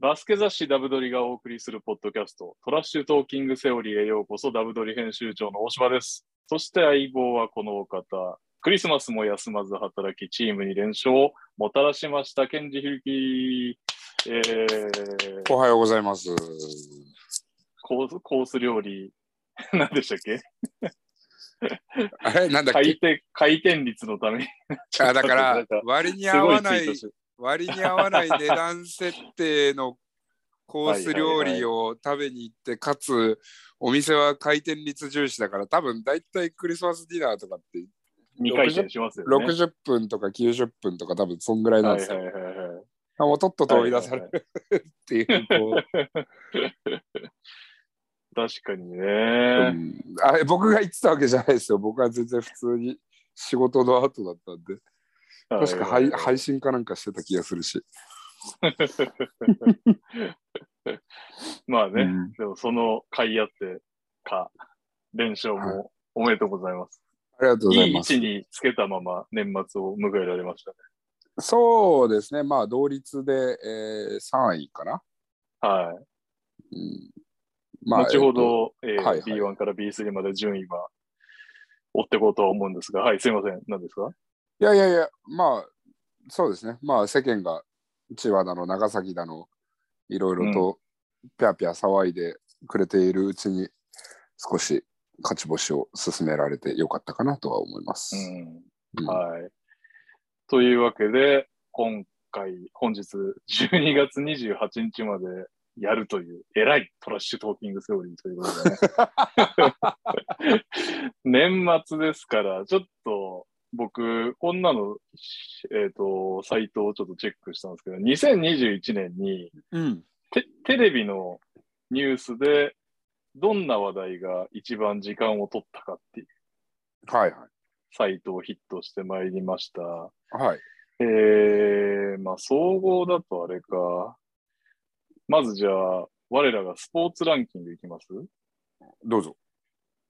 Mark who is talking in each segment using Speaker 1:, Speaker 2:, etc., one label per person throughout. Speaker 1: バスケ雑誌ダブドリがお送りするポッドキャスト、トラッシュトーキングセオリーへようこそ、ダブドリ編集長の大島です。そして相棒はこのお方、クリスマスも休まず働き、チームに連勝をもたらしました、ケンジヒルキえー、
Speaker 2: おはようございます。
Speaker 1: コースコース料理、 何でしたっけ
Speaker 2: あれなんだっ
Speaker 1: 回
Speaker 2: け
Speaker 1: 転回転率のために、
Speaker 2: あだか
Speaker 1: な
Speaker 2: ら
Speaker 1: んか
Speaker 2: 割に
Speaker 1: す
Speaker 2: 合
Speaker 1: ごい
Speaker 2: わ
Speaker 1: ツイ
Speaker 2: な
Speaker 1: ー
Speaker 2: い
Speaker 1: トして
Speaker 2: 割に合わない値段設定のコース料理を食べに行ってかつお店は回転率重視だから多分大体クリスマスディナーとかって
Speaker 1: 2回転しますよね。
Speaker 2: 60分とか90分とか多分そんぐらいなん
Speaker 1: はい
Speaker 2: です
Speaker 1: はい
Speaker 2: よ。
Speaker 1: はいはい。
Speaker 2: あもうとっとと追い出されるっていうこう
Speaker 1: 確かにね、
Speaker 2: うんあれ僕が言ってたわけじゃないですよ。僕は全然普通に仕事の後だったんで確か配配信かなんかしてた気がするし。
Speaker 1: まあね、
Speaker 2: うん
Speaker 1: でもその甲斐あってか、連勝もおめでとうございます。
Speaker 2: ありがとうござ
Speaker 1: い、い
Speaker 2: い
Speaker 1: 位
Speaker 2: ます。
Speaker 1: 置につけたまま年末を迎えられましたね。
Speaker 2: そうですね、まあ同率で、えー、3位かな。
Speaker 1: はい。
Speaker 2: うんまあ、
Speaker 1: 後ほど、えー
Speaker 2: はいはい
Speaker 1: B1 から B3 まで順位は追っていこうとは思うんですが、はい、すいません、何ですか
Speaker 2: えっといやいやいや、まあそうですね、まあ世間が千葉だの、長崎だの、いろいろとぴゃぴゃ騒いでくれているうちに、少し勝ち星を進められてよかったかなとは思います。
Speaker 1: う、
Speaker 2: うんん
Speaker 1: はい。というわけで、今回、本日12月28日までやるという、偉いトラッシュトーキングセオリーということで ね。年末ですから、ちょっと僕、こんなの、えっ、と、サイトをちょっとチェックしたんですけど、2021年に
Speaker 2: うん、
Speaker 1: テテレビのニュースで、どんな話題が一番時間を取ったかっていう
Speaker 2: はいは
Speaker 1: サイトをヒットしてまいりました。
Speaker 2: い。はい、
Speaker 1: ええまあ、総合だとあれか。まずじゃあ、我らがスポーツランキングいきます
Speaker 2: どうぞ、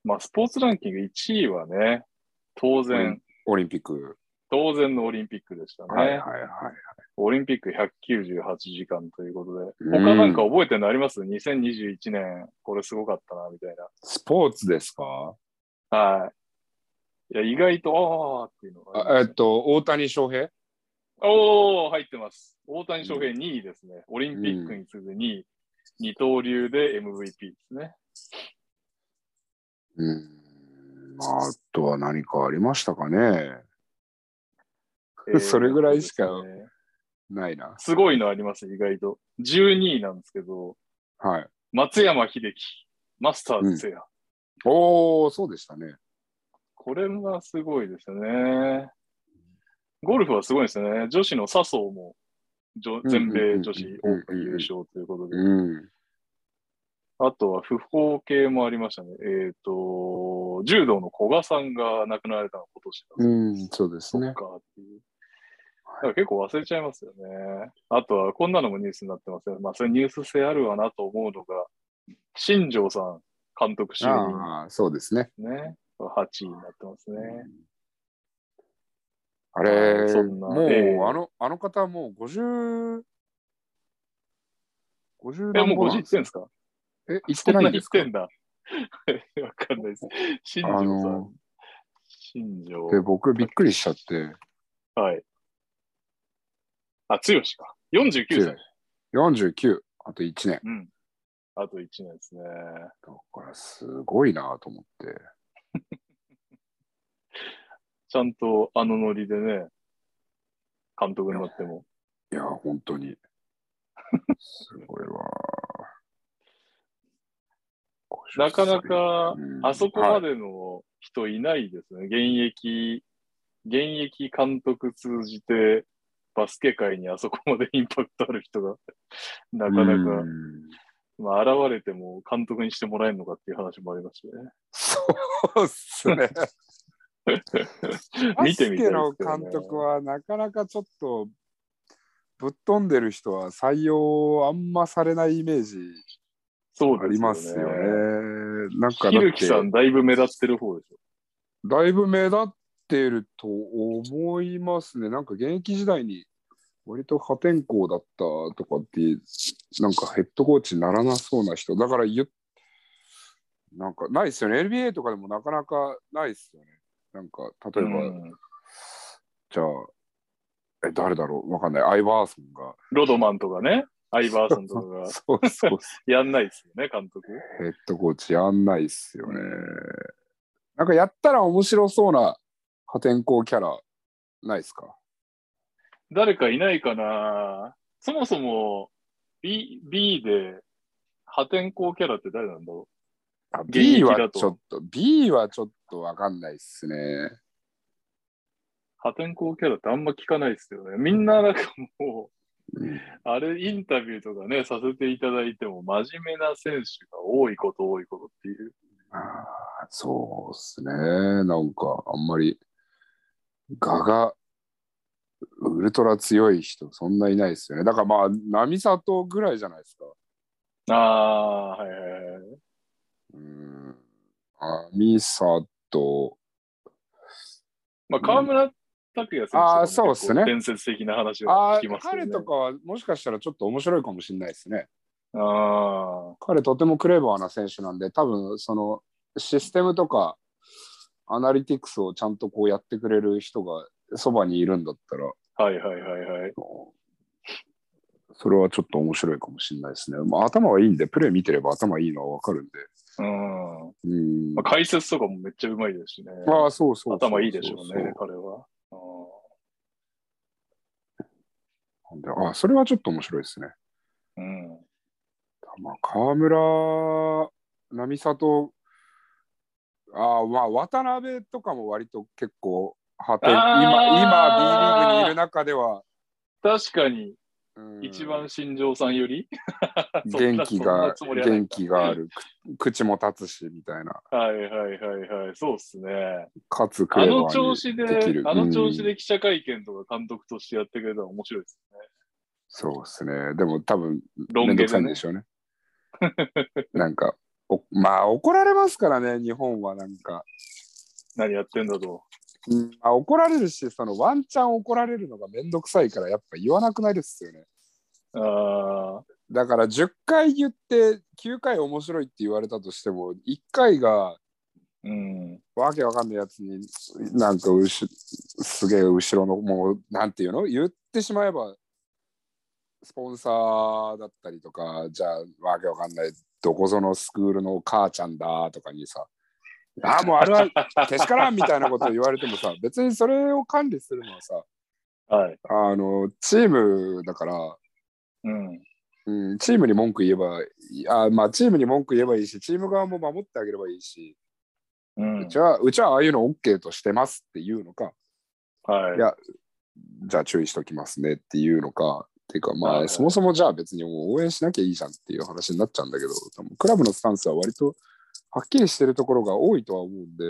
Speaker 1: まあ、スポーツランキング1位はね、当然、
Speaker 2: うんオリンピック。
Speaker 1: 当然のオリンピックでしたね。
Speaker 2: はいはいはい。
Speaker 1: オリンピック198時間ということで。
Speaker 2: うん
Speaker 1: 他なんか覚えてるのあります ?2021 年、これすごかったな、みたい
Speaker 2: スポーツですか
Speaker 1: な。はい。いや、意外と、ああっていうのがありま
Speaker 2: あえ
Speaker 1: し
Speaker 2: った
Speaker 1: ね
Speaker 2: と、大谷翔平
Speaker 1: おー、入ってます。大谷翔平2位ですね。オリンピックに次ぐ2位。二刀流で MVP ですね。
Speaker 2: うんあとは何かありましたかね
Speaker 1: えー
Speaker 2: それぐらいしか
Speaker 1: そうですね
Speaker 2: ないな。
Speaker 1: すごいのあります、意外と。12位なんですけど、
Speaker 2: はい。
Speaker 1: 松山英樹、マスターズ制覇。
Speaker 2: おお、そうでしたね。
Speaker 1: これはすごいですよね。ゴルフはすごいですね。女子の笹生もじょ全米女子オープン優勝ということで。
Speaker 2: うん。
Speaker 1: あとは不法系もありましたね。えっ、と、柔道の古賀さんが亡くなられたのは今年だ
Speaker 2: うん、そうです
Speaker 1: そっ
Speaker 2: ね。
Speaker 1: かっていう。だから結構忘れちゃいますよね。あとは、こんなのもニュースになってますよ。まあ、それニュース性あるわなと思うのが、新庄さん監督就任
Speaker 2: ああ、そうですね。
Speaker 1: ね。8位になってますね。
Speaker 2: あれ、
Speaker 1: そんな
Speaker 2: もう、
Speaker 1: ええ
Speaker 2: あの、あの方はもう50、50
Speaker 1: え、
Speaker 2: 何
Speaker 1: もう
Speaker 2: 本
Speaker 1: 50いってんですか
Speaker 2: え、行っ
Speaker 1: そ
Speaker 2: て
Speaker 1: ん
Speaker 2: ない
Speaker 1: なんにいっ
Speaker 2: ですか
Speaker 1: てんだ。 わかんないです。新庄
Speaker 2: あ
Speaker 1: さん
Speaker 2: の、
Speaker 1: 新庄。
Speaker 2: で、僕びっくりしちゃって、
Speaker 1: はい。あ、剛か。49歳。
Speaker 2: 49、あと1年。
Speaker 1: うん。あと1年ですね。
Speaker 2: だから、すごいなと思って。
Speaker 1: ちゃんとあのノリでね、監督になっても。
Speaker 2: いや、本当に。すごいわ。
Speaker 1: なかなか、
Speaker 2: うん、
Speaker 1: あそこま
Speaker 2: で、
Speaker 1: での人いないですね。現役、現役監督通じて、バスケ界にあそこまでインパクトある人が、 なかなか、
Speaker 2: うん
Speaker 1: まあ、現れても監督にしてもらえるのかっていう話もありますしね。
Speaker 2: そうっす ね。
Speaker 1: 見てみたいですけどね
Speaker 2: バスケの監督はなかなかちょっとぶっ飛んでる人は採用あんまされないイメージ
Speaker 1: そう
Speaker 2: ありますよね。なんか
Speaker 1: ひ
Speaker 2: だっ
Speaker 1: るき
Speaker 2: て
Speaker 1: さん、だいぶ目立ってる方でしょ。
Speaker 2: だいぶ目立ってると思いますね。なんか現役時代に割と破天荒だったとかって、なんかヘッドコーチにならなそうな人、だから言っなんかないですよね。NBA とかでもなかなかないですよね。なんか、例えば、
Speaker 1: うん
Speaker 2: じゃあ、え、誰だろうわかんない。アイバーソンが。
Speaker 1: ロドマンとかね、アイバーソンとかが
Speaker 2: そう そう。
Speaker 1: やんないですよね、監督。
Speaker 2: ヘッドコーチやんないっすよね。なんかやったら面白そうな破天荒キャラないっすか
Speaker 1: 誰かいないかなそもそも B, B で破天荒キャラって誰なんだろ
Speaker 2: あ
Speaker 1: 現役
Speaker 2: ?B
Speaker 1: だ
Speaker 2: は
Speaker 1: と
Speaker 2: ちょっと、B はちょっとわかんないっすね。
Speaker 1: う破天荒キャラってあんま聞かないですよね。みんななんかもう
Speaker 2: うん、
Speaker 1: あれインタビューとかね、させていただいても真面目な選手が多いこと多いことっていう。
Speaker 2: あーそうっすね。なんかあんまり、ガが、ウルトラ強い人、そんないないっすよね。だからまあ、波里ぐらいじゃないですか。
Speaker 1: ああー、はいはいはい。
Speaker 2: うん。あミサと、
Speaker 1: まあ、河村拓也選手とかも
Speaker 2: あーそうっすね
Speaker 1: 結構伝説的な話を
Speaker 2: あ
Speaker 1: 聞
Speaker 2: あ
Speaker 1: きますよね。
Speaker 2: 彼とかはもしかしたらちょっと面白いかもしれないですね。
Speaker 1: あ
Speaker 2: 彼とてもクレバーな選手なんで多分そのシステムとかアナリティクスをちゃんとこうやってくれる人がそばにいるんだったら
Speaker 1: あ、はいはいはいはい。
Speaker 2: それはちょっと面白いかもしれないですね。まあ、頭はいいんでプレー見てれば頭いいのはわかるんで。
Speaker 1: うん。
Speaker 2: うん
Speaker 1: まあ、解説とかもめっちゃうまいですしね。
Speaker 2: ああそうそうそう
Speaker 1: 頭いいでしょう
Speaker 2: そそ
Speaker 1: ね、彼は。あ
Speaker 2: なんでああそれはちょっと面白いですね。
Speaker 1: ーうん、
Speaker 2: まあ、河村、並里、ああまあ、渡辺とかも割と結構破天、
Speaker 1: あー
Speaker 2: 今、今 B リーグにいる中では、
Speaker 1: 確かに、
Speaker 2: うん
Speaker 1: 一番新庄さんより そん
Speaker 2: 元
Speaker 1: な
Speaker 2: 気
Speaker 1: そんな
Speaker 2: が
Speaker 1: つ、もりはない
Speaker 2: 元気がある、く口も立つし、みたいな、
Speaker 1: はいはいはいはい、そうっすね。
Speaker 2: かつク
Speaker 1: あ
Speaker 2: レバ
Speaker 1: の
Speaker 2: ー
Speaker 1: 調
Speaker 2: に
Speaker 1: 子で
Speaker 2: でき、る
Speaker 1: あの調子で記者会見とか監督としてやってくれたら面白いですね。
Speaker 2: そうですね。でも多分、
Speaker 1: ロ
Speaker 2: め
Speaker 1: ン
Speaker 2: んど
Speaker 1: 毛
Speaker 2: くさ
Speaker 1: で
Speaker 2: いんで
Speaker 1: ね。
Speaker 2: し ょうね。なんか、おまあ、怒られますからね、日本はなんか。
Speaker 1: 何やってんだと。
Speaker 2: うんまあ、怒られるし、そのワンチャン怒られるのがめんどくさいから、やっぱ言わなくないですよね。
Speaker 1: あ
Speaker 2: だから10回言って9回面白いって言われたとしても1回が
Speaker 1: ーうん。
Speaker 2: わけわかんないやつになんかうしすげえ後ろのもうなんていうの言ってしまえばスポンサーだったりとかじゃあわけわかんないどこぞのスクールの母ちゃんだとかにさああもうあれはけしからんみたいなことを言われてもさ別にそれを管理するのはさ
Speaker 1: はい。
Speaker 2: あのチームだから
Speaker 1: うん。
Speaker 2: うん、チームに文句言えばいいあ、まあ、チームに文句言えばいいし、チーム側も守ってあげればいいし、
Speaker 1: うん
Speaker 2: うち、は、うちはああいうの OK としてますっていうのか、
Speaker 1: はい
Speaker 2: いやじゃあ注意しときますねっていうのか、っていうか、まあ、
Speaker 1: はい
Speaker 2: そもそもじゃあ別にもう応援しなきゃいいじゃんっていう話になっちゃうんだけど、多分クラブのスタンスは割とはっきりしてるところが多いとは思うんで。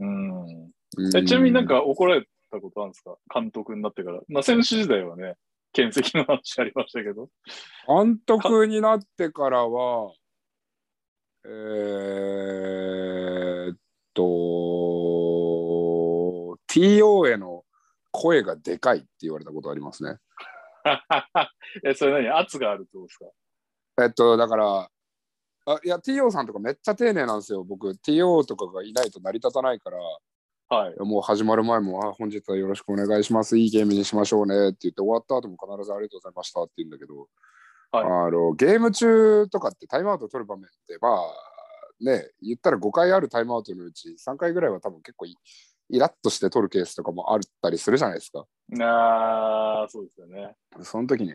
Speaker 1: うん
Speaker 2: うん
Speaker 1: えちなみになん、か怒られたことあるんですか監督になってから。まあ、選手時代はね、見責の話ありましたけど。
Speaker 2: 監督になってからは、えー、っと、TO への声がでかいって言われたことありますね。
Speaker 1: え、それ何圧があるってことですか
Speaker 2: えっと、だから、あいや、TO さんとかめっちゃ丁寧なんですよ。僕、TO とかがいないと成り立たないから、
Speaker 1: はい。
Speaker 2: もう始まる前も、あ、本日はよろしくお願いします。いいゲームにしましょうねって言って終わった後も必ずありがとうございましたって言うんだけど、
Speaker 1: は
Speaker 2: あのゲーム中とかってタイムアウト取る場面って、まあ、ね、言ったら5回あるタイムアウトのうち3回ぐらいは多分結構いイラッとして取るケースとかもあったりするじゃないですか。
Speaker 1: ああ、そうですよね。
Speaker 2: その時に、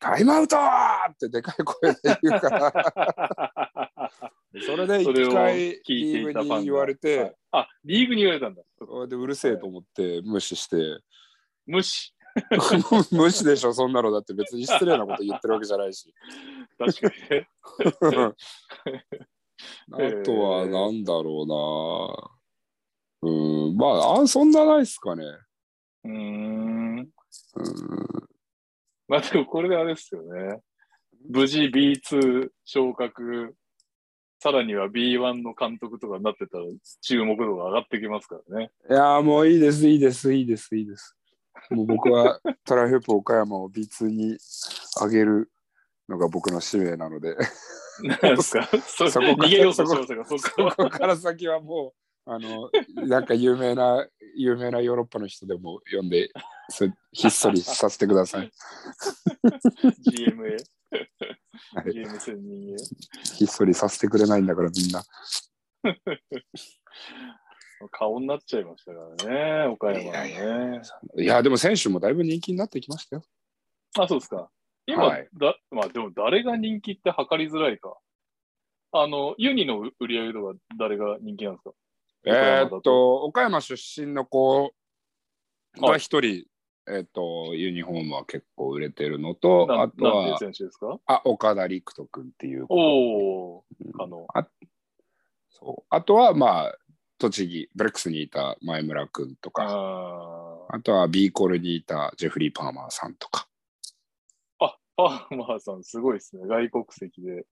Speaker 2: タイムアウトーってでかい声で言うから、 それで
Speaker 1: それ
Speaker 2: 1
Speaker 1: を聞
Speaker 2: 回
Speaker 1: い
Speaker 2: リ
Speaker 1: て
Speaker 2: ー
Speaker 1: い
Speaker 2: グ
Speaker 1: たファンが
Speaker 2: に言われて、
Speaker 1: はいあ、リーグに言われたんだ。
Speaker 2: それでうるせえと思って無視して、
Speaker 1: 無視。
Speaker 2: 無視でしょ、そんなのだって別に失礼なこと言ってるわけじゃないし。
Speaker 1: 確かにね。
Speaker 2: あとはなんだろうな。うん、まあ、あそんなないっすかね。
Speaker 1: うーん。
Speaker 2: うん、
Speaker 1: まあ、でもこれであれですよね。無事 B2 昇格、さらには B1 の監督とかになってたら注目度が上がってきますからね。
Speaker 2: いやー、もういいです、いいです、いいです、いいです。もう僕はトライフープ岡山を B2 に上げるのが僕の使命なので、
Speaker 1: なんですかそ
Speaker 2: そこから
Speaker 1: 逃げようとしてましたが、そこ
Speaker 2: こ
Speaker 1: か
Speaker 2: こから先はもう、あの、なんか有名な、有名なヨーロッパの人でも読んで、そひっそりさせてください。
Speaker 1: ら GMA。
Speaker 2: はい
Speaker 1: GM 専任へ。
Speaker 2: ひっそりさせてくれないんだからみんな。
Speaker 1: 顔になっちゃいましたからね、岡山はいね。
Speaker 2: いや、でも選手もだいぶ人気になってきましたよ。
Speaker 1: あ、そうですか。今、
Speaker 2: はい
Speaker 1: だまあでも誰が人気って測りづらいか。あの、ユニの売り上げとか誰が人気なんですか岡山
Speaker 2: え
Speaker 1: だ
Speaker 2: ーっと、岡山出身の子が一人、えーっと、ユニフォームは結構売れてるのと、
Speaker 1: な
Speaker 2: あ
Speaker 1: ん
Speaker 2: と
Speaker 1: なんていう
Speaker 2: は、
Speaker 1: 選手ですか
Speaker 2: あ岡田陸人君っていう子
Speaker 1: おお、あの、
Speaker 2: そうあとは、まあ、栃木、ブレックスにいた前村君とか、
Speaker 1: あ
Speaker 2: あとはビーコルにいたジェフリー・パーマーさんとか、
Speaker 1: ーあ、パーマーさんすごいですね。外国籍で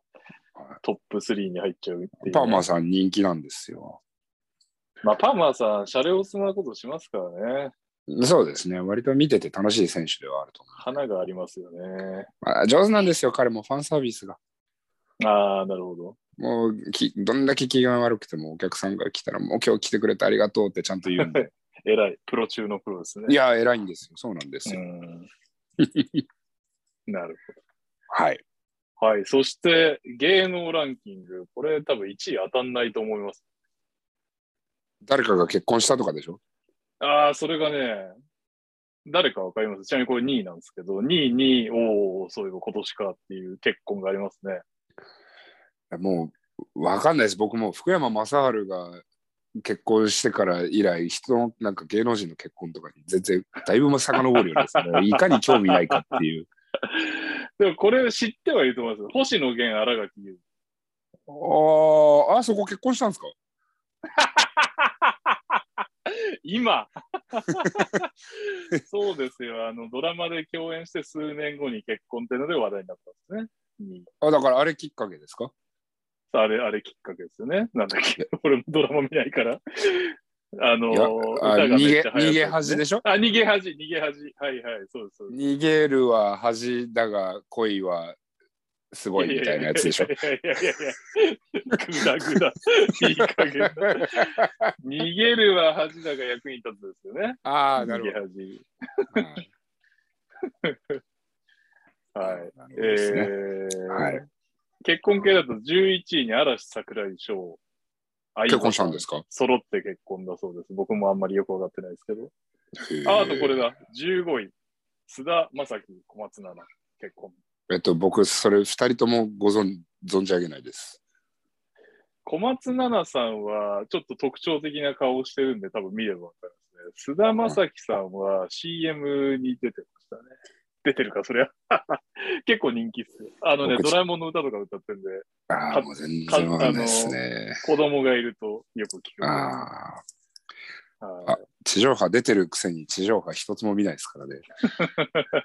Speaker 1: トップ3に入っちゃうっていう。
Speaker 2: パーマーさん人気なんですよ。
Speaker 1: まあ、パーマーさん、シャレオツなことしますからね。
Speaker 2: そうですね、割と見てて楽しい選手ではあると思
Speaker 1: 花がありますよね。
Speaker 2: う。まあ、上手なんですよ、彼もファンサービスが。
Speaker 1: ああ、なるほど。
Speaker 2: もうき、どんだけ機嫌悪くてもお客さんが来たら、もう今日来てくれてありがとうってちゃんと言うんで。
Speaker 1: 偉い。プロ中のプロですね。
Speaker 2: いや、偉いんですよ、そうなんです
Speaker 1: う
Speaker 2: よ。
Speaker 1: ん。なる
Speaker 2: はい。
Speaker 1: ほど。はい。そして、芸能ランキング。これ多分1位当たんないと思います。
Speaker 2: 誰かが結婚したとかでしょ
Speaker 1: ああ、それがね、誰かわかりますちなみにこれ2位なんですけど、2位に、おお、そういえば今年かっていう結婚がありますね。
Speaker 2: もう、わかんないです。僕も福山雅治が結婚してから以来、人の、なんか芸能人の結婚とかに全然、だいぶ遡るようですね。 いかに興味ないかって いう。
Speaker 1: でもこれ知ってはいると思います。星野源、新垣結
Speaker 2: あーあ、そこ結婚したんですか
Speaker 1: 衣。今そうですよ。あの、ドラマで共演して数年後に結婚っていうので話題になったんですね。
Speaker 2: あだからあれきっかけですか
Speaker 1: あれ、あれきっかけですよね。なんだっけ。 俺もドラマ見ないから。あの
Speaker 2: いやあ
Speaker 1: 歌が
Speaker 2: 逃
Speaker 1: め
Speaker 2: げ
Speaker 1: っちゃ流行ったやつね
Speaker 2: 逃げ恥でしょ
Speaker 1: あ、逃げ恥、逃げ恥。はいはい、そうですそうです。
Speaker 2: 逃げるは恥だが恋はすごいみたいなやつでしょ
Speaker 1: いやいやいやいやいや。ぐだぐだ。いい加減な。逃げるは恥だが役に立つですよね。
Speaker 2: ああ、なる
Speaker 1: 逃げ恥。
Speaker 2: ほど。は
Speaker 1: は
Speaker 2: い
Speaker 1: い。え
Speaker 2: なるほどですね
Speaker 1: ー
Speaker 2: はい
Speaker 1: 結婚系だと11位に嵐桜井翔。。
Speaker 2: 結婚したんですすか
Speaker 1: 揃って結婚だそうです。僕もあんまりよくわかってないですけど。あ、
Speaker 2: あ
Speaker 1: あとこれだ。15位。須田正樹、小松菜奈。結婚。
Speaker 2: えっと、僕、それ、二人ともご存存じ上げないです。
Speaker 1: 小松菜奈さんは、ちょっと特徴的な顔をしてるんで、多分見ればわかりますね。菅田将暉さんは CM に出てましたね。出てるか、そりゃ。 結構人気っすよ。あのね、
Speaker 2: 僕
Speaker 1: ドラえもんの歌とか歌ってるんで、
Speaker 2: あ
Speaker 1: か
Speaker 2: あ、もう全然わかんないですね。
Speaker 1: 子供がいるとよく聞く。
Speaker 2: ああ、
Speaker 1: はい
Speaker 2: 地上波出てるくせに地上波一つも見ないですからね。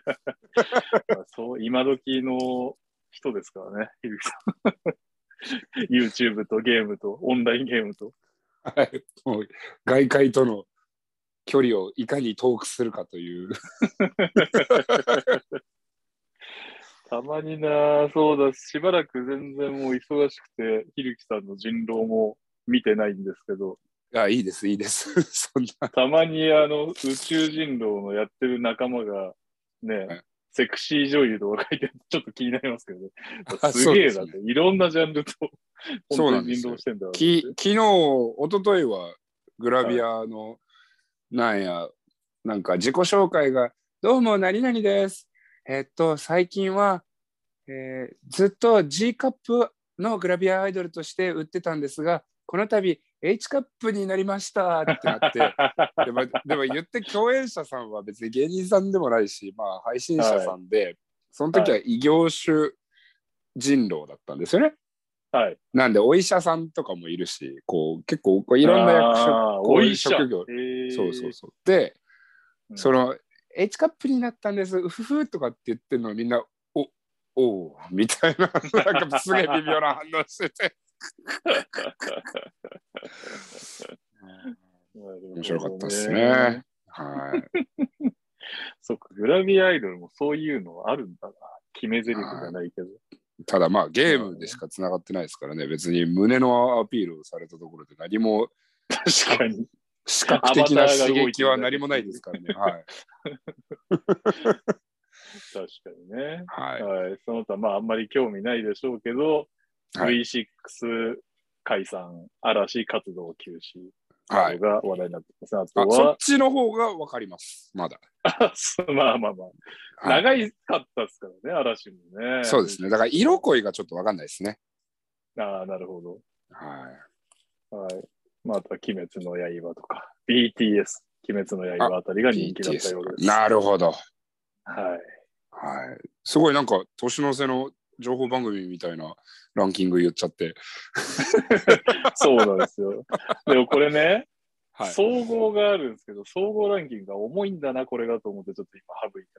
Speaker 1: まあそう、今時の人ですからね、ひびきさん。YouTube とゲームと、オンラインゲームと。
Speaker 2: はい。もう、外界との距離をいかに遠くするかという。
Speaker 1: たまにな、そうだ、しばらく全然もう忙しくて、ひるきさんの人狼も見てないんですけど、
Speaker 2: あいいです、いいです。 そんな。
Speaker 1: たまにあの、宇宙人狼のやってる仲間が、
Speaker 2: はい
Speaker 1: ね、セクシー女優とか書いてるちょっと気になりますけどね。
Speaker 2: あ
Speaker 1: すげえ
Speaker 2: そ
Speaker 1: な
Speaker 2: う
Speaker 1: っ
Speaker 2: で
Speaker 1: て、いろんなジャンルと、
Speaker 2: そうな
Speaker 1: 本当
Speaker 2: んで
Speaker 1: に
Speaker 2: す
Speaker 1: 人
Speaker 2: よ
Speaker 1: 狼してんだなって
Speaker 2: き昨日、一昨日はグラビアの、なんや、なんか自己紹介が、どうも何々です。えっと、最近は、えーずっと G カップのグラビアアイドルとして売ってたんですが、この度 H カップになりましたってなって、でもでも言って共演者さんは別に芸人さんでもないし、まあ配信者さんで、その時は異業種人狼だったんですよね。
Speaker 1: はい。
Speaker 2: なんでお医者さんとかもいるしこう結構こういろんな役職
Speaker 1: あー
Speaker 2: こう
Speaker 1: お
Speaker 2: いう
Speaker 1: 医者
Speaker 2: 職業
Speaker 1: へー
Speaker 2: そうそうそうで、
Speaker 1: うん
Speaker 2: その H カップになったんですうふふとかって言ってるのみんなおおうみたいななんかすげえ微妙な反応してて面白かったですね。はい
Speaker 1: そっか、グラビアアイドルもそういうのあるんだな。決め台詞がない けど。
Speaker 2: ただまあゲームでしかつながってないですからね、別に胸のアピールをされたところで何も
Speaker 1: 確かに。
Speaker 2: 視覚的な刺激は何もないですから ね。はい。
Speaker 1: 確かにね。
Speaker 2: はい。
Speaker 1: はい。その他、まあ、あんまり興味ないでしょうけど、
Speaker 2: はい
Speaker 1: V6 解散、嵐活動休止
Speaker 2: はい、
Speaker 1: が話題になってます。あと
Speaker 2: あそ
Speaker 1: は
Speaker 2: っ、ちの方がわかります、まだ。
Speaker 1: まあまあまあ、
Speaker 2: はい
Speaker 1: 長いかったですからね、嵐もね。
Speaker 2: そうですね。だから色恋がちょっとわかんないですね。
Speaker 1: ああ、なるほど。
Speaker 2: はい。
Speaker 1: はい。まあ、あとは鬼滅の刃とか、BTS、鬼滅の刃あたりが人気だったようです。
Speaker 2: なるほど。
Speaker 1: はい。
Speaker 2: はい。すごいなんか年の瀬の情報番組みたいなランキング言っちゃって。
Speaker 1: そうなんですよ。でもこれね、
Speaker 2: はい。
Speaker 1: 総合があるんですけど、総合ランキングが重いんだな、これがと思って、ちょっと今省いて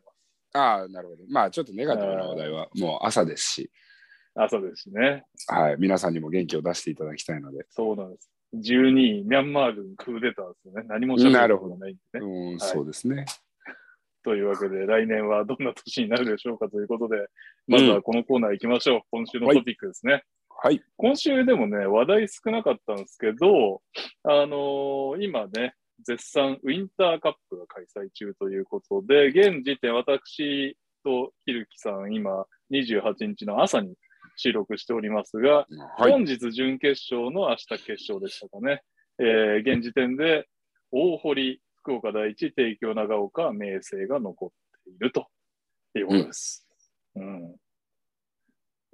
Speaker 2: ああ、なるほど。まあちょっとネガティブな話題はもう朝ですし、
Speaker 1: ます。朝ですしね。
Speaker 2: はい。皆さんにも元気を出していただきたいので。
Speaker 1: そうなんです。12位、ミャンマー軍クーデターですよね。何もしゃべることがないんでね。
Speaker 2: うん、
Speaker 1: い
Speaker 2: そうですね。
Speaker 1: というわけで、来年はどんな年になるでしょうかということで、まずはこのコーナー行きましょう。今週のトピックですね。
Speaker 2: はい。
Speaker 1: 今週でもね、話題少なかったんですけど、あのー今ね、絶賛ウィンターカップが開催中ということで、現時点私とひるきさん、今28日の朝に収録しておりますが、
Speaker 2: はい。
Speaker 1: 本日準決勝の明日決勝でしたかね。えー現時点で大堀、福岡第一、帝京長岡、明星が残っているということです。うん。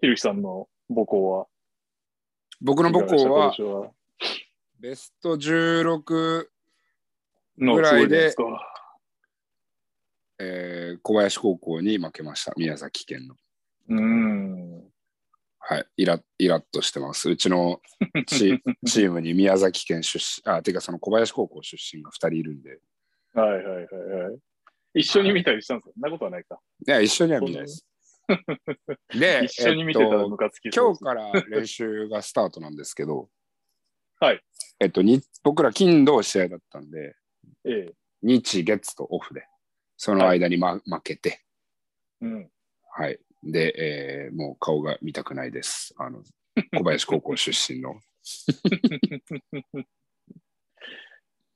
Speaker 1: ひるきさんの母校は
Speaker 2: 僕の母校は、
Speaker 1: は、
Speaker 2: ベスト16、
Speaker 1: ぐ
Speaker 2: ぐら
Speaker 1: ごいじゃない
Speaker 2: いです
Speaker 1: ですか
Speaker 2: えー小林高校に負けました。宮崎県の。
Speaker 1: うん。
Speaker 2: はい。イライラッとしてます。うちのチ チームに宮崎県出身、あ、てかその小林高校出身が2人いるんで。
Speaker 1: はいはいはいはい。一緒に見たりしたんですかそんなことはないか。
Speaker 2: いや、一緒には見な いです。で、
Speaker 1: 一緒に見てた
Speaker 2: え
Speaker 1: ら
Speaker 2: っ
Speaker 1: ムカつき
Speaker 2: と、今
Speaker 1: そう
Speaker 2: 日から練習がスタートなんですけど、
Speaker 1: はい。
Speaker 2: えっと、に僕ら金土試合だったんで、
Speaker 1: ええ。
Speaker 2: 日月とオフで、その間に、ま負けて、
Speaker 1: うん。
Speaker 2: はい。で、えーもう顔が見たくないです。あの、小林高校出身の。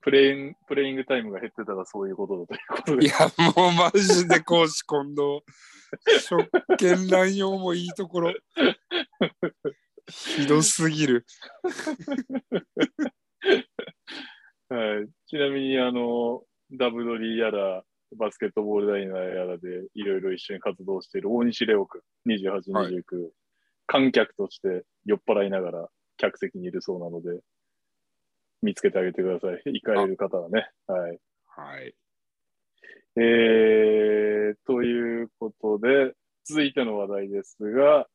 Speaker 1: プレイン、プレイングタイムが減ってたらそういうことだということ
Speaker 2: い
Speaker 1: で。
Speaker 2: や、もうマジで講師今度、職権乱用もいいところ。ひどすぎる。
Speaker 1: はい。ちなみに、あの、ダブドリやら、バスケットボールダイナーやらで、いろいろ一緒に活動している大西レオ君、28、29、
Speaker 2: はい
Speaker 1: 観客として酔っ払いながら客席にいるそうなので、見つけてあげてください。行かれる方はね。はい。
Speaker 2: はい。
Speaker 1: えー、ということで、続いての話題ですが、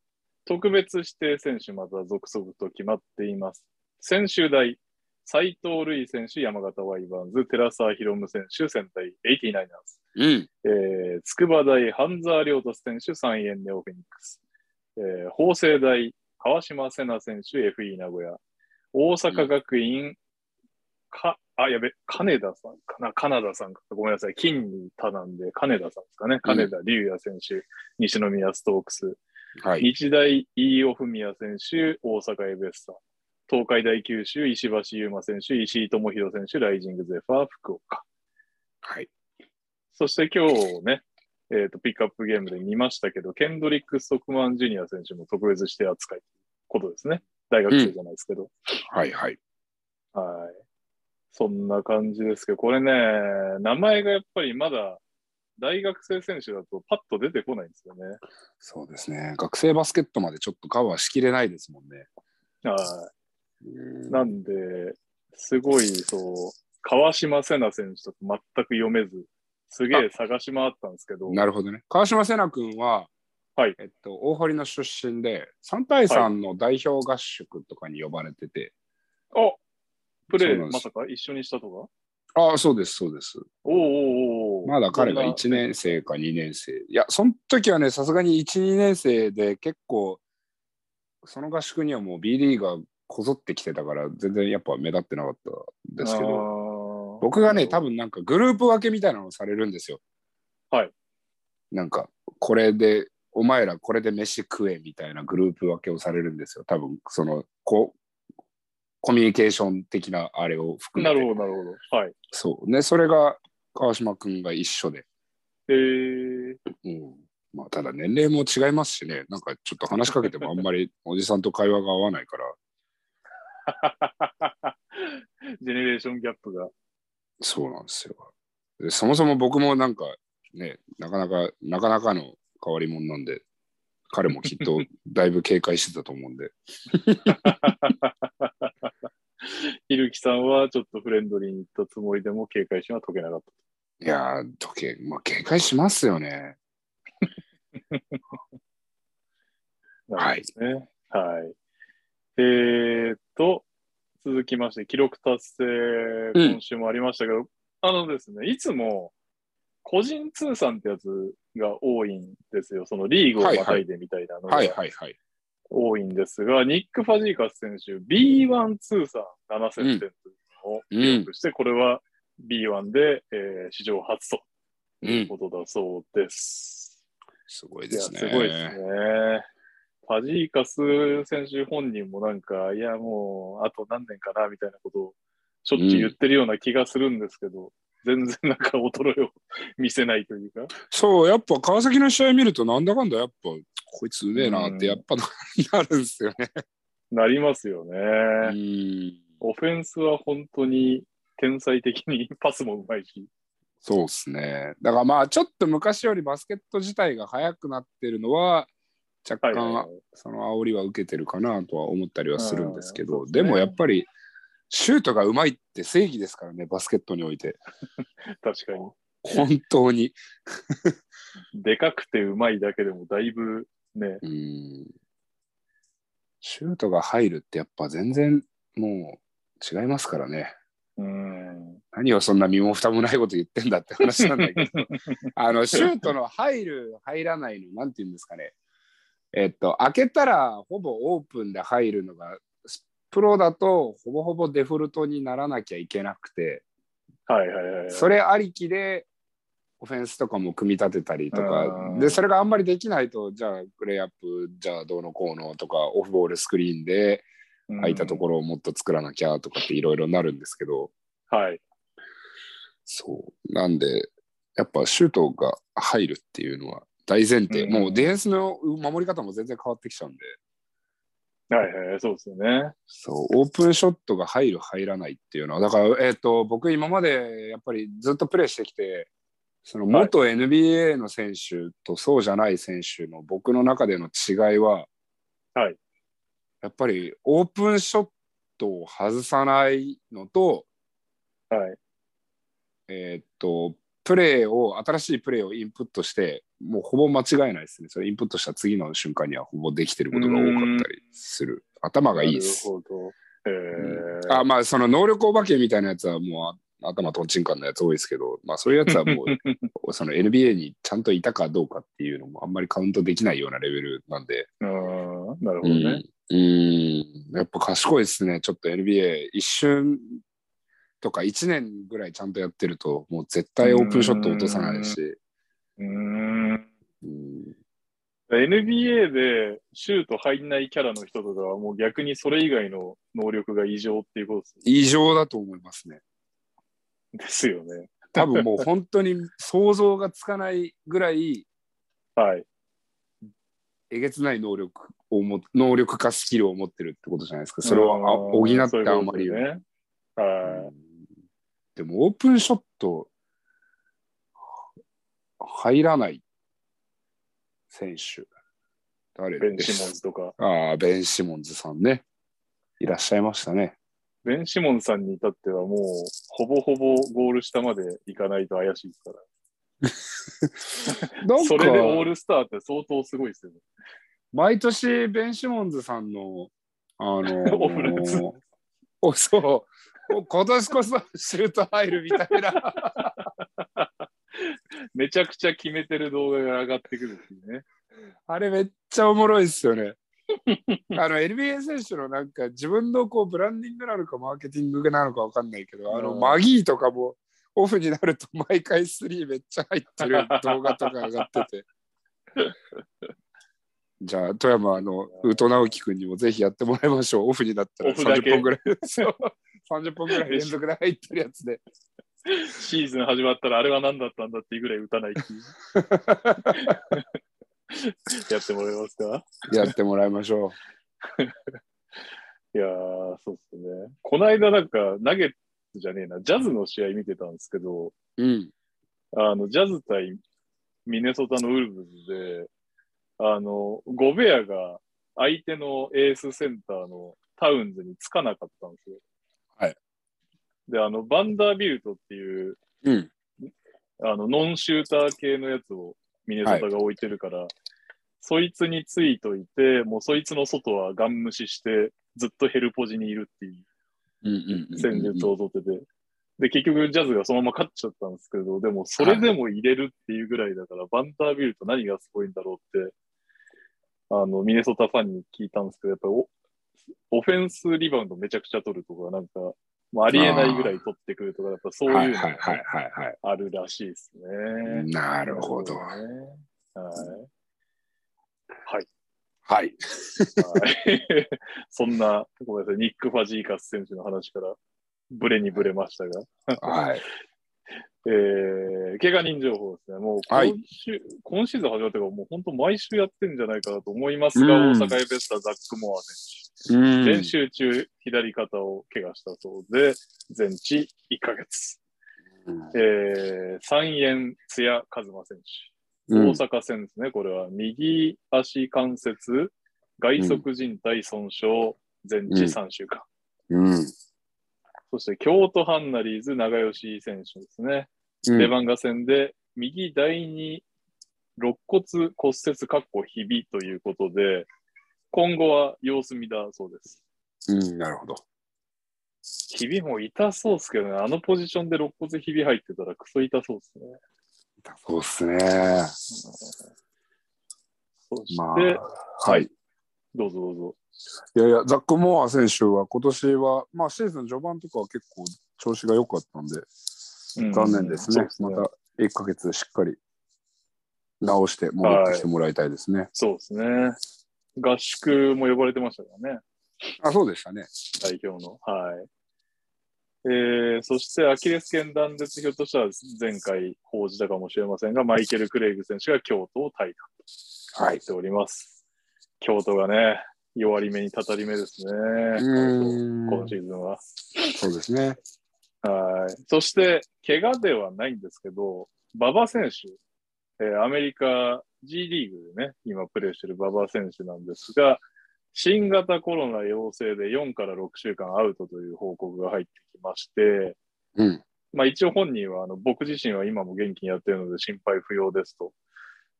Speaker 1: 特別指定選手、まずは続々と決まっています。専修大、斎藤瑠衣選手、山形ワイバンズ、寺澤宏夢選手、仙台89 ers
Speaker 2: うん。
Speaker 1: えー、筑波大、半沢亮太選手、三円ネオフェニックス、えー、法政大、川島瀬名選手、FE 名古屋、大阪学院、か、あ、やべ、金田さんかな、カナダさんか、ごめんなさい、金にたなんで、金田さんですかね、金田龍也選手、西宮ストークス、
Speaker 2: はい。
Speaker 1: 日大飯尾文也選手、大阪エベッサ、東海大九州、石橋優真選手、石井智弘選手、ライジングゼファー、福岡。
Speaker 2: はい。
Speaker 1: そして今日ね、えっ、と、ピックアップゲームで見ましたけど、ケンドリック・ストックマン・ジュニア選手も特別指定扱いということですね。大学生じゃないですけど。
Speaker 2: はい。はい。
Speaker 1: はい。そんな感じですけど、これね、名前がやっぱりまだ大学生選手だとパッと出てこないんですよね。
Speaker 2: そうですね。学生バスケットまでちょっとカバーしきれないですもんね。
Speaker 1: は
Speaker 2: う
Speaker 1: い。
Speaker 2: ん
Speaker 1: なんで、すごい、そう、川島瀬名選手とか全く読めず、すげえ探し回ったんですけど、
Speaker 2: なるほどね。川島瀬名君は、
Speaker 1: はい
Speaker 2: えっと、大堀の出身で、3対3の代表合宿とかに呼ばれてて、
Speaker 1: あプレ
Speaker 2: そう
Speaker 1: ー
Speaker 2: なんです
Speaker 1: まさか一緒にしたとか
Speaker 2: ああ、そうです、そうです。
Speaker 1: おうおうおうおう
Speaker 2: まだ彼が
Speaker 1: そんな
Speaker 2: 1年生か2年生。いや、その時はね、さすがに1、2年生で結構、その合宿にはもう B リーガーこぞってきてたから、全然やっぱ目立ってなかったですけど、
Speaker 1: ど
Speaker 2: 僕がね、多分なんかグループ分けみたいなのをされるんですよ。
Speaker 1: はい
Speaker 2: なんかこれでお前らこれで飯食えみたいなグループ分けをされるんですよ多分そのこコミュニケーション的なあれを含め
Speaker 1: な
Speaker 2: て
Speaker 1: るほど、なるほど。はい。
Speaker 2: そうねそれが川島君が一緒で、
Speaker 1: えー、
Speaker 2: うんまあ、ただ年齢も違いますしねなんかちょっと話しかけてもあんまりおじさんと会話が合わないから
Speaker 1: ジェネレーションギャップが。
Speaker 2: そうなんですよ。でそもそも僕もなんかね、なかなか、なかなかの変わり者なんで、彼もきっとだいぶ警戒してたと思う んで、
Speaker 1: ひるきさんはちょっとフレンドリーに行ったつもりでも警戒心は解けなかった。
Speaker 2: いやー、時計、まあ、警戒しますよね。はい
Speaker 1: なるほどですね。はい。えーっと、続きまして、記録達成、
Speaker 2: うん
Speaker 1: 今週もありましたけど、あのですね、いつも、個人通算ってやつが多いんですよ。そのリーグをまたいでみたいなのが
Speaker 2: はいはいはい。
Speaker 1: 多いんですが、ニック・ファジーカス選手、B1 通算7000点というのを記録して、これは B1 で、えー史上初と
Speaker 2: う、
Speaker 1: いうんことだそうです。
Speaker 2: すごい
Speaker 1: い
Speaker 2: で
Speaker 1: や、
Speaker 2: す
Speaker 1: す
Speaker 2: ね。
Speaker 1: ごいですね。ファジーカス選手本人もなんか、いや、もう、あと何年かな、みたいなことを、しょっちゅう言ってるような気がするんですけど、全然なんか衰えを見せないというか。
Speaker 2: そう、やっぱ川崎の試合見ると、なんだかんだやっぱ、こいつうめえなって、やっぱなるんですよね。
Speaker 1: なりますよね。
Speaker 2: うん、
Speaker 1: オフェンスは本当に天才的にパスもうまいし。
Speaker 2: そうですね。だからまあ、ちょっと昔よりバスケット自体が速くなってるのは、若
Speaker 1: はいはい
Speaker 2: 干
Speaker 1: はい、
Speaker 2: その煽りは受けてるかなとは思ったりはするんですけ
Speaker 1: う
Speaker 2: ど、
Speaker 1: ん
Speaker 2: でもやっぱりシュートがうまいって正義ですからねバスケットにおいて
Speaker 1: 確かに。
Speaker 2: 本当に
Speaker 1: でかくてうまいだけでもだいぶね、
Speaker 2: うんシュートが入るってやっぱ全然もう違いますからね
Speaker 1: うん。
Speaker 2: 何をそんな身も蓋もないこと言ってんだって話なん だけどあのシュートの入る入らないのなんて言うんですかねえっと開けたらほぼオープンで入るのがプロだとほぼほぼデフォルトにならなきゃいけなくて、
Speaker 1: はいはいはいはい。
Speaker 2: それありきでオフェンスとかも組み立てたりと
Speaker 1: う
Speaker 2: か
Speaker 1: ん
Speaker 2: でそれがあんまりできないとじゃあプレイアップじゃあどうのこうのとかオフボールスクリーンで空いたところをもっと作らなきゃとかっていろいろなるんですけど
Speaker 1: ろ。はい。
Speaker 2: そうなんでやっぱシュートが入るっていうのは大前提
Speaker 1: うん
Speaker 2: もうディフェンスの守り方も全然変わってきちゃうんで
Speaker 1: はいはいはい、そうですよね。
Speaker 2: そうオープンショットが入る入らないっていうのはだから、えー、と僕今までやっぱりずっとプレーしてきてその
Speaker 1: はい
Speaker 2: 元 NBA の選手とそうじゃない選手の僕の中での違いは、
Speaker 1: はい
Speaker 2: やっぱりオープンショットを外さないのと,、
Speaker 1: はい。
Speaker 2: えー、とプレーを新しいプレーをインプットしてもうほぼ間違いないですねそれインプットした次の瞬間にはほぼできてることが多かったりする頭がいいです。
Speaker 1: なるほど。えー
Speaker 2: あまあその能力お化けみたいなやつはもうあ頭とんちんかんのやつ多いですけど、まあ、そういうや つはもうその NBA にちゃんといたかどうかっていうのもあんまりカウントできないようなレベルなんで、
Speaker 1: うんなるほど
Speaker 2: うん
Speaker 1: ね。
Speaker 2: うんやっぱ賢いですねちょっと NBA 一瞬とか1年ぐらいちゃんとやってるともう絶対オープンショット落とさないし、
Speaker 1: うん
Speaker 2: うん、
Speaker 1: NBA でシュート入んないキャラの人とかはもう逆にそれ以外の能力が異常っていうこと
Speaker 2: 異常だと思いますね
Speaker 1: ですよね。
Speaker 2: 多分もう本当に想像がつかないぐらい
Speaker 1: はい。
Speaker 2: えげつない能力をも能力かスキルを持ってるってことじゃないですかそれをあ
Speaker 1: うん
Speaker 2: 補ってあんま
Speaker 1: そう
Speaker 2: り
Speaker 1: いう
Speaker 2: 言
Speaker 1: こ
Speaker 2: う
Speaker 1: とね。は
Speaker 2: でもオープンショット入らない選手誰
Speaker 1: い。ベン・
Speaker 2: で
Speaker 1: シモン
Speaker 2: す
Speaker 1: ズとか。
Speaker 2: ああベン・シモンズさんねいらっしゃいましたね
Speaker 1: ベン・シモンズさんに至ってはもう、ほぼほぼゴール下まで行かないと怪しいですから。
Speaker 2: なん
Speaker 1: それでオー
Speaker 2: か
Speaker 1: ルスターって相当すごいですよね。
Speaker 2: 毎年ベン・シモンズさんのあの
Speaker 1: オフレツ
Speaker 2: おそう今年こそシュート入るみたいな
Speaker 1: めちゃくちゃ決めてる動画が上がってくるっていうね。
Speaker 2: あれめっちゃおもろいっすよね。あの NBA 選手のなんか自分のこうブランディングなのかマーケティングなのかわかんないけどあの
Speaker 1: うん
Speaker 2: マギーとかもオフになると毎回3めっちゃ入ってる動画とか上がっ てて。じゃあ、富山、あの、ウート直樹くんにもぜひやってもらいましょう。オフになったら
Speaker 1: オフだ
Speaker 2: 30
Speaker 1: け
Speaker 2: 本ぐらい。そう30本 ぐらい連続で入ってるやつで。
Speaker 1: シーズン始まったらあれは何だったんだっていうぐらい打たないっていうやってもらえますか
Speaker 2: やってもらいましょ
Speaker 1: いやー、そうっすね。こないだなんか、ナゲッツじゃねえな、ジャズの試合見てたんですけど、
Speaker 2: う。うん。
Speaker 1: あの、ジャズ対ミネソタのウルブズで、あの、ゴベアが相手のエースセンターのタウンズにつかなかったんですよ。
Speaker 2: はい。
Speaker 1: で、あの、バンダービルトっていう、
Speaker 2: うん。
Speaker 1: あの、ノンシューター系のやつをミネソタが置いてるから、そいつについといて、もうそいつの外はガン無視して、ずっとヘルポジにいるっていう。
Speaker 2: うんうんうん
Speaker 1: 戦術を取ってて。で、結局、ジャズがそのまま勝っちゃったんですけど、でも、それでも入れるっていうぐらいだから、バンダービルト何がすごいんだろうって、あの、ミネソタファンに聞いたんですけど、やっぱりオ、オフェンスリバウンドめちゃくちゃ取るとか、なんか、もうありえないぐらい取ってくるとか、やっぱそう
Speaker 2: はい
Speaker 1: いう
Speaker 2: はい
Speaker 1: の
Speaker 2: はいは
Speaker 1: が
Speaker 2: いは
Speaker 1: あるらしいですね。
Speaker 2: い。なるほど
Speaker 1: ね。。はい。
Speaker 2: はい。
Speaker 1: はい、 そんな、ごめんなさい、ニック・ファジーカス選手の話から、ブレにブレましたが。
Speaker 2: はい。
Speaker 1: えー、怪我人情報ですね。もう今
Speaker 2: は
Speaker 1: 週、
Speaker 2: い
Speaker 1: 今シーズン始まってから、もう本当毎週やってるんじゃないかなと思いますが、
Speaker 2: うん
Speaker 1: 大阪エベスタ、ザック・モア選
Speaker 2: うん
Speaker 1: 手。練習中、左肩を怪我したそうで、全治1ヶ月。えー、三円津谷和馬選手。
Speaker 2: うん
Speaker 1: 大阪戦ですね、これは。右足関節、外側靭帯損傷、全治3週間。
Speaker 2: うん。
Speaker 1: そして、京都ハンナリーズ、長吉選手ですね。
Speaker 2: うん
Speaker 1: レバンガ戦で右第二肋骨骨折かっこひびということで、今後は様子見だそうです。
Speaker 2: うん、なるほど。
Speaker 1: ひびも痛そうですけどね、あのポジションで肋骨ひび入ってたらクソ痛そうですね。
Speaker 2: そうっすね。
Speaker 1: そして、
Speaker 2: まあ、
Speaker 1: は
Speaker 2: はいい。
Speaker 1: どうぞどうぞ。
Speaker 2: いやいや、ザック・モア選手は今年は、まあシーズン序盤とかは結構調子が良かったんで、
Speaker 1: うん
Speaker 2: 残念です
Speaker 1: そう
Speaker 2: ね。また1ヶ月しっかり直して戻ってきてもらいたいですね。
Speaker 1: そうですね。合宿も呼ばれてましたからね、
Speaker 2: あ、そうでしたね。
Speaker 1: 代表の。はい。えー、そして、アキレス腱断裂、ひょっとしたら前回報じたかもしれませんが、マイケル・クレイグ選手が京都を退
Speaker 2: は
Speaker 1: 入っ。ております。京都がね、弱り目にたたり目ですね。
Speaker 2: う
Speaker 1: 今
Speaker 2: ーん
Speaker 1: シーズンは。
Speaker 2: そうですね。
Speaker 1: はい。そして、怪我ではないんですけど、馬場選手、えーアメリカ G リーグでね、今プレーしてる馬場選手なんですが、新型コロナ陽性で4から6週間アウトという報告が入ってきまして、
Speaker 2: うん。
Speaker 1: まあ一応本人は、あの、僕自身は今も元気にやってるので心配不要ですと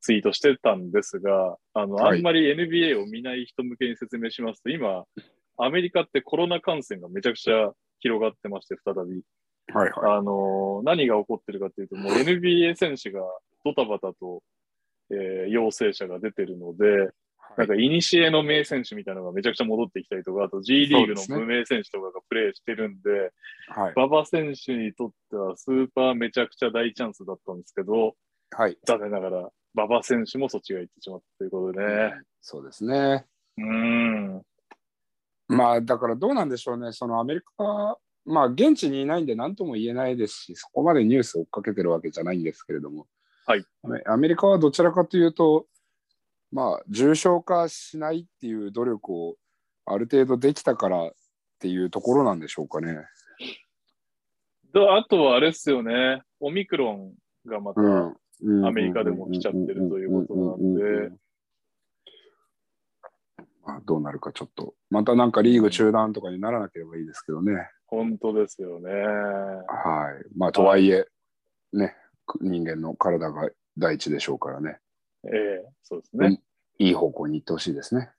Speaker 1: ツイートしてたんですが、あの、
Speaker 2: はい
Speaker 1: あんまり NBA を見ない人向けに説明しますと、今、アメリカってコロナ感染がめちゃくちゃ広がってまして、再び。
Speaker 2: はいはい。
Speaker 1: あのー何が起こってるかっていうと、 もう NBA 選手がドタバタと、えー陽性者が出てるので、なんか、いにしえの名選手みたいなのがめちゃくちゃ戻ってきたりとか、あと G リーグの
Speaker 2: そうですね
Speaker 1: 無名選手とかがプレーしてるんで、
Speaker 2: はい。
Speaker 1: 馬場選手にとってはスーパーめちゃくちゃ大チャンスだったんですけど、
Speaker 2: はい。
Speaker 1: 残念ながら馬場選手もそっちが行ってしまったということでね。
Speaker 2: そうですね。
Speaker 1: うん。
Speaker 2: まあ、だからどうなんでしょうね。そのアメリカ、まあ、現地にいないんで何とも言えないですし、そこまでニュースを追っかけてるわけじゃないんですけれども、
Speaker 1: はい
Speaker 2: アメアメリカはどちらかというと、まあ、重症化しないっていう努力をある程度できたからっていうところなんでしょうかね。
Speaker 1: とあとはあれっすよね、オミクロンがまた、
Speaker 2: うん
Speaker 1: アメリカでも来ちゃってるということなんで。
Speaker 2: まあ、どうなるかちょっと、またなんかリーグ中断とかにならなければいいですけどね。
Speaker 1: 本当ですよね。
Speaker 2: はい。まあ、とはいえ、ね、人間の体が第一でしょうからね、
Speaker 1: ええそうですね。
Speaker 2: いい方向に行ってほしいですね。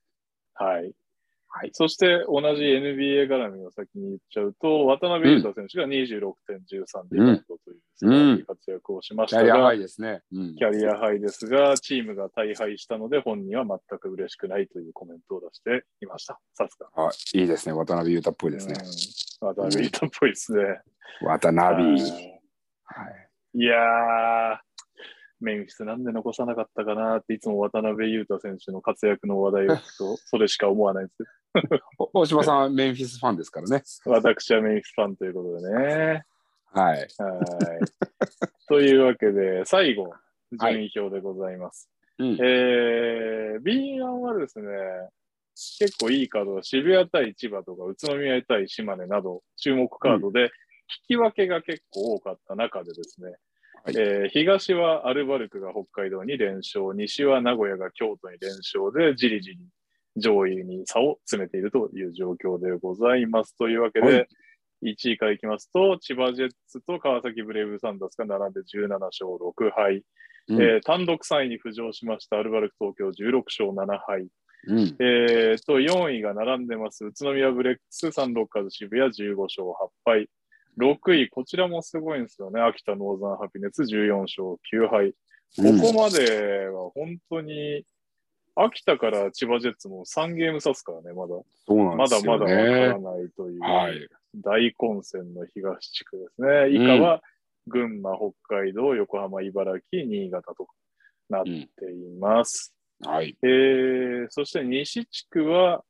Speaker 1: はい。
Speaker 2: はい
Speaker 1: そして同じ NBA 絡みを先に言っちゃうと、渡辺裕太選手が26.13リバウンドという素晴らしい活躍をしまし
Speaker 2: キャ
Speaker 1: た
Speaker 2: リアハ
Speaker 1: が、
Speaker 2: イですね。うん
Speaker 1: キャリアハイですが、チームが大敗したので本人は全く嬉しくないというコメントを出していました。さすが。
Speaker 2: あいいですね。渡辺裕太っぽいですね。
Speaker 1: うん。渡辺裕太っぽいですね。
Speaker 2: 渡辺。
Speaker 1: はい
Speaker 2: はい。
Speaker 1: いやー、メンフィスなんで残さなかったかなって、いつも渡辺裕太選手の活躍の話題を聞くと、それしか思わないんですけ
Speaker 2: お大島さんはメンフィスファンですからね。
Speaker 1: ど、私はメンフィスファンということでね。
Speaker 2: はい。
Speaker 1: はい。というわけで、最後、順位表でございます。
Speaker 2: うん。
Speaker 1: えー、B1 はですね、結構いいカードが渋谷対千葉とか宇都宮対島根など注目カードで、引き分けが結構多かった中でですね、
Speaker 2: はい
Speaker 1: えー東はアルバルクが北海道に連勝、西は名古屋が京都に連勝で、じりじり上位に差を詰めているという状況でございます。というわけで、
Speaker 2: はい
Speaker 1: 1位からいきますと、千葉ジェッツと川崎ブレイブサンダースが並んで17勝6敗、
Speaker 2: うん
Speaker 1: えー単独3位に浮上しましたアルバルク東京16勝7敗、
Speaker 2: うん。
Speaker 1: えー、と4位が並んでます宇都宮ブレックスサンロッカーズ渋谷15勝8敗6位こちらもすごいんですよね秋田ノーザンハピネス14勝9敗
Speaker 2: うん
Speaker 1: ここまでは本当に秋田から千葉ジェッツも3ゲーム差すからねまだ
Speaker 2: そうなん
Speaker 1: ま
Speaker 2: で
Speaker 1: だ
Speaker 2: す
Speaker 1: ま
Speaker 2: よ
Speaker 1: だわ
Speaker 2: ね。
Speaker 1: からないという、
Speaker 2: はい。
Speaker 1: 大混戦の東地区ですね。以下は群馬、北海道、横浜、茨城、新潟となっています。
Speaker 2: はい。
Speaker 1: えーそして西地区は、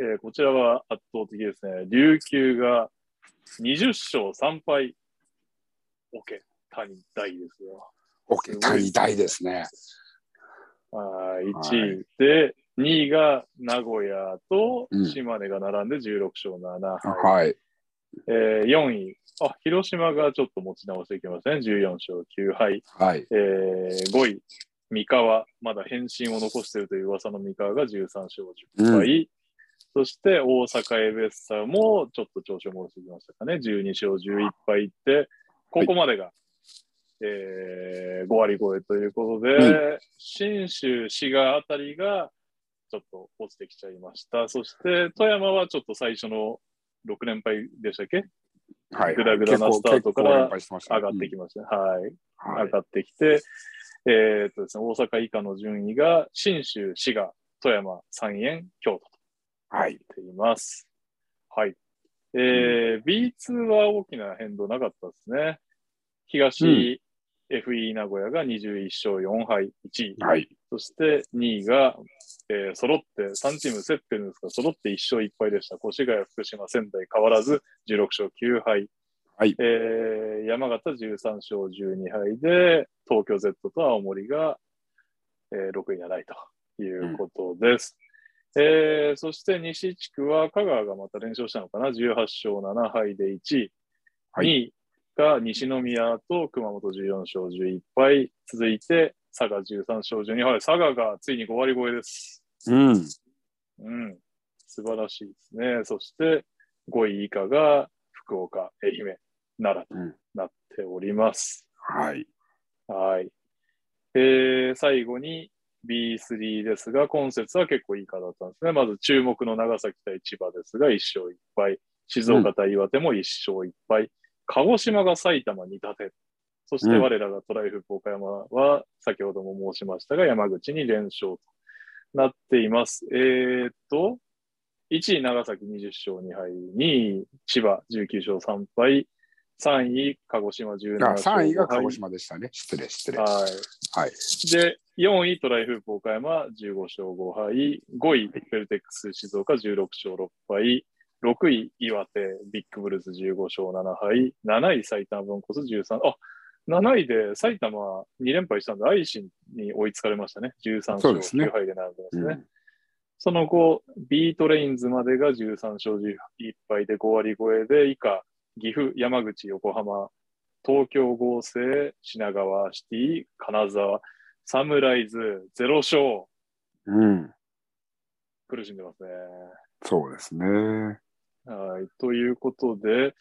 Speaker 1: えーこちらは圧倒的ですね。琉球が20勝3敗。OK。谷大ですよ。
Speaker 2: オッケー。谷大ですね。
Speaker 1: は
Speaker 2: はい
Speaker 1: 1位で、2位が名古屋と
Speaker 2: うん
Speaker 1: 島根が並んで16勝7敗。
Speaker 2: はい。
Speaker 1: えー4位あ、広島がちょっと持ち直してきましたね、14勝9敗、
Speaker 2: はい。
Speaker 1: えー5位、三河、まだ返信を残しているという噂の三河が13勝10敗、そして大阪エベッサもちょっと調子を戻してきましたかね、12勝11敗って、ここまでが、えー5割超えということで、
Speaker 2: う
Speaker 1: 信州、滋賀あたりがちょっと落ちてきちゃいました。そして富山はちょっと最初の6連敗でしたっけ
Speaker 2: はい。
Speaker 1: グダグダなスタートから
Speaker 2: 結構結構連敗してましたね
Speaker 1: 上がってきましたね。はい。
Speaker 2: うんは
Speaker 1: 上
Speaker 2: い
Speaker 1: がってきて、えーっとですね、大阪以下の順位が、信州、滋賀、富山、三円、京都と
Speaker 2: は
Speaker 1: なっ
Speaker 2: い。
Speaker 1: ています。はい。えー B2 は大きな変動なかったですね。東、
Speaker 2: うん
Speaker 1: FE 名古屋が21勝4敗、1位。
Speaker 2: はい。
Speaker 1: そして2位が、えー揃って、3チーム競ってるんですが、揃って1勝1敗でした。越谷、福島、仙台変わらず16勝9敗。
Speaker 2: はい
Speaker 1: えー山形13勝12敗で、東京 Z と青森が、えー6位7位ということです。えーそして西地区は香川がまた連勝したのかな、18勝7敗で1位。
Speaker 2: はい
Speaker 1: 2位が西宮と熊本14勝11敗。続いて佐賀13勝12敗。佐賀がついに5割超えです。
Speaker 2: うん。
Speaker 1: うん。素晴らしいですね。そして5位以下が福岡、愛媛、奈良
Speaker 2: うん
Speaker 1: となっております。
Speaker 2: はい。
Speaker 1: はい。えー最後に B3 ですが、今節は結構いいかだったんですね。まず注目の長崎対千葉ですが、1勝1敗。静岡対岩手も1勝1敗。鹿児島が埼玉に立て。そして
Speaker 2: うん
Speaker 1: 我らがトライフ岡山は、先ほども申しましたが、山口に連勝となっています。えーっと、1位長崎20勝2敗、2位千葉19勝3敗、3位鹿児島17
Speaker 2: あ
Speaker 1: 勝
Speaker 2: 3位が鹿
Speaker 1: 5
Speaker 2: 児
Speaker 1: 敗
Speaker 2: 島でしたね。失礼、失礼。は
Speaker 1: はい。
Speaker 2: はい
Speaker 1: で、4位、トライフープ岡山、15勝5敗。5位、フェルテックス静岡、16勝6敗。6位、岩手、ビッグブルース、15勝7敗。7位、埼玉ブロンコス、13。あ、7位で埼玉2連敗したんで、アイシンに追いつかれましたね。13
Speaker 2: そう
Speaker 1: 勝
Speaker 2: ですね
Speaker 1: 9敗で並んでますね。そ
Speaker 2: うん
Speaker 1: の後、ビートレインズまでが13勝11敗で5割超えで、以下、岐阜、山口、横浜、東京合成、品川シティ、金沢、サムライズ、ゼロ勝、
Speaker 2: うん。
Speaker 1: 苦しんでますね。
Speaker 2: そうですね。
Speaker 1: はい。ということで、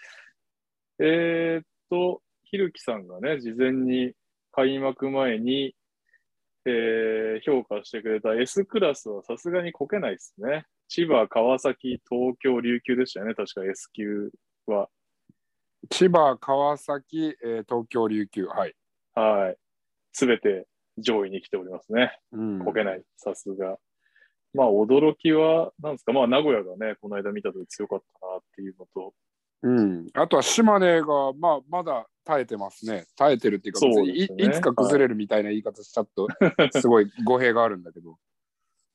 Speaker 1: えーっと、ひるきさんがね、事前に開幕前に、えー評価してくれた S クラスはさすがにこけないですね。千葉、川崎、東京、琉球でしたよね。確か S 級は。
Speaker 2: 千葉、川崎、えー東京、琉球。はい。
Speaker 1: はい。すべて上位に来ておりますね。
Speaker 2: うん
Speaker 1: こけない、さすが。まあ、驚きは、なんですか、まあ、名古屋がね、この間見たとき強かったなっていうのと、
Speaker 2: うん、あとは島根が、まあ、まだ耐えてますね。耐えてるっていうか、
Speaker 1: そう
Speaker 2: 別に
Speaker 1: ですね
Speaker 2: いいつか崩れるみたいな言い方しちゃっと、すごい語弊があるんだけど。っ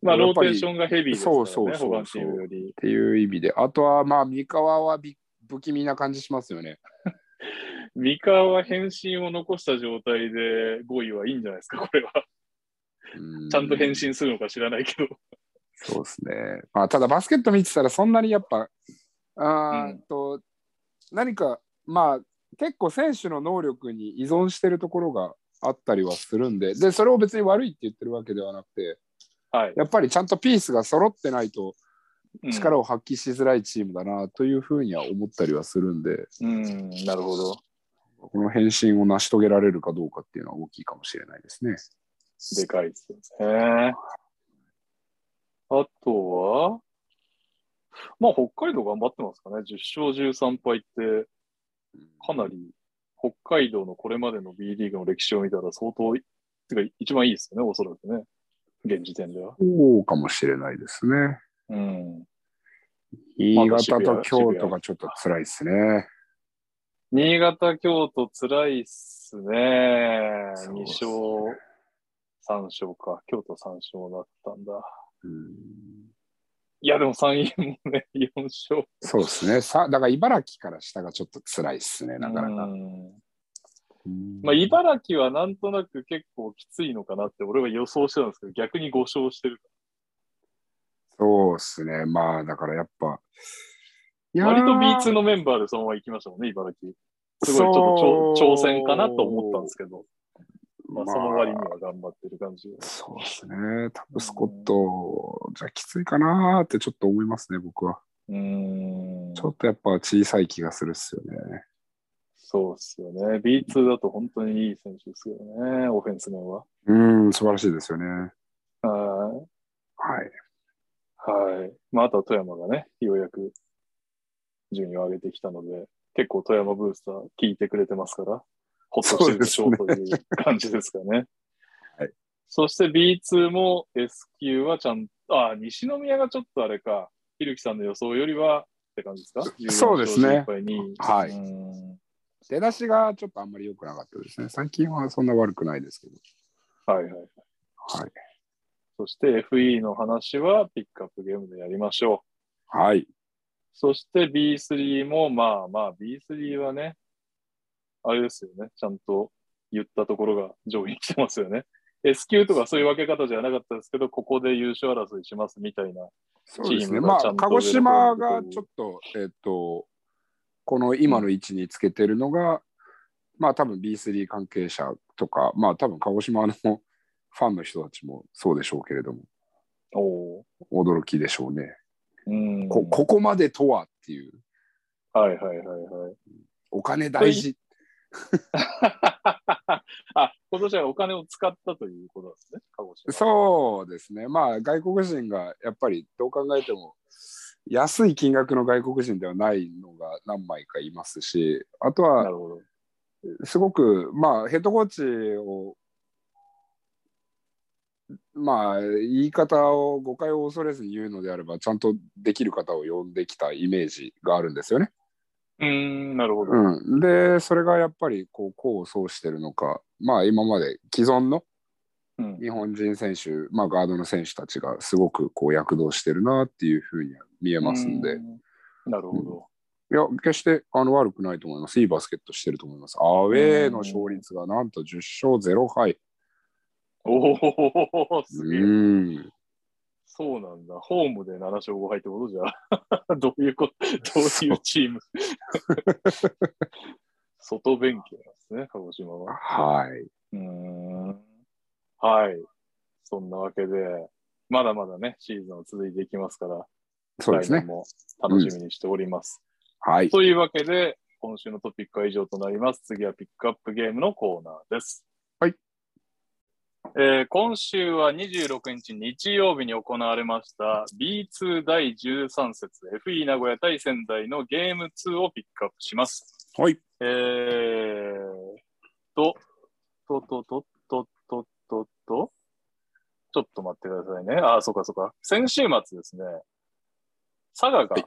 Speaker 1: まあ、
Speaker 2: や
Speaker 1: ロ
Speaker 2: っぱ
Speaker 1: ー
Speaker 2: り
Speaker 1: テーションがヘビーですからね、
Speaker 2: そうそうそうそう
Speaker 1: 他のチームより。
Speaker 2: ていう意味で。あとは、まあ、三河はび不気味な感じしますよね。
Speaker 1: 三河は返信を残した状態で5位はいいんじゃないですか、これは。
Speaker 2: う
Speaker 1: ちゃんと返。信するのか知らないけど。
Speaker 2: そうですね。まあ、ただ、バスケット見てたら、そんなにやっぱ、あー
Speaker 1: うん
Speaker 2: と、何か、まあ、結構選手の能力に依存してるところがあったりはするんで、で、それを別に悪いって言ってるわけではなくて、
Speaker 1: はい。
Speaker 2: やっぱりちゃんとピースが揃ってないと
Speaker 1: うん
Speaker 2: 力を発揮しづらいチームだなというふうには思ったりはするんで、
Speaker 1: うん、なるほど。
Speaker 2: この返信を成し遂げられるかどうかっていうのは大きいかもしれないですね。
Speaker 1: でかいですね。あとは、まあ、北海道頑張ってますかね。10勝13敗って、かなり北海道のこれまでの B リーグの歴史を見たら相当、てか一番いいですよね、おそらくね。現時点では。
Speaker 2: そうかもしれないですね。
Speaker 1: うん。
Speaker 2: 新潟と京都がちょっと辛いですね。
Speaker 1: 新潟、京都、辛いっすね。
Speaker 2: そう
Speaker 1: 2
Speaker 2: っす
Speaker 1: 勝
Speaker 2: ね、
Speaker 1: 3勝か。京都3勝だったんだ。
Speaker 2: うん
Speaker 1: いや、でも3位もね、4勝。
Speaker 2: そうですね。さだから茨城から下がちょっと辛いですね、なかなか。
Speaker 1: うん
Speaker 2: うん
Speaker 1: まあ、茨城はなんとなく結構きついのかなって俺は予想してたんですけど、逆に5勝してる。
Speaker 2: そうですね。まあだからやっぱ。いやー
Speaker 1: 割と B2 のメンバーでそのまま行きましたもんね、茨城。すごいちょっとちょ挑戦かなと思ったんですけど、まあ、その割には頑張ってる感じが。
Speaker 2: そうですね。多分スコットじゃきついかなーってちょっと思いますね、僕は。
Speaker 1: うーん。
Speaker 2: ちょっとやっぱ小さい気がするっすよね。
Speaker 1: そうっすよね。B2 だと本当にいい選手ですよね、オフェンス面は。
Speaker 2: うん、素晴らしいですよね。は。
Speaker 1: はいはい。まあ、あとは富山がね、ようやく順位を上げてきたので、結構富山ブースター聞いてくれてますから、ほっとしてるでしょう
Speaker 2: そ
Speaker 1: という感じですかね。
Speaker 2: はい。
Speaker 1: そして B2 も S q はちゃんと、あ、西宮がちょっとあれか、ひるきさんの予想よりはって感じですか
Speaker 2: そうですね
Speaker 1: 14勝11
Speaker 2: は
Speaker 1: 敗
Speaker 2: い
Speaker 1: 2位うん
Speaker 2: 出だしがちょっとあんまり良くなかったですね。最近はそんな悪くないですけど。
Speaker 1: はいはい。
Speaker 2: はい。
Speaker 1: そして FE の話はピックアップゲームでやりましょう。
Speaker 2: はい。
Speaker 1: そして B3 も、まあまあ B3 はね、あれですよね。ちゃんと言ったところが上位に来てますよね。S q とかそういう分け方じゃなかったですけど、ここで優勝争いしますみたいな。
Speaker 2: そうです
Speaker 1: チー
Speaker 2: ね。
Speaker 1: ムが
Speaker 2: ま
Speaker 1: ちゃ
Speaker 2: あ、
Speaker 1: んと
Speaker 2: 鹿児島がちょっと、えっ、と、この今の位置につけてるのが、まあ多分 B3 関係者とか、まあ多分鹿児島のファンの人たちもそうでしょうけれども、
Speaker 1: おお
Speaker 2: 驚きでしょうね。
Speaker 1: ー。うん。
Speaker 2: こここまでとはっていう
Speaker 1: はいはいはいはい。
Speaker 2: お金大事
Speaker 1: あ、今年はお金を使ったということなんですね。鹿児島。
Speaker 2: そうですねまあ外国人がやっぱりどう考えても安い金額の外国人ではないのが何枚かいますしあと
Speaker 1: な
Speaker 2: は
Speaker 1: るほど。
Speaker 2: すごくまあヘッドコーチをまあ言い方を誤解を恐れずに言うのであればちゃんとできる方を呼んできたイメージがあるんですよね。
Speaker 1: うーん、なるほど。
Speaker 2: うん、でそれがやっぱりこう功を奏してるのかまあ今まで既存の
Speaker 1: うん。
Speaker 2: 日本人選手、まあ、ガードの選手たちがすごくこう躍動してるなっていうふうには見えますんで、
Speaker 1: うん。なるほど。
Speaker 2: いや決してあの悪くないと思いますいいバスケットしてると思いますアウェーの勝率がなんと10勝0敗
Speaker 1: おお、す
Speaker 2: う
Speaker 1: げえ。
Speaker 2: ん
Speaker 1: そうなんだ。ホームで7勝5敗ってことじゃ あ。どういうこと、どういうチーム。外弁慶なんですね、鹿児島は。
Speaker 2: はい、
Speaker 1: うーん。はい。そんなわけで、まだまだね、シーズンは続いていきますから、
Speaker 2: そうです
Speaker 1: 来
Speaker 2: ね
Speaker 1: 年も楽しみにしております。
Speaker 2: はい
Speaker 1: というわけで、今週のトピックは以上となります。次はピックアップゲームのコーナーです。
Speaker 2: はい。
Speaker 1: えー今週は26日日曜日に行われました B2 第13節 FE 名古屋対仙台のゲーム2をピックアップします。
Speaker 2: はい
Speaker 1: えー、と、と、と、と、と、と、と、と、ちょっと待ってくださいね。あー、そうかそうか。先週末ですね、佐賀が
Speaker 2: い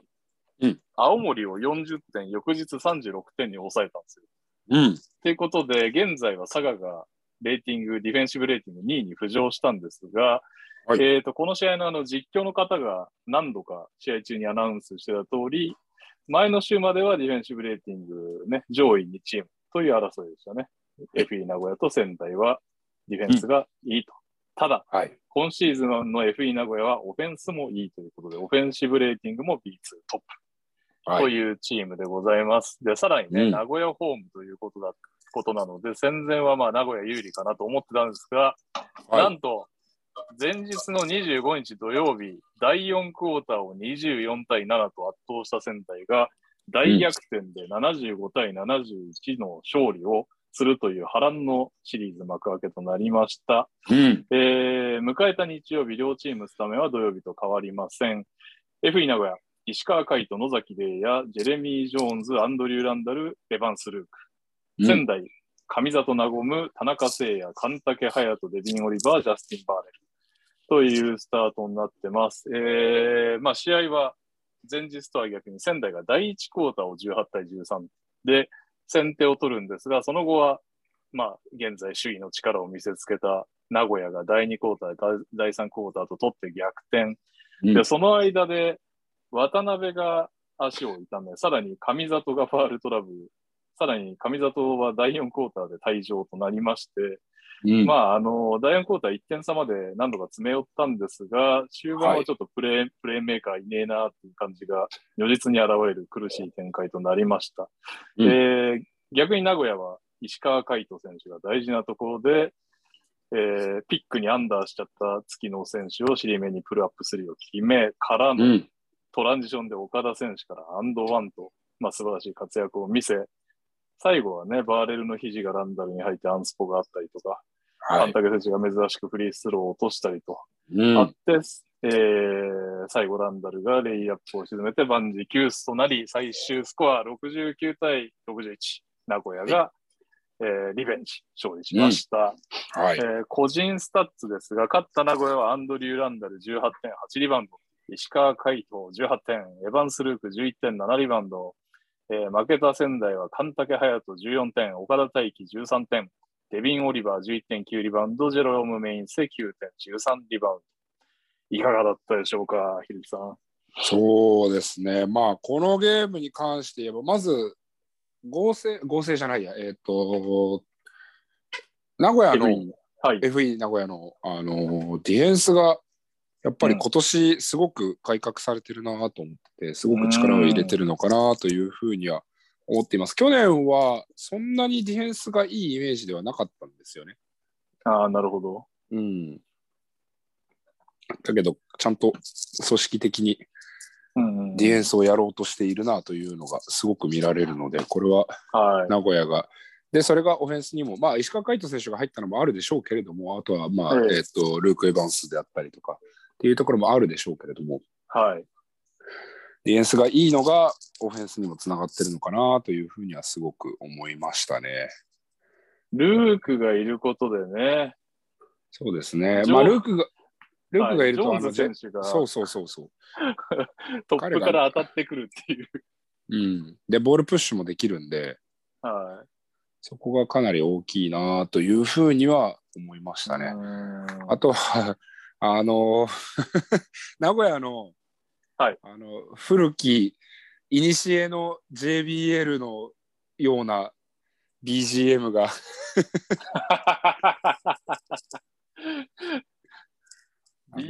Speaker 2: うん
Speaker 1: 青森を40点、翌日36点に抑えたんですよ。
Speaker 2: うん。
Speaker 1: ということで、現在は佐賀がレーティング、ディフェンシブレーティング2位に浮上したんですが、
Speaker 2: はい
Speaker 1: えー、とこの試合のあの実況の方が何度か試合中にアナウンスしてた通り、前の週まではディフェンシブレーティング、ね、上位2チームという争いでしたね。FE 名古屋と仙台はディフェンスがいいと。ただ、
Speaker 2: はい。
Speaker 1: 今シーズンの FE 名古屋はオフェンスもいいということで、オフェンシブレーティングも B2 トップ
Speaker 2: はい
Speaker 1: というチームでございます。で、さらにね、
Speaker 2: うん
Speaker 1: 名古屋ホームということだ、ことなので、戦前はまあ名古屋有利かなと思ってたんですが、
Speaker 2: はい
Speaker 1: なんと、前日の25日土曜日、第4クォーターを24対7と圧倒した仙台が、大逆転で75対71の勝利をするという波乱のシリーズ幕開けとなりました。
Speaker 2: うん。
Speaker 1: えー迎えた日曜日、両チームスタメンは土曜日と変わりません。FE 名古屋、石川海人、野崎玲也、ジェレミー・ジョーンズ、アンドリュー・ランダル、エヴァンス・ルー
Speaker 2: う
Speaker 1: ク。
Speaker 2: ん
Speaker 1: 仙台、上里和む、田中誠也、神武隼人、デビン・オリバー、ジャスティン・バーレル。というスタートになってます。えーまあ、試合は前日とは逆に仙台が第1クォーターを18対13で先手を取るんですが、その後は、まあ、現在首位の力を見せつけた名古屋が第2クォーターで、第3クォーターと取って逆転。
Speaker 2: うん
Speaker 1: で、その間で渡辺が足を痛め、さらに上里がファールトラブル、さらに上里は第4クォーターで退場となりまして、
Speaker 2: うん
Speaker 1: まあ、あの、第4クォーター1点差まで何度か詰め寄ったんですが、終盤はちょっとプレー、プレーメーカーいねえなっていう感じが、如実に現れる苦しい展開となりました。
Speaker 2: うん
Speaker 1: で逆に名古屋は石川海人選手が大事なところで、えーピックにアンダーしちゃった月野選手を尻目にプルアップ3を決め、から
Speaker 2: う
Speaker 1: の
Speaker 2: ん。
Speaker 1: トランジションで岡田選手からアンドワンと、まあ、素晴らしい活躍を見せ、最後はね、バーレルの肘がランダルに入ってアンスポがあったりとか、
Speaker 2: は
Speaker 1: ン
Speaker 2: い。
Speaker 1: タケ選手が珍しくフリースローを落としたりと、
Speaker 2: うん
Speaker 1: あって、えー最後ランダルがレイアップを沈めて万事休スとなり、最終スコア69対61、名古屋が、えーリベンジ勝利しました、
Speaker 2: はい
Speaker 1: え。ー個人スタッツですが、勝った名古屋はアンドリュー・ランダル18.8リバウンド、石川海斗18点、エヴァンス・ルーク11.7リバウンド、えー負けた仙台は神武隼人14点、岡田大輝13点、デビン・オリバー11.9リバウンド、ジェローム・メインセ9.13リバウンド。いかがだったでしょうか、ひるきさん。
Speaker 2: そうですね。まあ、このゲームに関して言えば、まず、合成、合成じゃないや、えっ、と、名古屋の、
Speaker 1: FE はい。
Speaker 2: FE 名古屋の、あのディフェンスが、やっぱり今年すごく改革されてるなと思ってて、すごく力を入れてるのかなというふうには思っています。去年は、そんなにディフェンスがいいイメージではなかったんですよね。
Speaker 1: ああ、なるほど。
Speaker 2: うん。だけど、ちゃんと組織的に
Speaker 1: うんうん、
Speaker 2: ディフェンスをやろうとしているなというのがすごく見られるので、これは
Speaker 1: はい。
Speaker 2: 名古屋が。で、それがオフェンスにも、まあ、石川海人選手が入ったのもあるでしょうけれども、あとは、まあ、
Speaker 1: はい
Speaker 2: えっ、と、ルーク・エヴァンスであったりとかっていうところもあるでしょうけれども、
Speaker 1: はい。
Speaker 2: ディフェンスがいいのがオフェンスにもつながってるのかなというふうにはすごく思いましたね。
Speaker 1: ルークがいることでね、
Speaker 2: そうですね。
Speaker 1: ジョー
Speaker 2: まあ、ルークが、ルークがいると、
Speaker 1: は
Speaker 2: あ
Speaker 1: ジョー
Speaker 2: の
Speaker 1: ンズ選手が
Speaker 2: そうそうそうそう。
Speaker 1: トップから当たってくるっていう。
Speaker 2: うん。で、ボールプッシュもできるんで、
Speaker 1: はい。
Speaker 2: そこがかなり大きいなというふうには思いましたね。あ
Speaker 1: あ
Speaker 2: とは、あの、名古屋の、
Speaker 1: はい
Speaker 2: あの古き、いにしえの JBL のような BGM が、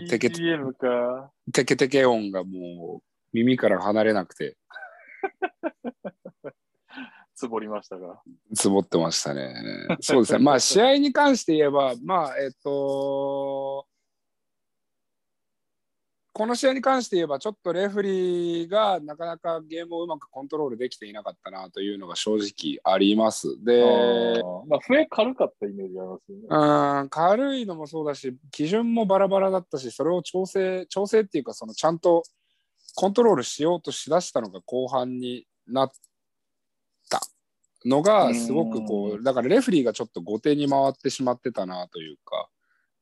Speaker 2: テケ
Speaker 1: BGM か。
Speaker 2: テケテケ音がもう耳から離れなくて、
Speaker 1: つぼりましたが。
Speaker 2: つぼってましたね。そうです ね。まあ、試合に関して言えば、まあ、えっと、この試合に関して言えば、ちょっとレフェリーがなかなかゲームをうまくコントロールできていなかったなというのが正直あります。で、
Speaker 1: あーまあ、笛軽かったイメージありますよね。
Speaker 2: うん軽いのもそうだし基準もバラバラだったしそれを調整調整っていうかそのちゃんとコントロールしようとしだしたのが後半になったのがすごくこ
Speaker 1: う
Speaker 2: うだからレフェリーがちょっと後手に回ってしまってたなというか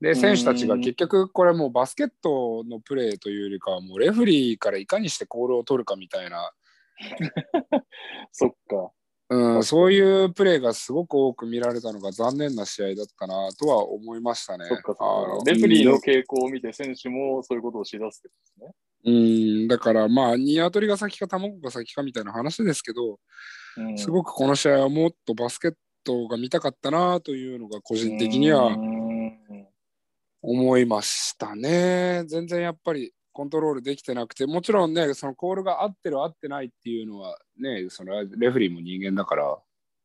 Speaker 2: で選手たちが結局これもうバスケットのプレーというよりかはもうレフェリーからいかにしてコールを取るかみたいな
Speaker 1: そっか。
Speaker 2: うん、そういうプレーがすごく多く見られたのが残念な試合だったなとは思いましたね。
Speaker 1: そっかそっ
Speaker 2: あの
Speaker 1: か。レフェリーの傾向を見て、選手もそういうことをしだすってことで
Speaker 2: うん、だからまあ、ニワトリが先か卵が先かみたいな話ですけど、
Speaker 1: すね。
Speaker 2: す
Speaker 1: い
Speaker 2: ごくこの試合はもっとバスケットが見たかったなというのが個人的には思いましたね。全然やっぱりコントロールできてなくて、もちろんね、そのコールが合ってる合ってないっていうのはね、そのレフェリーも人間だから、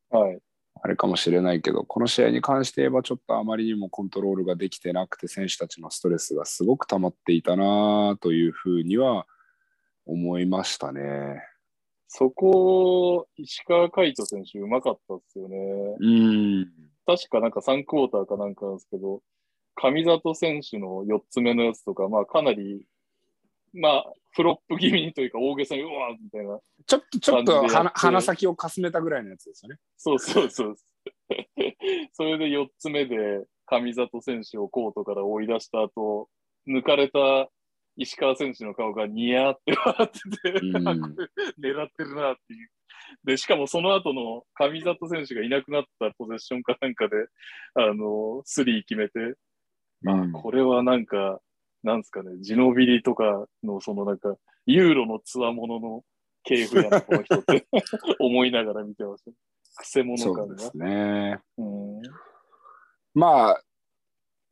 Speaker 1: はい。
Speaker 2: あれかもしれないけど、この試合に関して言えばちょっとあまりにもコントロールができてなくて、選手たちのストレスがすごく溜まっていたなというふうには思いましたね。
Speaker 1: そこ、石川海人選手、うまかったっすよね。
Speaker 2: うん。
Speaker 1: 確かなんか3クォーターかなんかなんですけど、上里選手の4つ目のやつとか、まあかなり、まあ、フロップ気味にというか、大げさに、うわーみたいな。
Speaker 2: ちょっと、ちょっと
Speaker 1: 感じでやっ
Speaker 2: 鼻
Speaker 1: て
Speaker 2: 鼻先をかすめたぐらいのやつですよね。
Speaker 1: そうそうそう。 それで4つ目で、上里選手をコートから追い出した後、抜かれた石川選手の顔がニヤーって笑ってて、
Speaker 2: うん
Speaker 1: 狙ってるなっていう。で、しかもその後の上里選手がいなくなったポゼッションかなんかで、あの、スリー決めて、
Speaker 2: うん
Speaker 1: これはなんか、なんですかね、ジノビリとかの、そのなんか、ユーロのつわものの系譜やな、この人って 思いながら見てました。くせ者
Speaker 2: そ
Speaker 1: 感
Speaker 2: うで
Speaker 1: が。
Speaker 2: すね。
Speaker 1: うん
Speaker 2: まあ、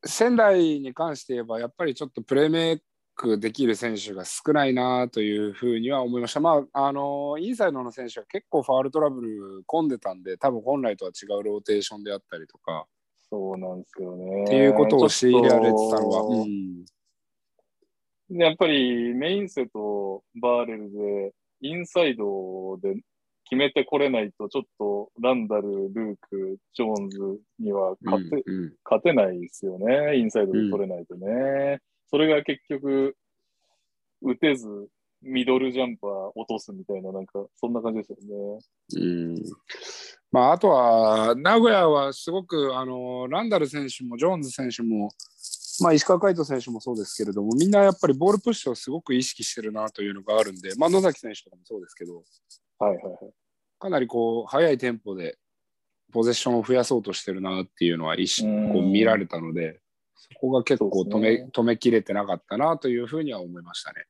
Speaker 2: 仙台に関して言えば、やっぱりちょっとプレーメイクできる選手が少ないなというふうには思いました。まあ、あのインサイドの選手は結構ファールトラブル混んでたんで、多分本来とは違うローテーションであったりとか、
Speaker 1: そうなんですよね。
Speaker 2: っていうことを強いられてたの
Speaker 1: ちょっ
Speaker 2: は、
Speaker 1: とやっぱりメインセとバーレルで、インサイドで決めてこれないと、ちょっとランダル、ルーク、ジョーンズには
Speaker 2: うん
Speaker 1: 勝て,、
Speaker 2: うん
Speaker 1: 勝てないですよね。インサイドで取れないとね。それが結局、打てず、ミドルジャンパー落とすみたいな、なんか、そんな感じですよね。
Speaker 2: うんまあ、あとは、名古屋はすごくあのランダル選手もジョーンズ選手も、まあ、石川海人選手もそうですけれども、みんなやっぱりボールプッシュをすごく意識してるなというのがあるんで、まあ、野崎選手とかもそうですけど、
Speaker 1: はいはいはい。
Speaker 2: かなりこう速いテンポでポゼッションを増やそうとしてるなっていうのは意識
Speaker 1: うん
Speaker 2: こう見られたので、そこが結構止
Speaker 1: そう
Speaker 2: め,、
Speaker 1: ですね
Speaker 2: 止めきれてなかったなというふうには思いましたね。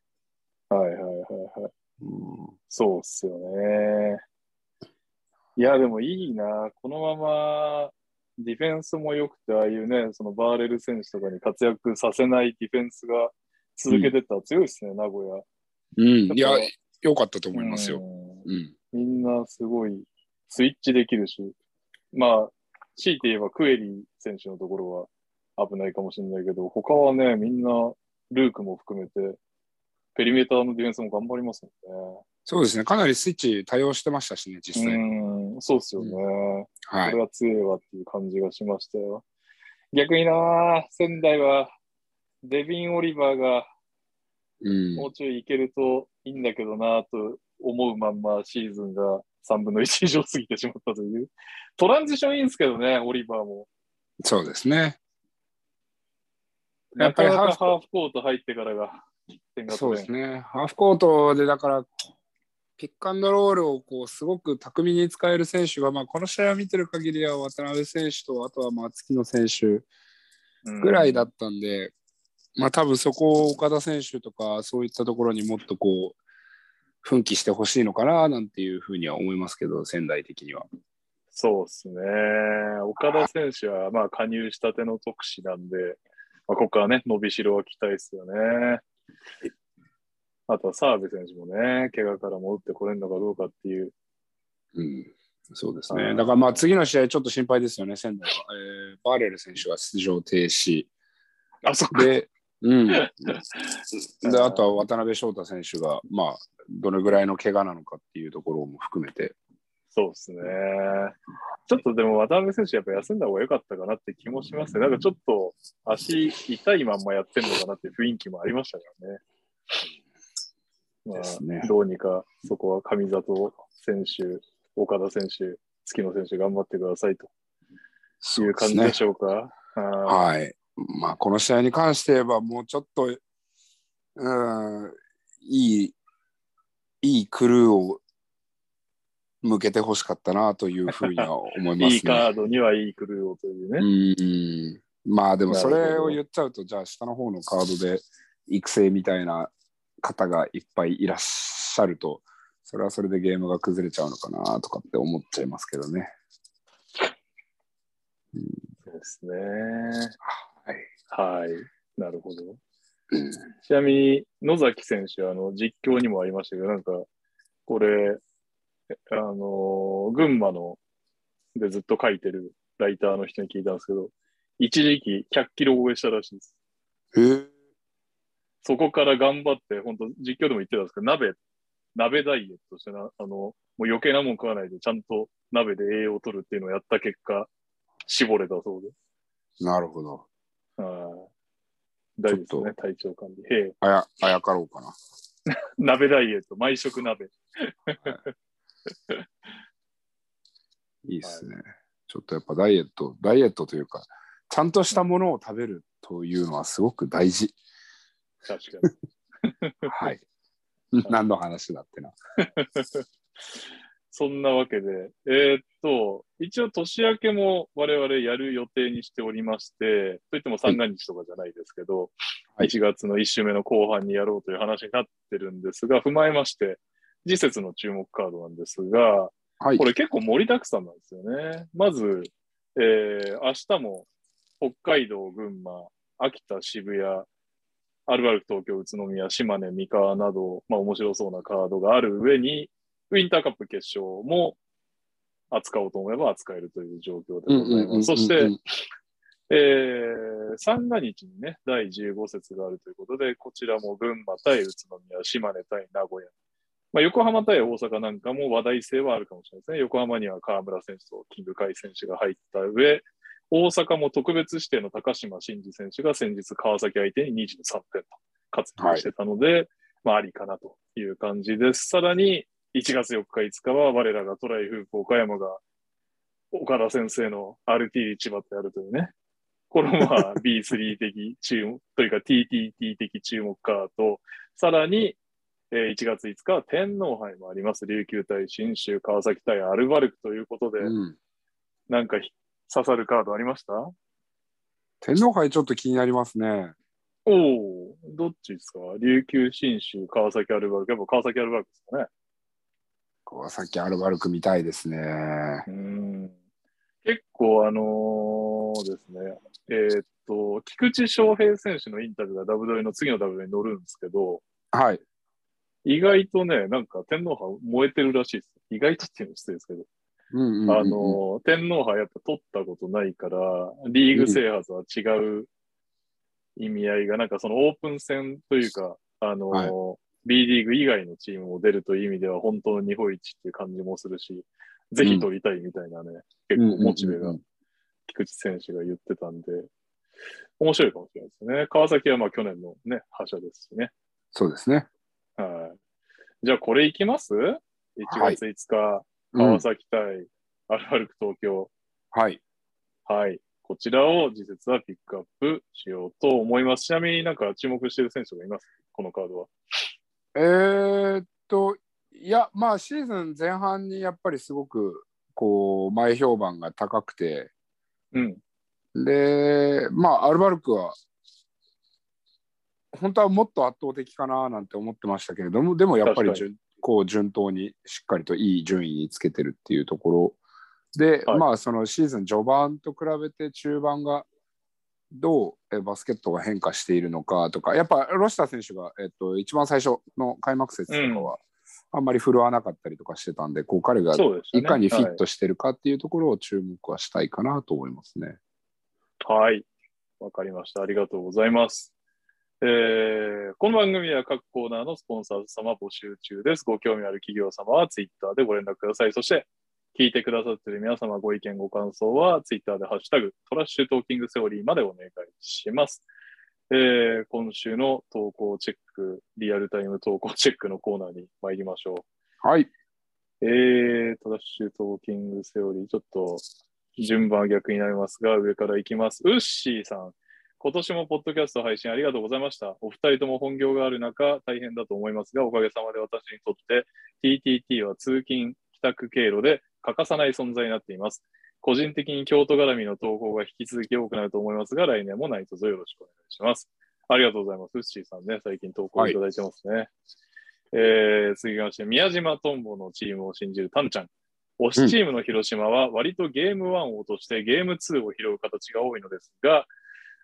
Speaker 1: はいはいはいはい。そうっすよね。いや、でもいいな。このまま、ディフェンスも良くて、ああいうね、そのバーレル選手とかに活躍させないディフェンスが続けてったら強いですね、名古屋。
Speaker 2: うん、いや
Speaker 1: だから、
Speaker 2: 良かったと思いますよ。
Speaker 1: うん
Speaker 2: うん、
Speaker 1: みんなすごい、スイッチできるし、まあ、強いて言えばクエリー選手のところは危ないかもしれないけど、他はね、みんな、ルークも含めて、ペリメーターのディフェンスも頑張りますもんね。
Speaker 2: そうですね、かなりスイッチ対応してましたしね、実際。
Speaker 1: うん、そうっすよね。こ
Speaker 2: はい
Speaker 1: れ、は強いわっていう感じがしましたよ。逆にな、仙台はデビン・オリバーが
Speaker 2: うん
Speaker 1: もうちょいいけるといいんだけどなと思うまんまシーズンが3分の1以上過ぎてしまったという。トランジションいいんですけどね、オリバーも。
Speaker 2: そうですね。
Speaker 1: な
Speaker 2: やっ
Speaker 1: か
Speaker 2: ぱり
Speaker 1: な
Speaker 2: ハー
Speaker 1: か
Speaker 2: フ
Speaker 1: ハーフコート入ってからが1点が
Speaker 2: そう
Speaker 1: 取れ
Speaker 2: で
Speaker 1: ん
Speaker 2: すね。ハーフコートで、だから、ピックアンドロールをこうすごく巧みに使える選手が、まあ、この試合を見てる限りは渡辺選手と、あとは松木野選手
Speaker 1: うん
Speaker 2: ぐらいだったんで、まあ、多分そこを岡田選手とか、そういったところにもっとこう、奮起してほしいのかななんていうふうには思いますけど、仙台的には。
Speaker 1: そうですね。岡田選手は、まあ、加入したての特使なんで、まあ、ここからね、伸びしろは期待ですよね。あとは澤部選手もね、怪我から戻ってこれるのかどうかっていう。
Speaker 2: うん、そうです
Speaker 1: あ
Speaker 2: ね。
Speaker 1: ー
Speaker 2: だからまあ次の試合ちょっと心配ですよね、仙台は。えーバーレル選手が出場停止。
Speaker 1: あ、そっか。
Speaker 2: で、 うん、であとは渡辺翔太選手が、まあ、どれぐらいの怪我なのかっていうところも含めて。
Speaker 1: そうですね。ちょっとでも渡辺選手、やっぱ休んだ方が良かったかなって気もしますね。なんかちょっと足痛いまんまやってんのかなって雰囲気もありましたからね。ま
Speaker 2: ですね
Speaker 1: あ、どうにかそこは上里選手、岡田選手、月野選手頑張ってくださいと
Speaker 2: そ
Speaker 1: いう感じでしょうか。あー
Speaker 2: はい。まあ、この試合に関して言えば、もうちょっと、うん、いい、いいクルーを向けてほしかったなというふうには思いますね。
Speaker 1: いいカードにはいいクルーをというね。
Speaker 2: うんまあでもそ
Speaker 1: なる
Speaker 2: れ
Speaker 1: ほ
Speaker 2: を
Speaker 1: ど
Speaker 2: 言っちゃうとじゃあ下の方のカードで育成みたいな方がいっぱいいらっしゃるとそれはそれでゲームが崩れちゃうのかなとかって思っちゃいますけどね。
Speaker 1: そうですね。
Speaker 2: は
Speaker 1: は
Speaker 2: い、
Speaker 1: い。なるほど
Speaker 2: うん。
Speaker 1: ちなみに、野崎選手、あの、実況にもありましたけど、なんか、これ、えあのー群馬の、でずっと書いてるライターの人に聞いたんですけど、一時期100キロ超えしたらしいです。
Speaker 2: えー、
Speaker 1: そこから頑張って、本当実況でも言ってたんですけど、鍋、鍋ダイエットしてな、あの、もう余計なもん食わないで、ちゃんと鍋で栄養を取るっていうのをやった結果、絞れたそうで。
Speaker 2: なるほど。
Speaker 1: はい。大事です
Speaker 2: ちょ
Speaker 1: ね、体調管理。へえ
Speaker 2: あやあやかろうかな。
Speaker 1: 鍋ダイエット、毎食鍋。
Speaker 2: いいですね。ちょっとやっぱダイエットダイエットというかちゃんとしたものを食べるというのはすごく大 事。
Speaker 1: 確かに。
Speaker 2: はい。何の話だってな。
Speaker 1: そんなわけで、えーっと、一応年明けも我々やる予定にしておりまして、といっても三が日とかじゃないですけど、
Speaker 2: はい
Speaker 1: 1月の1週目の後半にやろうという話になってるんですが、踏まえまして、次節の注目カードなんですが、
Speaker 2: はい
Speaker 1: こ。れ結構盛りだくさんなんですよね。まず、えー明日も北海道、群馬、秋田、渋谷、あるある東京、宇都宮、島根、三河など、まあ面白そうなカードがある上に、ウィンターカップ決勝も扱おうと思えば扱えるという状況でございます。そして、えー三が日にね、第15節があるということで、こちらも群馬対宇都宮、島根対名古屋、まあ、横浜対大阪なんかも話題性はあるかもしれないですね。横浜には河村選手とキングカイ選手が入った上、大阪も特別指定の高島真司選手が先日川崎相手に23点と活躍してたので、まあありかなという感じです。さらに1月4日5日は我らがトライフープ岡山が岡田先生の RT 千葉とやるというね、これもまあ B3 的 注目、というか TTT 的注目カード、さらに、えー1月5日は天皇杯もあります。琉球対信州、川崎対アルバルクということで、
Speaker 2: うん、
Speaker 1: なんかひ刺さるカードありました
Speaker 2: 天皇杯ちょっと気になりますね。
Speaker 1: おお、どっちですか琉球、信州、川崎、アルバルク。やっぱ川崎、アルバルクですかね。
Speaker 2: こうさっきアルバルク見たいですね。
Speaker 1: うーん。結構、あのーですね、えーっと、菊池翔平選手のインタビューが W の次の W に乗るんですけど、
Speaker 2: はい。
Speaker 1: 意外とね、なんか天皇杯燃えてるらしいです。意外とっていうのは失礼ですけど、
Speaker 2: うんうんうんうん
Speaker 1: あの、天皇杯やっぱ取ったことないから、リーグ制覇とは違う意味合いが、なんかそのオープン戦というか、あの、
Speaker 2: はい
Speaker 1: B リーグ以外のチームも出るという意味では本当の日本一っていう感じもするし、ぜひ取りたいみたいなね、結構モチベ
Speaker 2: うんうんう
Speaker 1: が
Speaker 2: んうん、
Speaker 1: 菊池選手が言ってたんで、面白いかもしれないですね。川崎はまあ去年のね、覇者ですしね。
Speaker 2: そうですね。
Speaker 1: はい。じゃあこれいきます ?1 月5日、
Speaker 2: うん
Speaker 1: 川崎対アルバルク東京。
Speaker 2: はい。
Speaker 1: はい。こちらを次節はピックアップしようと思います。ちなみになんか注目している選手がいます。このカードは。
Speaker 2: えーっと、いや、まあシーズン前半にやっぱりすごく、こう、前評判が高くて、
Speaker 1: うん。
Speaker 2: で、まあアルバルクは、本当はもっと圧倒的かななんて思ってましたけれども、でもやっぱ
Speaker 1: 確
Speaker 2: り
Speaker 1: か
Speaker 2: 順こう順当にしっかりといい順位につけてるっていうところで、
Speaker 1: はい
Speaker 2: まあそのシーズン序盤と比べて中盤がどうえバスケットが変化しているのかとかやっぱロシター選手が、えっと、一番最初の開幕節とかはあんまり振るわなかったりとかしてたんで、こう彼が
Speaker 1: そうですね。
Speaker 2: いかにフィ
Speaker 1: は
Speaker 2: ットしてるかっていうところを注目はしたいかなと思いますね。
Speaker 1: い。はい。わかりました。ありがとうございます。えーこの番組は各コーナーのスポンサー様募集中です。ご興味ある企業様はツイッターでご連絡ください。そして、聞いてくださっている皆様ご意見ご感想はツイッターでハッシュタグトラッシュトーキングセオリーまでお願いします。えー今週の投稿チェック、リアルタイム投稿チェックのコーナーに参りましょう。
Speaker 2: はい、
Speaker 1: えー、トラッシュトーキングセオリー、ちょっと順番は逆になりますが、上からいきます。ウッシーさん、今年もポッドキャスト配信ありがとうございました。お二人とも本業がある中、大変だと思いますが、おかげさまで私にとって TTT は通勤、帰宅経路で欠かさない存在になっています。個人的に京都絡みの投稿が引き続き多くなると思いますが、来年もないとぞよろしくお願いします。ありがとうございます。ウッシーさんね、最近投稿いただいてますね。えー、続きまして、宮島トンボのチームを信じるタンちゃん。推しチームの広島は割とゲーム1を落としてゲーム2を拾う形が多いのですが、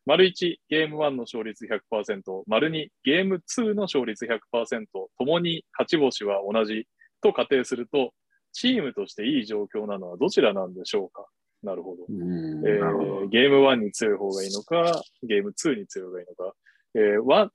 Speaker 1: 丸1、ゲーム1の勝率100%、丸2、ゲーム2の勝率100%、ともに勝ち星は同じと仮定すると、チームとしていい状況なのはどちらなんでしょうかなるほど。
Speaker 2: うん
Speaker 1: えー
Speaker 2: なるほど。
Speaker 1: ゲーム1に強い方がいいのか、ゲーム2に強い方がいいのか。えーワン、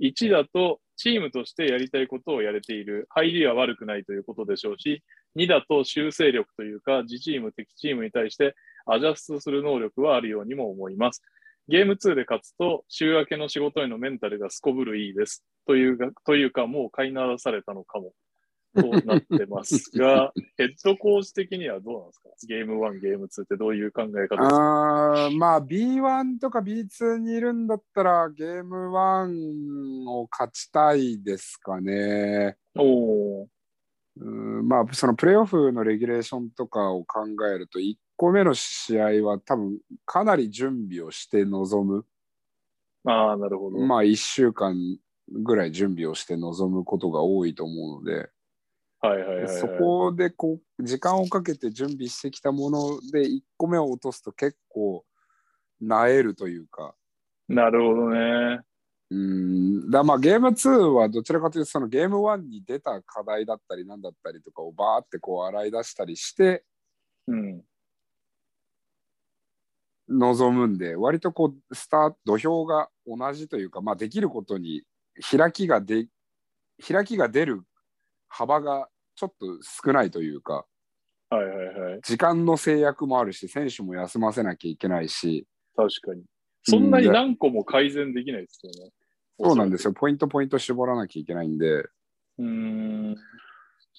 Speaker 1: 1だと、チームとしてやりたいことをやれている、入りは悪くないということでしょうし、2だと修正力というか、自チーム、敵チームに対してアジャストする能力はあるようにも思います。ゲーム2で勝つと、週明けの仕事へのメンタルがすこぶるいいです。というがというか、もう飼いならされたのかも、となってます が、ヘッドコーチ的にはどうなんですかゲーム1、ゲーム2ってどういう考え方ですか
Speaker 2: あーまあ B1 とか B2 にいるんだったらゲーム1を勝ちたいですかね。
Speaker 1: おお、
Speaker 2: うんまあそのプレーオフのレギュレーションとかを考えると1個目の試合は多分かなり準備をして臨
Speaker 1: ああ、なるほど。
Speaker 2: むまあ1週間ぐらい準備をして臨むことが多いと思うので。
Speaker 1: はいはいはいはい。
Speaker 2: そこでこう時間をかけて準備してきたもので1個目を落とすと結構なえるというか
Speaker 1: なるほどね。
Speaker 2: うんだまあゲーム2はどちらかというとそのゲーム1に出た課題だったりなんだったりとかをバーってこう洗い出したりして
Speaker 1: うん。
Speaker 2: 臨むんで割とこうスタート土俵が同じというか、まあ、できることに開きがで開きが出る幅がちょっと少ないというか
Speaker 1: はいはいはい。
Speaker 2: 時間の制約もあるし選手も休ませなきゃいけないし
Speaker 1: 確かに。そんなに何個も改善できないですよね。
Speaker 2: そうなんです
Speaker 1: よ。
Speaker 2: よ。ポイントポイント絞らなきゃいけないんで。
Speaker 1: うーん。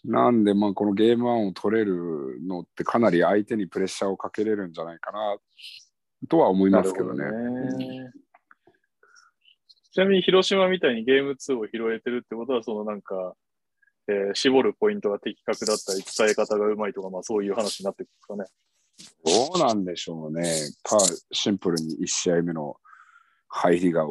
Speaker 2: なんで、まあ、このゲーム1を取れるのってかなり相手にプレッシャーをかけれるんじゃないかなとは思い
Speaker 1: な
Speaker 2: ま
Speaker 1: る
Speaker 2: すけ
Speaker 1: ほ
Speaker 2: ど
Speaker 1: ど
Speaker 2: ね。
Speaker 1: ね。ちなみに広島みたいにゲーム2を拾えてるってことは、そのなんか、えー絞るポイントが的確だったり、伝え方がうまいとか、まあそういう話になってくるんです
Speaker 2: どうなんでしょうね。パーシンプルに1試合目の入りが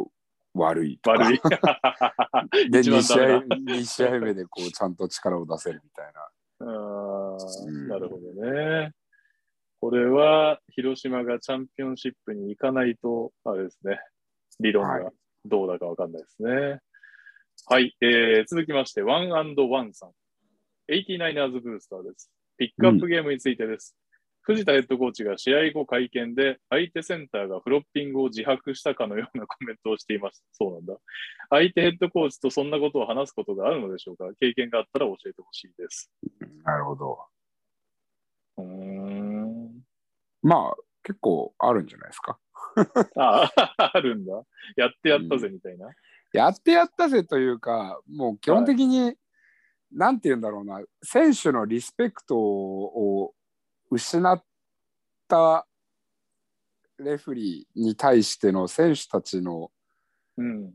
Speaker 2: 悪いと
Speaker 1: か
Speaker 2: か
Speaker 1: ね。悪い。
Speaker 2: で
Speaker 1: 一番
Speaker 2: 2
Speaker 1: ダ
Speaker 2: 試
Speaker 1: メ
Speaker 2: 合
Speaker 1: だ、
Speaker 2: 2試合目でこうちゃんと力を出せるみたいな。
Speaker 1: あー
Speaker 2: うん
Speaker 1: なるほどね。これは、広島がチャンピオンシップに行かないと、あれですね、理論
Speaker 2: はい
Speaker 1: がどうだかわかんないですね。はい、えー続きまして、ワンアンドワンさん。89ers ブースターです。ピックアップゲームについてです。藤田ヘッドコーチが試合後会見で、相手センターがフロッピングを自白したかのようなコメントをしていました。そうなんだ。相手ヘッドコーチとそんなことを話すことがあるのでしょうか経験があったら教えてほしいです。
Speaker 2: なるほど。
Speaker 1: うーん。
Speaker 2: まあ、結構あるんじゃないですか。
Speaker 1: あ、 あるんだ。やってやったぜ、みたいな。
Speaker 2: やってやったぜというか、もう基本的に、なんて言うんだろうな、選手のリスペクトを失ったレフェリーに対しての選手たちの
Speaker 1: うん。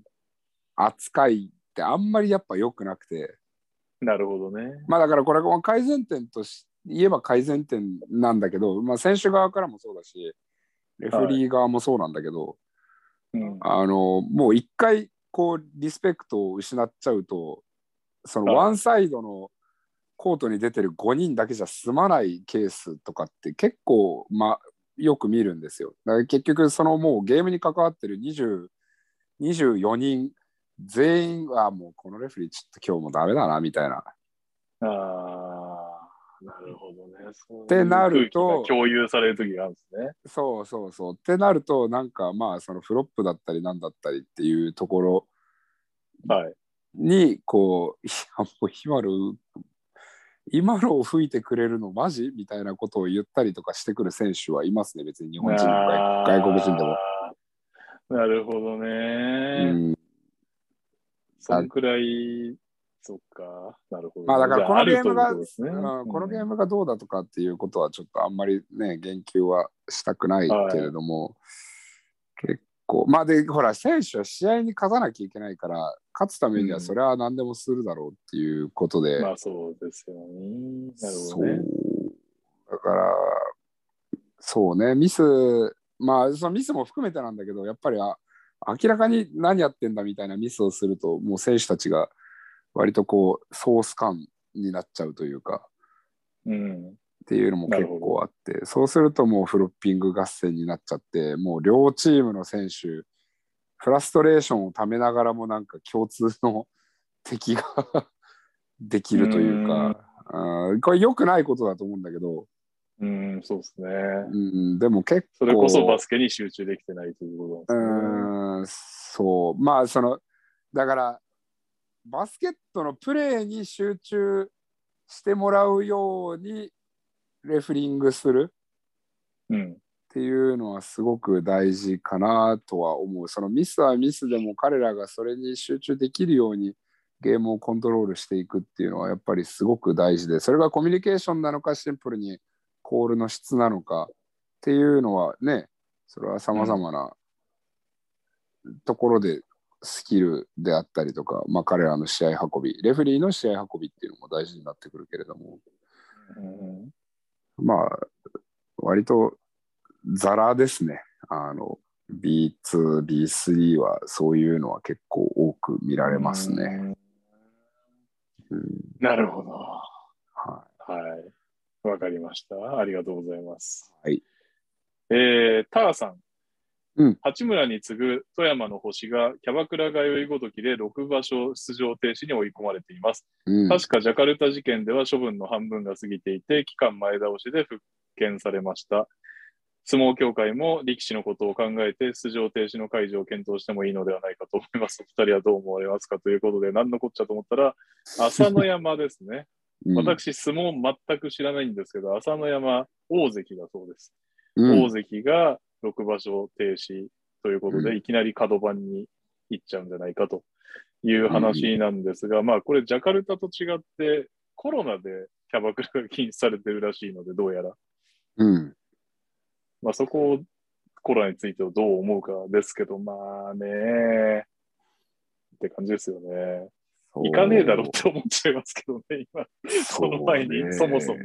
Speaker 2: 扱いってあんまりやっぱ良くなくて、
Speaker 1: なるほどね。
Speaker 2: まあだからこれは改善点とし言えば改善点なんだけど、まあ、選手側からもそうだし、レフェリー側もそうなんだけど、
Speaker 1: うん。
Speaker 2: あのもう一回こうリスペクトを失っちゃうとその
Speaker 1: はい
Speaker 2: ワンサイドのコートに出てる5人だけじゃ済まないケースとかって結構、ま、よく見るんですよ。だから結局そのもうゲームに関わってる20 24人全員はもうこのレフェリーちょっと今日もダメだなみたいな。
Speaker 1: ああ、なるほどね。そう
Speaker 2: ってなると
Speaker 1: いう空気が共有される時があるんですね。
Speaker 2: そうそうそう。ってなるとなんかまあそのフロップだったりなんだったりっていうところ
Speaker 1: はい。
Speaker 2: にこう「いやもう 今の今のを吹いてくれるのマジ?」みたいなことを言ったりとかしてくる選手はいますね別に日本人でも
Speaker 1: あー
Speaker 2: 外国人でも。。
Speaker 1: なるほど
Speaker 2: う
Speaker 1: ね。
Speaker 2: ん、
Speaker 1: そんくらい、そっか。なるほど。
Speaker 2: まあだからこの
Speaker 1: じゃ
Speaker 2: ゲ
Speaker 1: あ
Speaker 2: ームが
Speaker 1: あるというとですね
Speaker 2: うんこのゲー
Speaker 1: ム。
Speaker 2: ムがどうだとかっていうことはちょっとあんまりね言及はしたくないけれども、結構まあでほら選手は試合に勝たなきゃいけないから勝つために
Speaker 1: う
Speaker 2: は
Speaker 1: ん
Speaker 2: それは何でもするだろうっていうことで、
Speaker 1: まあそうですよね。なる
Speaker 2: そ
Speaker 1: ほどね
Speaker 2: う。だからそうねミスまあそのミスも含めてなんだけどやっぱりあ明らかに何やってんだみたいなミスをするともう選手たちが割とこうソース感になっちゃうというか
Speaker 1: うん。
Speaker 2: っていうのも結構あってそうするともうフロッピング合戦になっちゃってもう両チームの選手フラストレーションをためながらもなんか共通の 敵ができるというかうんこれ良くないことだと思うんだけど、
Speaker 1: うん、そうですね。
Speaker 2: うん、でも結構
Speaker 1: それこそバスケに集中できてないということ
Speaker 2: う
Speaker 1: なんで
Speaker 2: ーんそうまあそのだからバスケットのプレーに集中してもらうようにレフリングする
Speaker 1: すね。うん。
Speaker 2: っていうのはすごく大事かなとは思うそのミスはミスでも彼らがそれに集中できるようにゲームをコントロールしていくっていうのはやっぱりすごく大事でそれがコミュニケーションなのかシンプルにコールの質なのかっていうのはねそれはさまざまなところでスキルであったりとか、まあ、彼らの試合運びレフェリーの試合運びっていうのも大事になってくるけれども。
Speaker 1: うん
Speaker 2: まあ、割とザラですね。あの、B2、B3 はそういうのは結構多く見られますね。。うん
Speaker 1: なるほど。
Speaker 2: は
Speaker 1: はい。わかりました。ありがとうございます。
Speaker 2: はい。
Speaker 1: えー、タラさん。
Speaker 2: うん
Speaker 1: 八村に次ぐ富山の星がキャバクラが酔いごときで6場所出場停止に追い込まれています。
Speaker 2: いうん
Speaker 1: 確かジャカルタ事件では処分の半分が過ぎていて、期間前倒しで復権されました。相撲協会も力士のことを考えて出場停止の解除を検討してもいいのではないかと思います。お二人はどう思われますかということで、何のこっちゃと思ったら、朝乃山ですね。
Speaker 2: うん
Speaker 1: 私、相撲全く知らないんですけど、朝乃山、大関だそうです。
Speaker 2: うん
Speaker 1: 大関が6場所停止ということで、
Speaker 2: う
Speaker 1: いきなり角番に行っちゃうんじゃないかという話なんですが、まあこれ、ジャカルタと違って、コロナでキャバクラが禁止されてるらしいので、どうやら、
Speaker 2: うん
Speaker 1: まあ、そこをコロナについてはどう思うかですけど、まあね、って感じですよね。行かねえだろって思っちゃいますけどね、今。その前に、
Speaker 2: うね
Speaker 1: そもそも。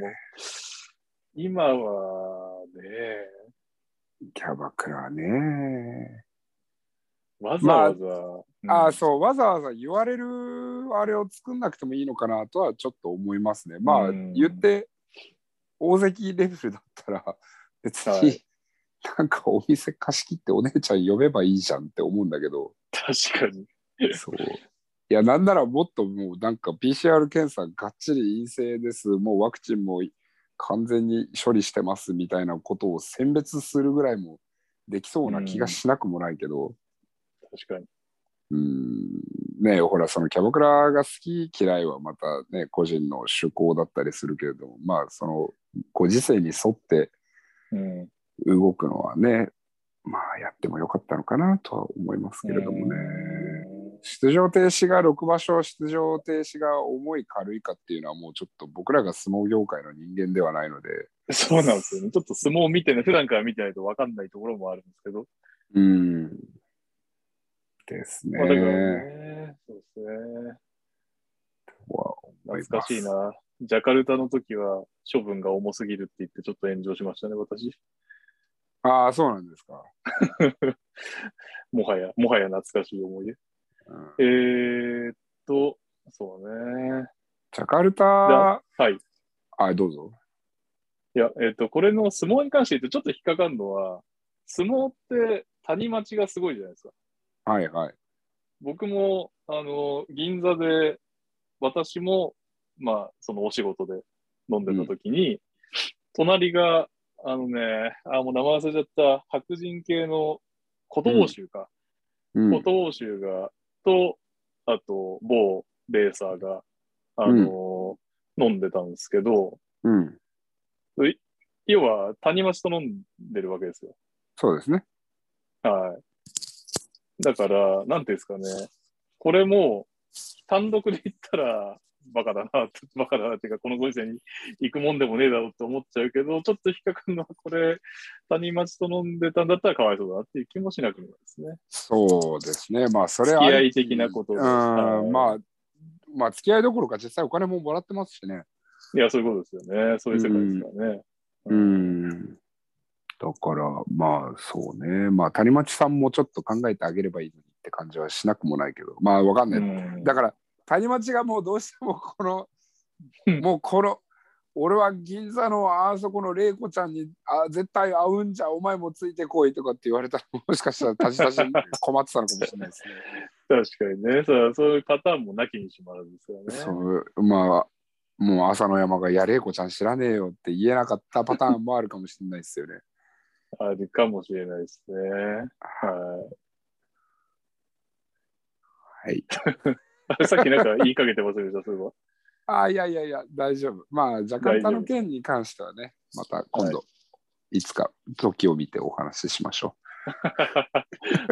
Speaker 1: 今はね、
Speaker 2: キャバクラね。
Speaker 1: わざわざ。
Speaker 2: あ
Speaker 1: う
Speaker 2: あ、
Speaker 1: ん
Speaker 2: そう、わざわざ言われるあれを作んなくてもいいのかなとはちょっと思いますね。まあ、
Speaker 1: うん
Speaker 2: 言って、大関レベルだったら、 別に、
Speaker 1: はい
Speaker 2: なんかお店貸し切ってお姉ちゃん呼べばいいじゃんって思うんだけど、
Speaker 1: 確かに。
Speaker 2: そう。いや、なんならもっともうなんか PCR 検査がっちり陰性です、もうワクチンも完全に処理してますみたいなことを選別するぐらいもできそうな気がしなくもないけど、
Speaker 1: 確かに。
Speaker 2: うん、ねえほら、そのキャバクラが好き嫌いはまたね、個人の趣向だったりするけれども、まあ、そのご時世に沿って
Speaker 1: うん。
Speaker 2: 動くのはね、まあ、やってもよかったのかなとは思いますけれどもね。出場停止が6場所出場停止が重い軽いかっていうのはもうちょっと僕らが相撲業界の人間ではないので、
Speaker 1: そうなんですよね。ちょっと相撲見てね、普段から見てないと分かんないところもあるんですけど。
Speaker 2: うん、ですね
Speaker 1: まあ、だからね、そうですね。
Speaker 2: とは思い
Speaker 1: 懐
Speaker 2: ま
Speaker 1: か
Speaker 2: す
Speaker 1: しいな。ジャカルタの時は処分が重すぎるって言ってちょっと炎上しましたね、私。
Speaker 2: ああそうなんですか、
Speaker 1: もはや、もはや懐かしい思い出。
Speaker 2: うん
Speaker 1: えー、っと、そうね。
Speaker 2: ジャカルタ
Speaker 1: はい。
Speaker 2: あどうぞ
Speaker 1: いや、えっ、と、これの相撲に関して言うと、ちょっと引っかかるのは、相撲って谷町がすごいじゃないですか。
Speaker 2: はいはい
Speaker 1: 僕も、あの、銀座で、私も、まあ、そのお仕事で飲んでた時に、隣が、あのね、あ、もう名前忘れちゃった、白人系の古道衆か。
Speaker 2: うん
Speaker 1: 古道衆が、と、あと、某レーサーが、あの、飲んでたんですけど、
Speaker 2: うん
Speaker 1: 要は谷町と飲んでるわけですよ。
Speaker 2: そうですね
Speaker 1: はい。だから、なんていうんですかね、これも、単独で言ったら、バカだな、バカだなって いうか、このご時世に行くもんでもねえだろうって思っちゃうけど、ちょっと比較のこれ、谷町と飲んでたんだったらかわいそうだなっていう気もしなくもないですね。
Speaker 2: そうですね。まあ、それ
Speaker 1: 付
Speaker 2: は。
Speaker 1: き合い的なこと
Speaker 2: う
Speaker 1: で。
Speaker 2: ん、
Speaker 1: は
Speaker 2: まあ、まあ、付き合いどころか、実際お金ももらってますしね。
Speaker 1: いいや、そういうことですよね。そういう世界ですからね。
Speaker 2: う。ん。だから、まあ、そうね。まあ、谷町さんもちょっと考えてあげればいいのにって感じはしなくもないけど、まあ、わかんない。
Speaker 1: うん
Speaker 2: だから、谷町がもうどうしても この、
Speaker 1: うん
Speaker 2: もうこの、俺は銀座のあそこの玲子ちゃんにあ絶対会うんじゃお前もついてこいとかって言われたらもしかしたらたじたじ困ってたのかもしれないですね。
Speaker 1: 確かにねそう、そういうパターンもなきにしもあらずですよね。
Speaker 2: そうまあもう朝の山が「いや玲子ちゃん知らねえよ」って言えなかったパターンもあるかもしれないです よね。
Speaker 1: あるかもしれないですね。は
Speaker 2: はい、
Speaker 1: い。さっきなんか言いかけてますね、じゃあ、それは。
Speaker 2: あいやいやいや大丈夫。まあジャカルタの件に関してはねまた今度、い、つか時を見てお話ししましょ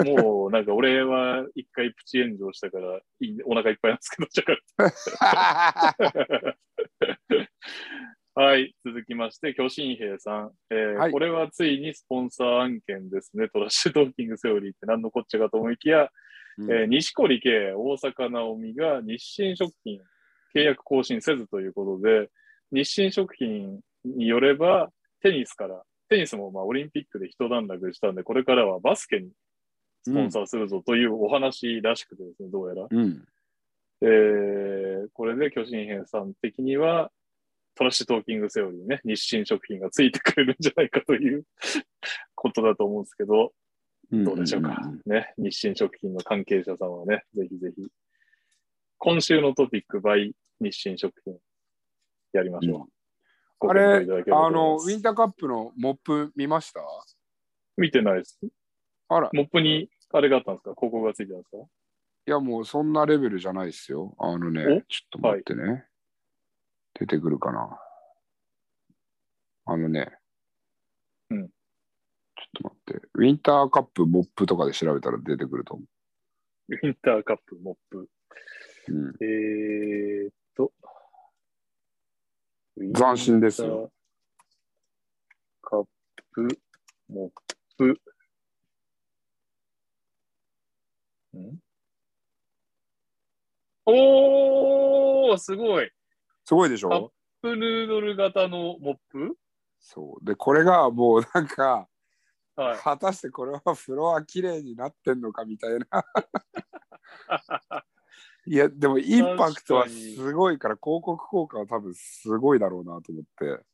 Speaker 1: もうなんか俺は一回プチ炎上したからいいお腹いっぱいなんですけど、 ちゃか
Speaker 2: う。は
Speaker 1: はい、続きまして、巨神兵さん、えー
Speaker 2: はい
Speaker 1: これはついにスポンサー案件ですね。トラッシュトーキングセオリーって何のこっちゃかと思いきや、えー西堀圭、大阪直美が日清食品契約更新せずということで、日清食品によれば、テニスから、テニスもまあオリンピックで一段落したんで、これからはバスケにスポンサーするぞというお話らしくてですね、どうやら。
Speaker 2: うん
Speaker 1: えーこれで巨人編さん的には、トラッシュトーキングセオリーね、日清食品がついてくれるんじゃないかということだと思うんですけど、どうでしょうか。ね、日清食品の関係者さんはね、ぜひぜひ。今週のトピック、by 日清食品、やりましょう。
Speaker 2: うん
Speaker 1: ご
Speaker 2: あ
Speaker 1: 検討
Speaker 2: れ
Speaker 1: いただければと
Speaker 2: あの
Speaker 1: 思
Speaker 2: ウ
Speaker 1: いま
Speaker 2: ィン
Speaker 1: す
Speaker 2: ターカップのモップ見ました
Speaker 1: 見てないです。
Speaker 2: あら
Speaker 1: モップに、あれがあったんですか広告がついてたんですか
Speaker 2: いやもうそんなレベルじゃないですよ。あのね、ち
Speaker 1: お
Speaker 2: ょっと待ってね。出てくるかな。あのね、
Speaker 1: うん
Speaker 2: ちょっと待って。ウィンターカップモップとかで調べたら出てくると思
Speaker 1: ウィンターカップ、モップ。
Speaker 2: う。うん、
Speaker 1: えー、っと。
Speaker 2: 斬新ですよ。
Speaker 1: カップ、モップ。んおーすごい
Speaker 2: すごいでし
Speaker 1: カッ
Speaker 2: ょ
Speaker 1: カップヌードル型のモップ
Speaker 2: そう。で、これがもうなんか、
Speaker 1: はい。
Speaker 2: 果たしてこれはフロア綺麗になってんのかみたい な。いや、でもインパクトはすごいから、広告効果は多分すごいだろうなと思って。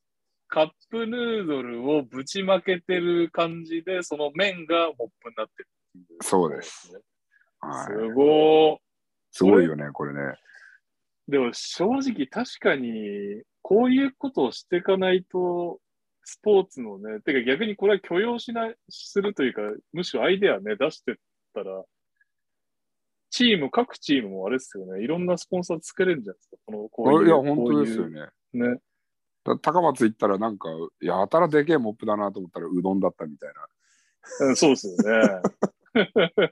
Speaker 1: カップヌードルをぶちまけてる感じで、その麺がモップになってるっていう。
Speaker 2: そうです。はい
Speaker 1: す。ごー。
Speaker 2: すごいよね、これね。
Speaker 1: でも正直確かに、こういうことをしていかないと、スポーツのね、てか逆にこれは許容しない、するというか、むしろアイデアね、出してったら、チーム、各チームもあれですよね、いろんなスポンサー作れるんじゃないですか、この、こういう。
Speaker 2: いや、本当ですよ
Speaker 1: ね。
Speaker 2: ね。
Speaker 1: ね。
Speaker 2: だ高松行ったら、なんか、やたらでけえモップだなと思ったら、うどんだったみたいな。
Speaker 1: うんそうですよね。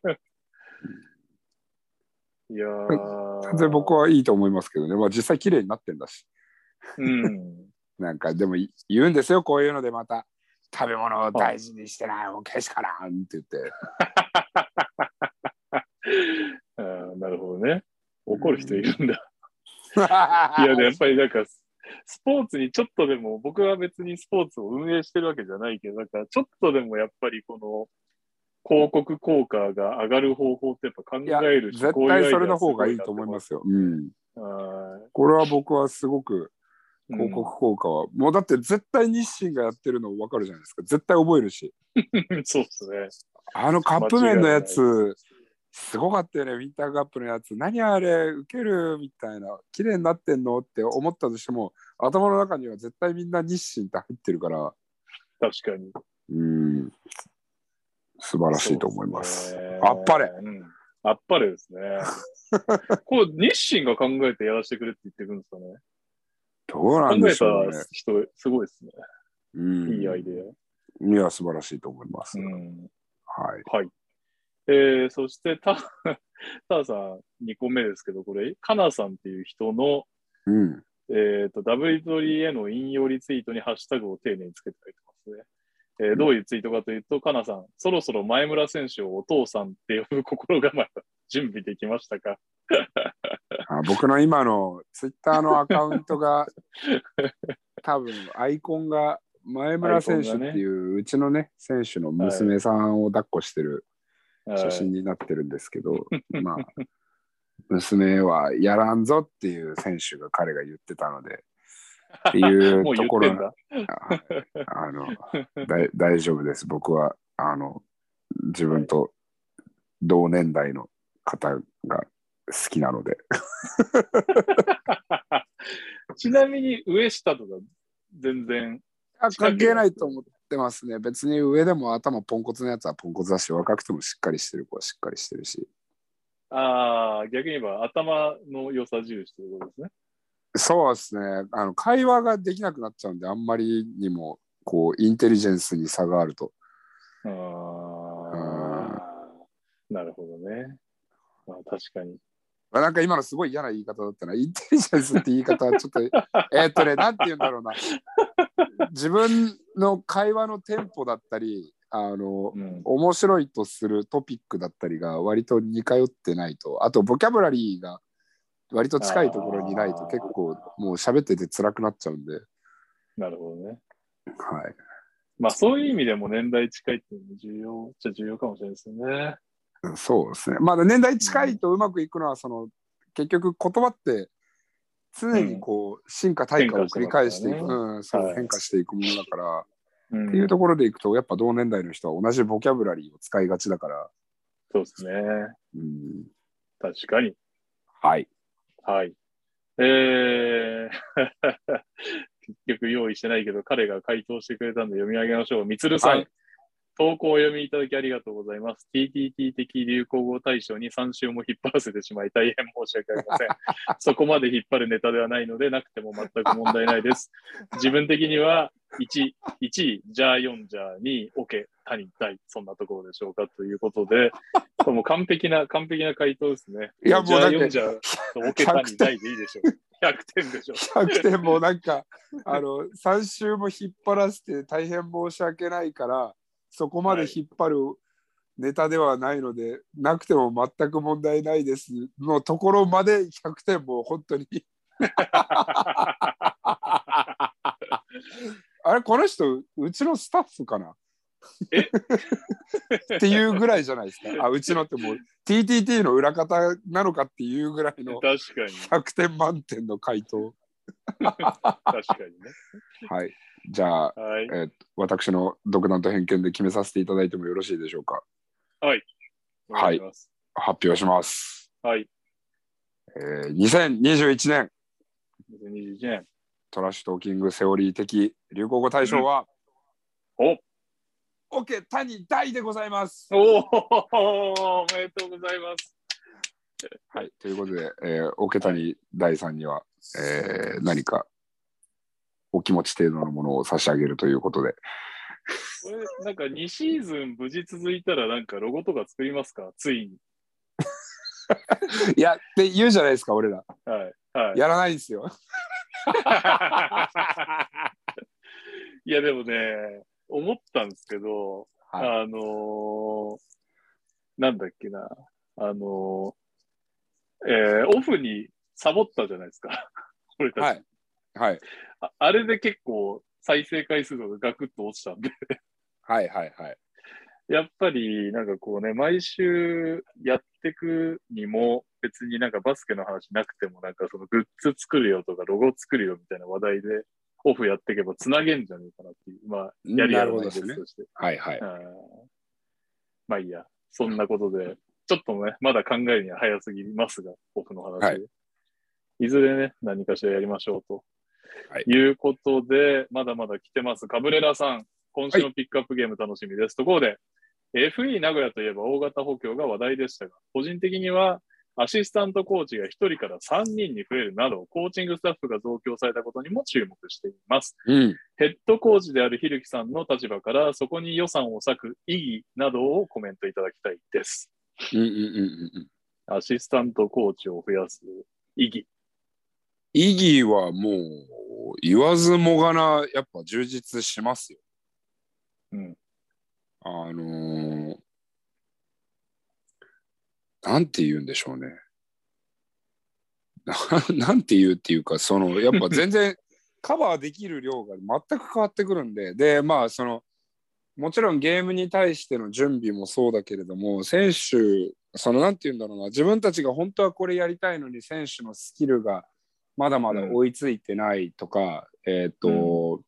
Speaker 1: いやー。
Speaker 2: 全然僕はいいと思いますけどね。まあ、実際綺麗になってんだし。
Speaker 1: うん。
Speaker 2: なんか、でもい言うんですよ、こういうのでまた。食べ物を大事にしてないおけしからんって言って。
Speaker 1: あーなるほどね。怒る人いるんだ。いや、やっぱりなんか、ススポーツにちょっとでも、僕は別にスポーツを運営してるわけじゃないけど、なんか、ちょっとでもやっぱりこの、広告効果が上がる方法ってやっぱ考えるし、。
Speaker 2: 絶対それの方がいいと思いますすよ。うん。
Speaker 1: あ
Speaker 2: これは僕はすごく
Speaker 1: ー
Speaker 2: 広告効果は、もうだって絶対日清がやってるの分かるじゃないですか。絶対覚えるし。
Speaker 1: うん そうですね。
Speaker 2: あのカップ麺のやつ、すごかったよね、ウィンターカップのやつ。何あれ、ウケるみたいな、綺麗になってんのって思ったとしても、頭の中には絶対みんな日清って入ってるから、
Speaker 1: 確かに。
Speaker 2: うん、素晴らしいと思います。
Speaker 1: そうでね
Speaker 2: あっぱれ。
Speaker 1: うんあっぱれですね。 こう、日清が考えてやらせてくれって言ってくるんですかね。
Speaker 2: どうなん
Speaker 1: 考
Speaker 2: で
Speaker 1: え
Speaker 2: しょう
Speaker 1: た
Speaker 2: ね。
Speaker 1: 人、すごいですね。
Speaker 2: うん、
Speaker 1: いいアイデ
Speaker 2: いや、素晴らしいと思います。
Speaker 1: ア。う
Speaker 2: はい。
Speaker 1: んえーそしてタ、ターさん2個目ですけど、これ、カナさんっていう人の、
Speaker 2: うん。
Speaker 1: えっ、と、W トリへの引用リツイートにハッシュタグを丁寧につけて書いてますね。えーどういうツイートかというと、かなさん、そろそろ前村選手をお父さんって呼ぶ心構えは準備できましたか
Speaker 2: あ僕の今のツイッターのアカウン トが多分アイコンが前村選手っていううちのね選手の娘さんを抱っこしてる写真になってるんですけど、まあ娘はやらんぞっていう選手が彼が言ってたのでってい
Speaker 1: は
Speaker 2: う
Speaker 1: い もう
Speaker 2: と
Speaker 1: 言
Speaker 2: こ
Speaker 1: って
Speaker 2: ろ
Speaker 1: んだ。
Speaker 2: はいあの大大丈夫です僕はあの自分と同年代の方が好きなので
Speaker 1: ちなみに、上下とか全然、
Speaker 2: あ関係ないと思ってますね。別に上でも頭ポンコツのやつはポンコツだし、若くてもしっかりしてる子はしっかりしてるし。
Speaker 1: ああ、逆に言えば頭の良さ重視ということですね。
Speaker 2: そうですね。あの会話ができなくなっちゃうんで、あんまりにもこうインテリジェンスに差があると。
Speaker 1: ああ、なるほどね。まあ、確かに。
Speaker 2: あなんか今のすごい嫌な言い方だったな。インテリジェンスって言い方はちょっと、 えーっとね、なんて言うんだろうな。自分の会話のテンポだったり、あの、
Speaker 1: うん、
Speaker 2: 面白いとするトピックだったりが割と似通ってないとあとボキャブラリーが割と近いところにない
Speaker 1: あ
Speaker 2: と
Speaker 1: ー
Speaker 2: 結構もう喋ってて辛くなっちゃうんで、は
Speaker 1: なるほどね。
Speaker 2: い、
Speaker 1: まあ、そういう意味でも年代近いっていうのも重要っちゃ重要かもしれないですよね。
Speaker 2: そうですねまあ年代近いとうまくいくのはその、結局言葉って常にこう進化退化を繰り返していく、
Speaker 1: 変化してますから
Speaker 2: うんそう
Speaker 1: はい
Speaker 2: 変化していくものだから、
Speaker 1: うん
Speaker 2: っていうところでいくとやっぱ同年代の人は同じボキャブラリーを使いがちだから、
Speaker 1: そうですね。
Speaker 2: うん、
Speaker 1: 確かに。
Speaker 2: はい
Speaker 1: はい。えー、 結局用意してないけど、彼が回答してくれたんで読み上げましょう。みつるさん、
Speaker 2: はい
Speaker 1: 投稿をお読みいただきありがとうございます。TTT 的流行語大賞に3週も引っ張らせてしまい、大変申し訳あり ません。そこまで引っ張るネタではないので、なくても全く問題ないです。自分的には、1、1位、ジャー4、ジャー2、オケ、他人、大、そんなところでしょうかということで、これもう完璧な、完璧な回答ですね。
Speaker 2: いやもうだって
Speaker 1: ジャー4、ジャーオケたにないでいいでしょ。100点でしょ。
Speaker 2: 100点もなんかあの3週も引っ張らせて大変申し訳ないからそこまで引っ張るネタではないので、なくても全く問題ないですのところまで100点も本当にあれこの人うちのスタッフかな
Speaker 1: え
Speaker 2: っていうぐらいじゃないですかあうちのってもう TTT の裏方なのかっていうぐらいの
Speaker 1: 確かに、
Speaker 2: 100点満点の回答
Speaker 1: 確かにね。
Speaker 2: はいじゃあ
Speaker 1: はい。
Speaker 2: 私の独断と偏見で決めさせていただいてもよろしいでしょうか
Speaker 1: お願いします。
Speaker 2: 発表します、
Speaker 1: はい。
Speaker 2: えー2021年
Speaker 1: 2021年。
Speaker 2: トラッシュトーキングセオリー的流行語大賞は、
Speaker 1: お
Speaker 2: オケ谷大でございます
Speaker 1: おおめでとうございます。
Speaker 2: はいということで、えー、オケ谷大さんには、えー何かお気持ち程度のものを差し上げるということで
Speaker 1: これ、なんか2シーズン無事続いたら、なんかロゴとか作りますかついに。
Speaker 2: いやって言うじゃないですか俺ら
Speaker 1: はい。はい。
Speaker 2: やらないんですよ
Speaker 1: いや、でもね、思ったんですけど、
Speaker 2: は
Speaker 1: あのーなんだっけな、あのーえーオフにサボったじゃないですか。 俺たち、
Speaker 2: はいはい
Speaker 1: あ。あれで結構再生回数がガクッと落ちたんで、
Speaker 2: はいはいはい
Speaker 1: やっぱりなんかこうね、毎週やってくにも、別になんかバスケの話なくても、なんかそのグッズ作るよとかロゴ作るよみたいな話題で、オフやっていけばつなげんじゃねえかなっていう、まあ、やりや
Speaker 2: なる
Speaker 1: る
Speaker 2: ほど
Speaker 1: です
Speaker 2: ですね
Speaker 1: として。
Speaker 2: はいはい
Speaker 1: あーまあいいや、そんなことで、ちょっとね、まだ考えるには早すぎますが、僕の話で、
Speaker 2: はい
Speaker 1: い、ずれね、何かしらやりましょうと。
Speaker 2: はい
Speaker 1: い、うことで、まだまだ来てます。カブレラさん、今週のピックアップゲーム楽しみです。ところで、FE 名古屋といえば大型補強が話題でしたが、個人的にはアシスタントコーチが1人から3人に増えるなど、コーチングスタッフが増強されたことにも注目しています。
Speaker 2: うん
Speaker 1: ヘッドコーチであるひるきさんの立場から、そこに予算を割く意義などをコメントいただきたいです。
Speaker 2: うんうんうんうん
Speaker 1: アシスタントコーチを増やす意義。
Speaker 2: イギーはもう言わずもがな、やっぱ充実しますよ。
Speaker 1: うん。
Speaker 2: あのーなんて言うんでしょうね。 ななんて言うっていうか、その、やっぱ全然 カバーできる量が全く変わってくるんで、で、まあ、その、もちろんゲームに対しての準備もそうだけれども、選手、その、なんて言うんだろうな、自分たちが本当はこれやりたいのに、選手のスキルがまだまだ追いついてないとか、えっ、と、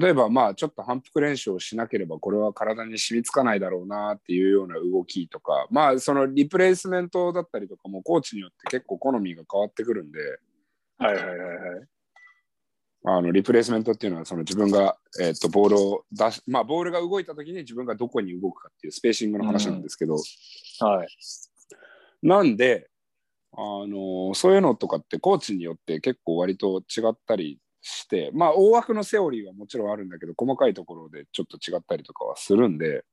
Speaker 2: 例えばまあちょっと反復練習をしなければこれは体に染みつかないだろうなっていうような動きとかまあそのリプレイスメントだったりとかもコーチによって結構好みが変わってくるんで
Speaker 1: はいはいはいはい。
Speaker 2: あのリプレイスメントっていうのはその自分が、えっとボールを出しまあボールが動いた時に自分がどこに動くかっていうスペーシングの話なんですけど、
Speaker 1: はい。
Speaker 2: なんで、あのそういうのとかってコーチによって結構割と違ったりしてまあ大枠のセオリーはもちろんあるんだけど細かいところでちょっと違ったりとかはするんで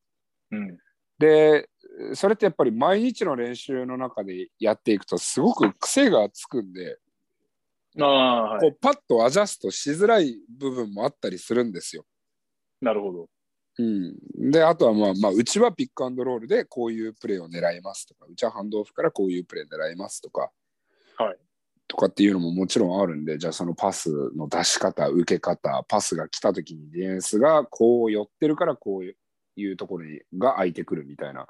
Speaker 1: うん。
Speaker 2: でそれってやっぱり毎日の練習の中でやっていくとすごく癖がつくんで、
Speaker 1: ああ、は
Speaker 2: こ
Speaker 1: い。
Speaker 2: うパッとアジャストしづらい部分もあったりするんですよ。
Speaker 1: なるほど。
Speaker 2: うん、であとは、まあまあ、うちはピックアンドロールでこういうプレーを狙いますとかうちはハンドオフからこういうプレー狙いますとか、
Speaker 1: はい、
Speaker 2: とかっていうのももちろんあるんでじゃあそのパスの出し方受け方パスが来た時にディフェンスがこう寄ってるからこういうところにが空いてくるみたいな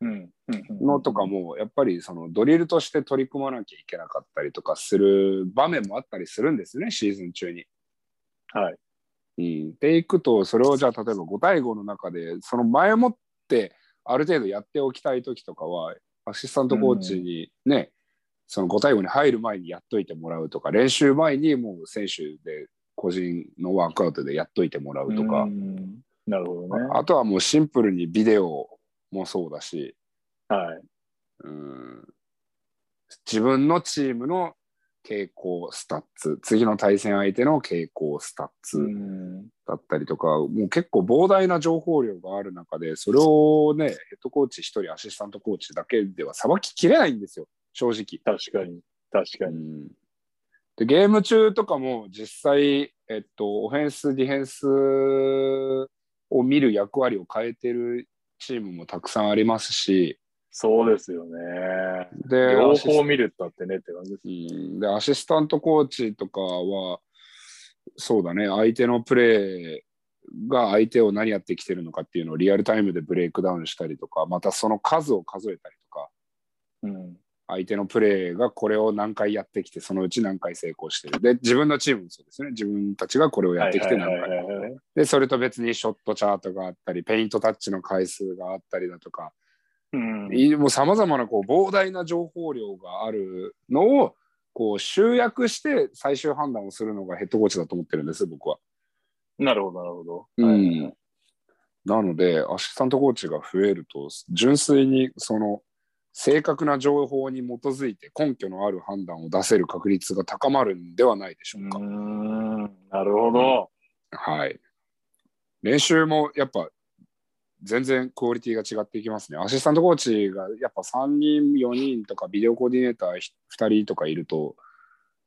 Speaker 1: うん。うんうん
Speaker 2: のとかもやっぱりそのドリルとして取り組まなきゃいけなかったりとかする場面もあったりするんですねシーズン中に。
Speaker 1: はい。
Speaker 2: うん、でいくとそれをじゃあ例えば5対5の中でその前もってある程度やっておきたい時とかはアシスタントコーチにね、その5対5に入る前にやっといてもらうとか練習前にもう選手で個人のワークアウトでやっといてもらうと
Speaker 1: う
Speaker 2: か、
Speaker 1: ん。なるほどね。
Speaker 2: あとはもうシンプルにビデオもそうだし、
Speaker 1: はい。
Speaker 2: うん自分のチームの傾向スタッツ次の対戦相手の傾向スタッ
Speaker 1: う
Speaker 2: ツ
Speaker 1: ん。
Speaker 2: だったりとか、もう結構膨大な情報量がある中でそれをねヘッドコーチ1人アシスタントコーチだけではさばききれないんですよ正直。
Speaker 1: 確かに。確かに。
Speaker 2: でゲーム中とかも実際、えっと、オフェンス、ディフェンスを見る役割を変えてるチームもたくさんありますし、
Speaker 1: そうですよね。
Speaker 2: で
Speaker 1: 両
Speaker 2: アシス
Speaker 1: 方見るったってねって感じです。
Speaker 2: うん、でアシスタントコーチとかはそうだね相手のプレーが相手を何やってきてるのかっていうのをリアルタイムでブレイクダウンしたりとかまたその数を数えたりとか
Speaker 1: うん。
Speaker 2: 相手のプレーがこれを何回やってきてそのうち何回成功してるで自分のチームもそうですよね自分たちがこれをやってきて何
Speaker 1: はい
Speaker 2: 回
Speaker 1: はいはいはいはい
Speaker 2: でそれと別にショットチャートがあったりペイントタッチの回数があったりだとか
Speaker 1: うん。
Speaker 2: いもうさまざまなこう膨大な情報量があるのをこう集約して最終判断をするのがヘッドコーチだと思ってるんです僕は。
Speaker 1: なるほど、なるほど。
Speaker 2: うんなのでアシスタントコーチが増えると純粋にその正確な情報に基づいて根拠のある判断を出せる確率が高まるんではないでしょうか。
Speaker 1: うん。なるほど。
Speaker 2: はい、練習もやっぱ全然クオリティが違っていきますね。アシスタントコーチがやっぱ3人、4人とかビデオコーディネーター2人とかいると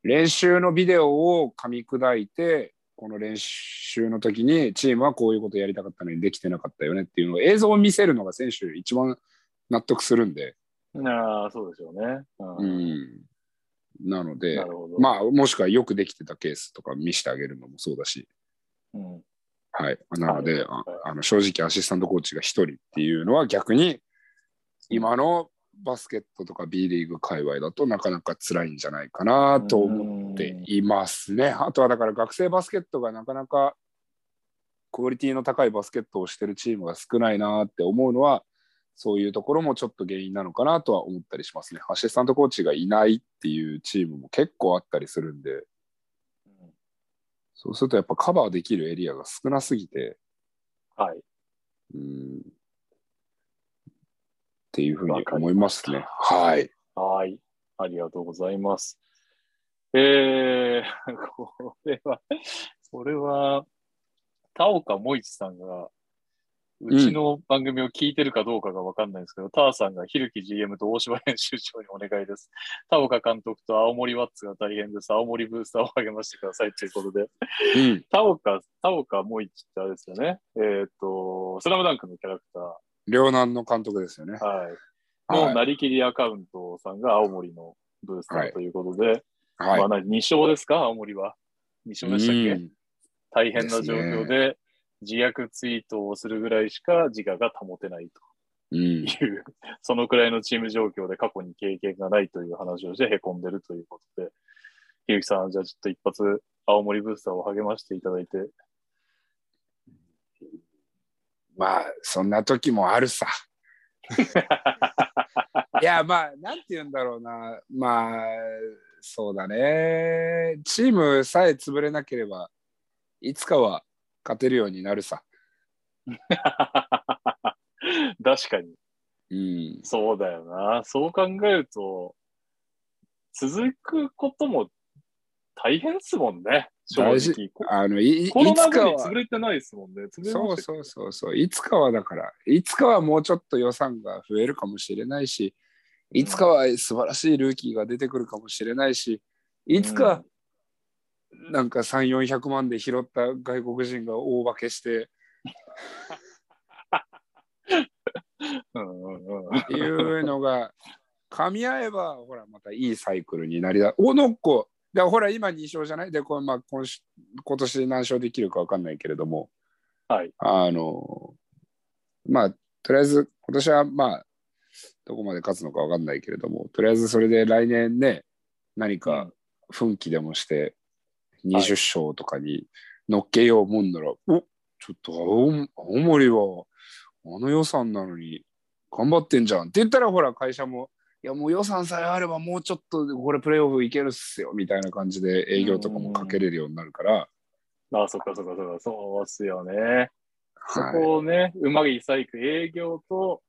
Speaker 2: 練習のビデオを噛み砕いてこの練習の時にチームはこういうことやりたかったのにできてなかったよねっていうのを映像を見せるのが選手一番納得するんで、
Speaker 1: ああ、そうでしょうね。う。
Speaker 2: うんん、なの
Speaker 1: な
Speaker 2: で
Speaker 1: るほど。
Speaker 2: まあもしくはよくできてたケースとか見せてあげるのもそうだし
Speaker 1: うん
Speaker 2: はい、なので、
Speaker 1: はい
Speaker 2: ああの正直アシスタントコーチが1人っていうのは逆に今のバスケットとか B リーグ界隈だとなかなか辛いんじゃないかなと思っていますね。あとはだから学生バスケットがなかなかクオリティの高いバスケットをしてるチームが少ないなって思うのはそういうところもちょっと原因なのかなとは思ったりしますね。アシスタントコーチがいないっていうチームも結構あったりするんで。
Speaker 1: うん
Speaker 2: そうするとやっぱカバーできるエリアが少なすぎて、
Speaker 1: はい。
Speaker 2: うんっていうふうに思いますね。はい。
Speaker 1: はい。ありがとうございます。えー、 これは、これは、田岡萌一さんがうちの番組を聞いてるかどうかがわかんないんですけど、ターさんがひるき GM と大島編集長にお願いです。田岡監督と青森ワッツが大変です。青森ブースターを励ましてくださいということで、
Speaker 2: うん。
Speaker 1: 田岡、田岡もいちってあれですよね。えーっ、と、スラムダンクのキャラクター、
Speaker 2: 両南の監督ですよね。
Speaker 1: はい、の
Speaker 2: は
Speaker 1: なりきりアカウントさんが青森のブースターということで、
Speaker 2: い。はい
Speaker 1: まあ、2勝ですか、青森は。2勝でしたっけ、
Speaker 2: うん
Speaker 1: 大変な状況
Speaker 2: で
Speaker 1: で自虐ツイートをするぐらいしか自我が保てない
Speaker 2: うん
Speaker 1: という、 そのくらいのチーム状況で過去に経験がないという話をしてへこんでるということで、ひゆきさん、じゃあちょっと一発、青森ブースターを励ましていただいて、
Speaker 2: まあそんな時もある さ。いやまあなんて言うんだろうなまあそうだねチームさえ潰れなければいつかは勝てるようになるさ。
Speaker 1: 確かに、
Speaker 2: うん、
Speaker 1: そうだよな。そう考えると、続くことも大変ですもんね、正
Speaker 2: 大
Speaker 1: 直
Speaker 2: 事。あのいいいつ
Speaker 1: コロナ
Speaker 2: か
Speaker 1: 後に
Speaker 2: は
Speaker 1: 潰れてないですもんね。潰れまし
Speaker 2: そう
Speaker 1: たっけ
Speaker 2: そうそうそういつかはだからいつかはもうちょっと予算が増えるかもしれないしいつかは素晴らしいルーキーが出てくるかもしれないしいつかなんか3400万で拾った外国人が大化けして
Speaker 1: うんうんうんうん。
Speaker 2: っていうのが 噛み合えばほらまたいいサイクルになりだおのっこでほら今2勝じゃないでこれ、まあ、今し今年何勝できるか分かんないけれども
Speaker 1: はい。
Speaker 2: あのまあとりあえず今年はまあどこまで勝つのか分かんないけれどもとりあえずそれで来年ね何か奮起でもして20勝とかに乗っけようもんなら、おちょっと青青森はあの予算なのに頑張ってんじゃんって言ったらほら会社もいやもう予算さえあればもうちょっとこれプレーオフいけるっすよみたいな感じで営業とかもかけれるようになるから、
Speaker 1: あそっかそっかそっか、そうっすよね。そ
Speaker 2: はい
Speaker 1: こをね、うまいサイクル、営業と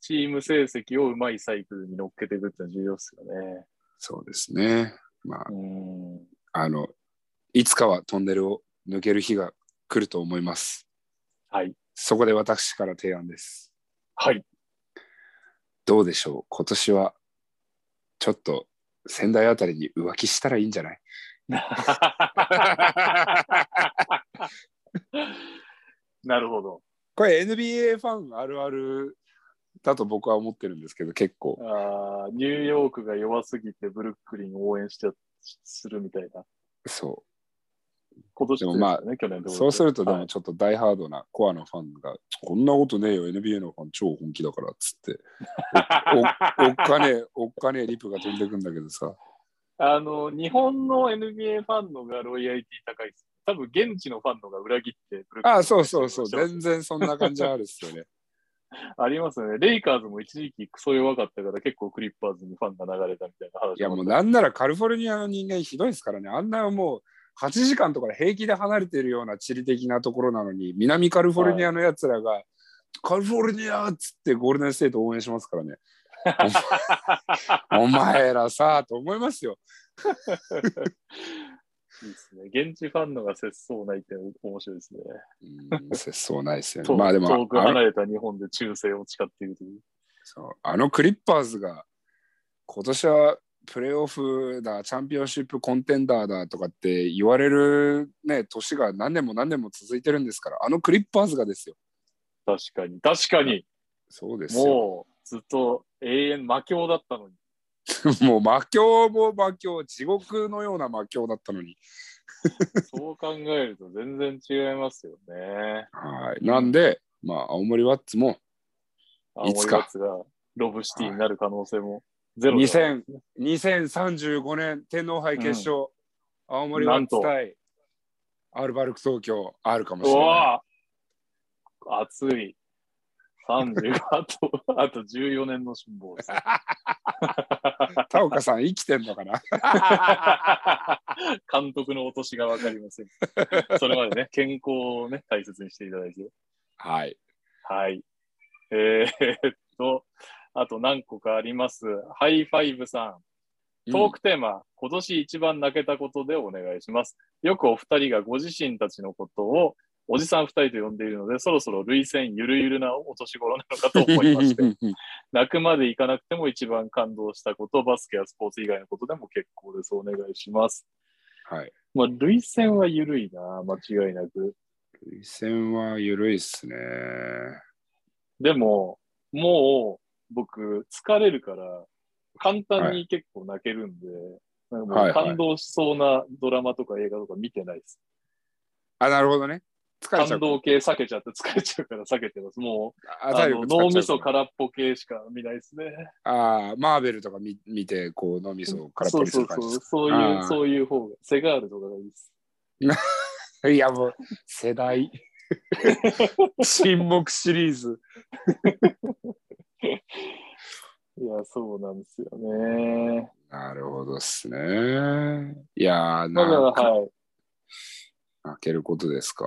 Speaker 1: チーム成績をうまいサイクルに乗っけていくってのは重要っすよね。
Speaker 2: そうですねまあ
Speaker 1: うん。
Speaker 2: あの、いつかはトンネルを抜ける日が来ると思います。
Speaker 1: はい。
Speaker 2: そこで私から提案です。
Speaker 1: はい。
Speaker 2: どうでしょう今年は、ちょっと仙台あたりに浮気したらいいんじゃない
Speaker 1: なるほど。
Speaker 2: これ NBA ファンあるあるだと僕は思ってるんですけど、結構。
Speaker 1: あーニューヨークが弱すぎてブルックリンを応援してするみたいな。
Speaker 2: そ
Speaker 1: 今年です
Speaker 2: でもまあ
Speaker 1: よね、去年
Speaker 2: う。そうすると、で
Speaker 1: は
Speaker 2: も
Speaker 1: い
Speaker 2: ちょっとダイハードなコアのファンが、こんなことねえよ、NBA のファン超本気だからっつって、おっかねえ、おっかねえリプが飛んでくんだけどさ。
Speaker 1: あの、日本の NBA ファンのがロイヤリティ高いです。多分現地のファンのが裏切ってくる。
Speaker 2: ああ、そうそうそう。
Speaker 1: 全
Speaker 2: 全然そんな感じあるっす よね。
Speaker 1: ありますよね。レイカーズも一時期クソ弱かったから結構クリッパーズにファンが流れたみたいな話。
Speaker 2: いや、もうなんならカリフォルニアの人間ひどいですからね。あんなもう8時間とかで平気で離れてるような地理的なところなのに、南カリフォルニアのやつらが、カリフォルニアっつってゴールデンステート応援します からね。お前らさ、と思いますよ。
Speaker 1: いいですね。現地ファンのが節操ないって面白いですね。
Speaker 2: うん、節操ないですよね。
Speaker 1: 遠
Speaker 2: まあで
Speaker 1: 遠
Speaker 2: も
Speaker 1: く、
Speaker 2: あ
Speaker 1: 離
Speaker 2: の
Speaker 1: れた日本で忠誠を誓っているという。
Speaker 2: そうあのクリッパーズが、今年はプレーオフだ、チャンピオンシップコンテンダーだとかって言われるね、年が何年も何年も続いてるんですから、あのクリッパーズがですよ。
Speaker 1: 確かに。確かに。
Speaker 2: そうですよ。
Speaker 1: もうずっと永遠魔境だったのに。
Speaker 2: もう魔境も魔境、地獄のような魔境だったのに。
Speaker 1: そう考えると全然違いますよね。
Speaker 2: はい。なんで、まあ、青森ワッツも
Speaker 1: 青
Speaker 2: いつ
Speaker 1: 森
Speaker 2: か
Speaker 1: バツがロブシティになる可能性もゼロではない
Speaker 2: 2000 2035年天皇杯決勝、青森ワッツ対アルバルク東京あるかもし
Speaker 1: う
Speaker 2: れない。
Speaker 1: わぁ熱い。35、あと、あと14年の辛抱です。
Speaker 2: 田岡さん、生きてんのかな
Speaker 1: 監督の落としがわかりません。それまでね、健康をね、大切にしていただいて。
Speaker 2: はい。
Speaker 1: はい。えーっと、あと何個かあります。ハイファイブさん。トークテーマ、今年一番泣けたことでお願いします。よくお二人がご自身たちのことをおじさん二人と呼んでいるので、そろそろ類戦ゆるゆるなお年頃なのかと思いまして、泣くまでいかなくても一番感動したこと、バスケやスポーツ以外のことでも結構です。お願いします。
Speaker 2: はい。
Speaker 1: まあ、類戦は緩いな、間違いなく。
Speaker 2: 類線は緩いっすね。
Speaker 1: でも、もう僕、疲れるから、簡単に結構泣けるんで、なんかも
Speaker 2: は
Speaker 1: う
Speaker 2: いはい
Speaker 1: 感動しそうなドラマとか映画とか見てないです。
Speaker 2: あ、なるほどね。疲れち
Speaker 1: 感
Speaker 2: ゃう。
Speaker 1: 動系避けちゃって疲れちゃうから避けてます。もう、
Speaker 2: あ
Speaker 1: あ
Speaker 2: 体
Speaker 1: の
Speaker 2: 力使っちゃう
Speaker 1: 脳みそ空っぽ系しか見ないですね。
Speaker 2: あーマーベルとか見見て、こう、脳みそからっ
Speaker 1: そ
Speaker 2: ぽ
Speaker 1: う
Speaker 2: りす
Speaker 1: そ
Speaker 2: る
Speaker 1: う
Speaker 2: 感
Speaker 1: そ
Speaker 2: じです
Speaker 1: う
Speaker 2: か。、
Speaker 1: そう
Speaker 2: あ
Speaker 1: いう、
Speaker 2: ー
Speaker 1: そういう方が、セガールとかがいいです。
Speaker 2: いや、もう、世代。沈黙シリーズ。
Speaker 1: いや、そうなんですよね。
Speaker 2: なるほどっすね。いやー、
Speaker 1: だから、
Speaker 2: なんか
Speaker 1: はい。
Speaker 2: 泣けることですか。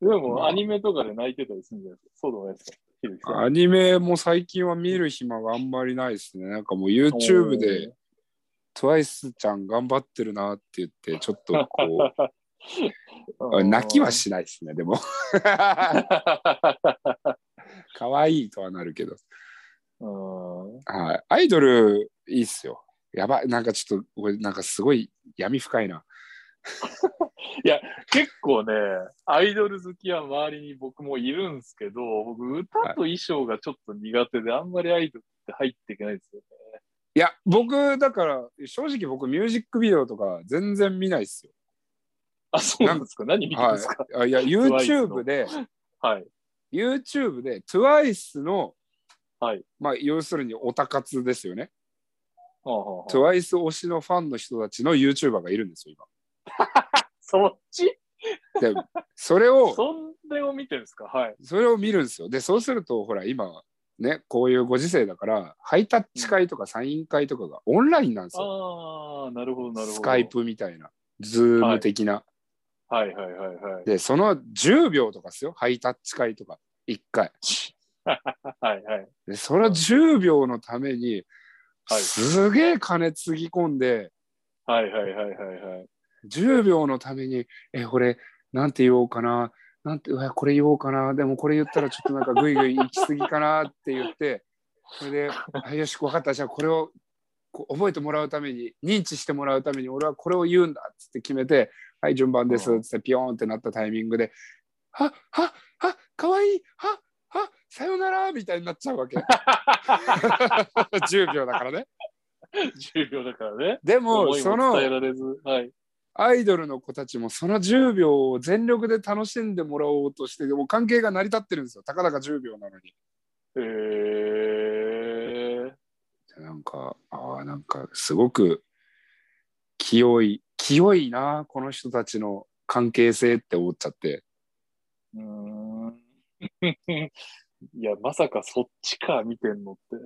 Speaker 1: で
Speaker 2: ま
Speaker 1: も、
Speaker 2: あ
Speaker 1: アニメとかで泣いてたりするんじゃないですか。そうでもないですか。ひるきさん
Speaker 2: アニメも最近は見る暇があんまりないですね。なんかもう YouTube で TWICE ちゃん頑張ってるなって言って、ちょっとこ
Speaker 1: おー
Speaker 2: う、泣きはしないですね、でも。 可愛いとはなるけど。
Speaker 1: うん
Speaker 2: はい。アイドルいいっすよ。やばい。なんかちょっと、これなんかすごい闇深いな。
Speaker 1: 結構ね、アイドル好きは周りに僕もいるんですけど、僕、歌と衣装がちょっと苦手で、あんまりアイドルって入っていけないんですよ。
Speaker 2: いや、僕、だから、正直僕、ミュージックビデオとか全然見ないっすよ。
Speaker 1: あ、そうなんですか何見てるんですか
Speaker 2: あい や、
Speaker 1: TWICE の
Speaker 2: YouTube で、
Speaker 1: はい。
Speaker 2: YouTube で TWICE の、
Speaker 1: はい
Speaker 2: まあ、要するにオタ活ですよね。
Speaker 1: はあはあはあ
Speaker 2: TWICE 推しのファンの人たちの YouTuber がいるんですよ、
Speaker 1: そっち
Speaker 2: 今。で、それ を、
Speaker 1: そんでを見てるんですかはい。
Speaker 2: それを見るんですよ。で、そうすると、ほら、今、ね、こういうご時世だから、ハイタッチ会とかサイン会とかがオンラインなんですよ。
Speaker 1: ああ、なるほど、なるほど。
Speaker 2: スカイ。プみたいな、ズーム的な。
Speaker 1: はいはいはいはい。
Speaker 2: で、その10秒とかですよ、ハイタッチ会とか、1回。
Speaker 1: はいはい。
Speaker 2: で、その10秒のために、
Speaker 1: はい
Speaker 2: すげえ金つぎ込んで、
Speaker 1: はいはいはいはいはい。
Speaker 2: 10秒のために、え、これ、なんて言おうかな、なんて、うわ、これ言おうかな、でもこれ言ったらちょっとなんかグイグイ行き過ぎかなって言って、それで、あよし、分かった、じゃあこれをこう覚えてもらうために、認知してもらうために、俺はこれを言うんだっつって決めて、はい、順番ですっつって、ピヨーンってなったタイミングで、はははかわいい、ははさよならみたいになっちゃ うわけ。10秒だからね。
Speaker 1: 10秒だからね。
Speaker 2: で
Speaker 1: 思
Speaker 2: も、
Speaker 1: い
Speaker 2: その
Speaker 1: 伝え、られず。はい。
Speaker 2: アイドルの子たちもその10秒を全力で楽しんでもらおうとしてでも関係が成り立ってるんですよたかだか10秒なのに
Speaker 1: えー。
Speaker 2: なんかああなんかすごく清い清いなこの人たちの関係性って思っちゃって
Speaker 1: うーん いや、まさかそっちか、見てんのって。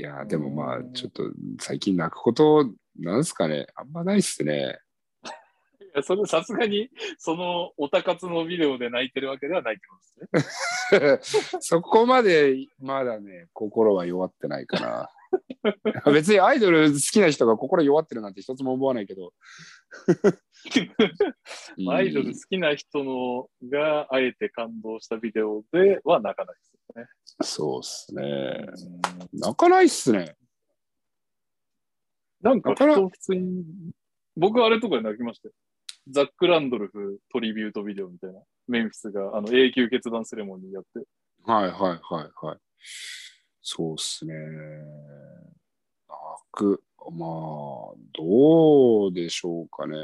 Speaker 2: いやーでもま
Speaker 1: う
Speaker 2: あ
Speaker 1: ん
Speaker 2: ちょっと最近泣くことなんですかねあんまないっすね
Speaker 1: いや、それさすがに、そのオタ活のビデオで泣いてるわけではないってことですね。
Speaker 2: そこまでまだね心は弱ってないかな 別にアイドル好きな人が心弱ってるなんて一つも思わない けどうん
Speaker 1: アイドル好きな人のがあえて感動したビデオでは泣かない
Speaker 2: そうっすね。
Speaker 1: ですよね。
Speaker 2: 泣かないっすね。
Speaker 1: なんか、
Speaker 2: だから
Speaker 1: 普通に、僕あれとかで泣きましたよ。ザック・ランドルフトリビュートビデオみたいな。メンフィスがあの永久決断セレモニーやって。
Speaker 2: はいはいはいはい。そうっすね。泣く。まあ、どうでしょうかね。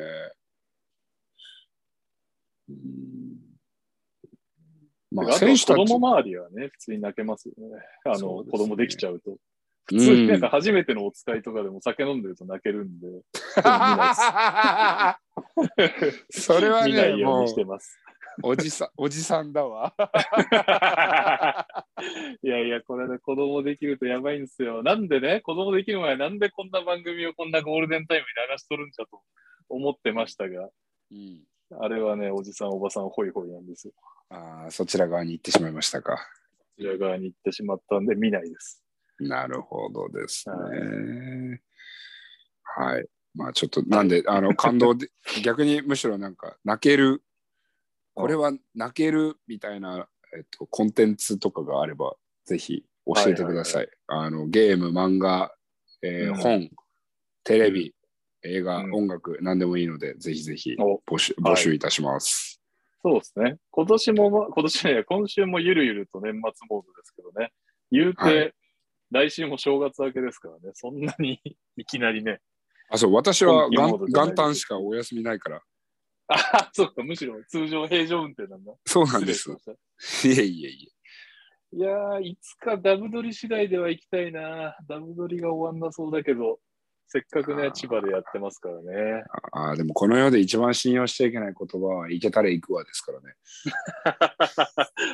Speaker 2: うんま
Speaker 1: あ、
Speaker 2: あ、
Speaker 1: と
Speaker 2: 選手た
Speaker 1: 子
Speaker 2: ち
Speaker 1: 供。周りはね、普通に泣けますよね。あの、
Speaker 2: そうですね
Speaker 1: 子供できちゃうと。
Speaker 2: う
Speaker 1: 普
Speaker 2: ん
Speaker 1: 通になんか初めてのお使いとかでも酒飲んでると泣けるん で、
Speaker 2: それは
Speaker 1: 見な
Speaker 2: ね、
Speaker 1: いよう
Speaker 2: も
Speaker 1: に
Speaker 2: う
Speaker 1: してます。
Speaker 2: おじさん、おじさんだわ。
Speaker 1: いやいや、これで子供できるとやばいんですよ。なんでね、子供できる前、なんでこんな番組をこんなゴールデンタイムに流しとるんじゃと思ってましたが、
Speaker 2: うん、
Speaker 1: あれはね、おじさん、おばさん、ホイホイなんですよ。
Speaker 2: あーそちら側に行ってしまいましたか。
Speaker 1: こちら側に行ってしまったんで、見ないです。
Speaker 2: なるほどです
Speaker 1: は
Speaker 2: ね。 はい。まあちょっとなんで、あの、感動で、逆にむしろなんか、泣けるこれは泣けるみたいな、えっと、コンテンツとかがあれば、ぜひ教えてください。あのゲーム、漫画、え
Speaker 1: う
Speaker 2: ー
Speaker 1: ん
Speaker 2: 本、テレビ、映画、
Speaker 1: うん
Speaker 2: 音楽、何でもいいので、ぜひぜひ
Speaker 1: お
Speaker 2: 募集
Speaker 1: はい
Speaker 2: 募集いたします。
Speaker 1: そうですね。今年もま、今年じゃない今週もゆるゆると年末モードですけどね。言うて、
Speaker 2: は
Speaker 1: 来週も正月明けですからね。そんなにいきなりね。
Speaker 2: あ、そう、私は
Speaker 1: 今期モ
Speaker 2: 元
Speaker 1: ードじゃない
Speaker 2: 元旦しかお休みないから。
Speaker 1: あははそうか、むしろ通常平常運転なんだ。
Speaker 2: そうなんです。い
Speaker 1: 失礼しまし
Speaker 2: えいえい
Speaker 1: たいやー、いつかダブドリ次第では行きたいな。ダブドリが終わんなそうだけど、せっかく
Speaker 2: あ
Speaker 1: ね
Speaker 2: ー、
Speaker 1: 千葉でやってますからね。
Speaker 2: え。ああ、でもこの世で一番信用しちゃいけない言葉は、行けたら行くわですからね。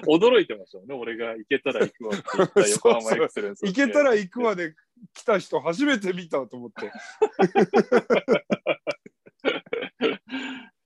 Speaker 1: 驚いてましたよね。俺が行けたら行くわって 言った横浜エクセレンスの
Speaker 2: 行
Speaker 1: 試合。
Speaker 2: けたら 行くわで来た人初めて見たと思って。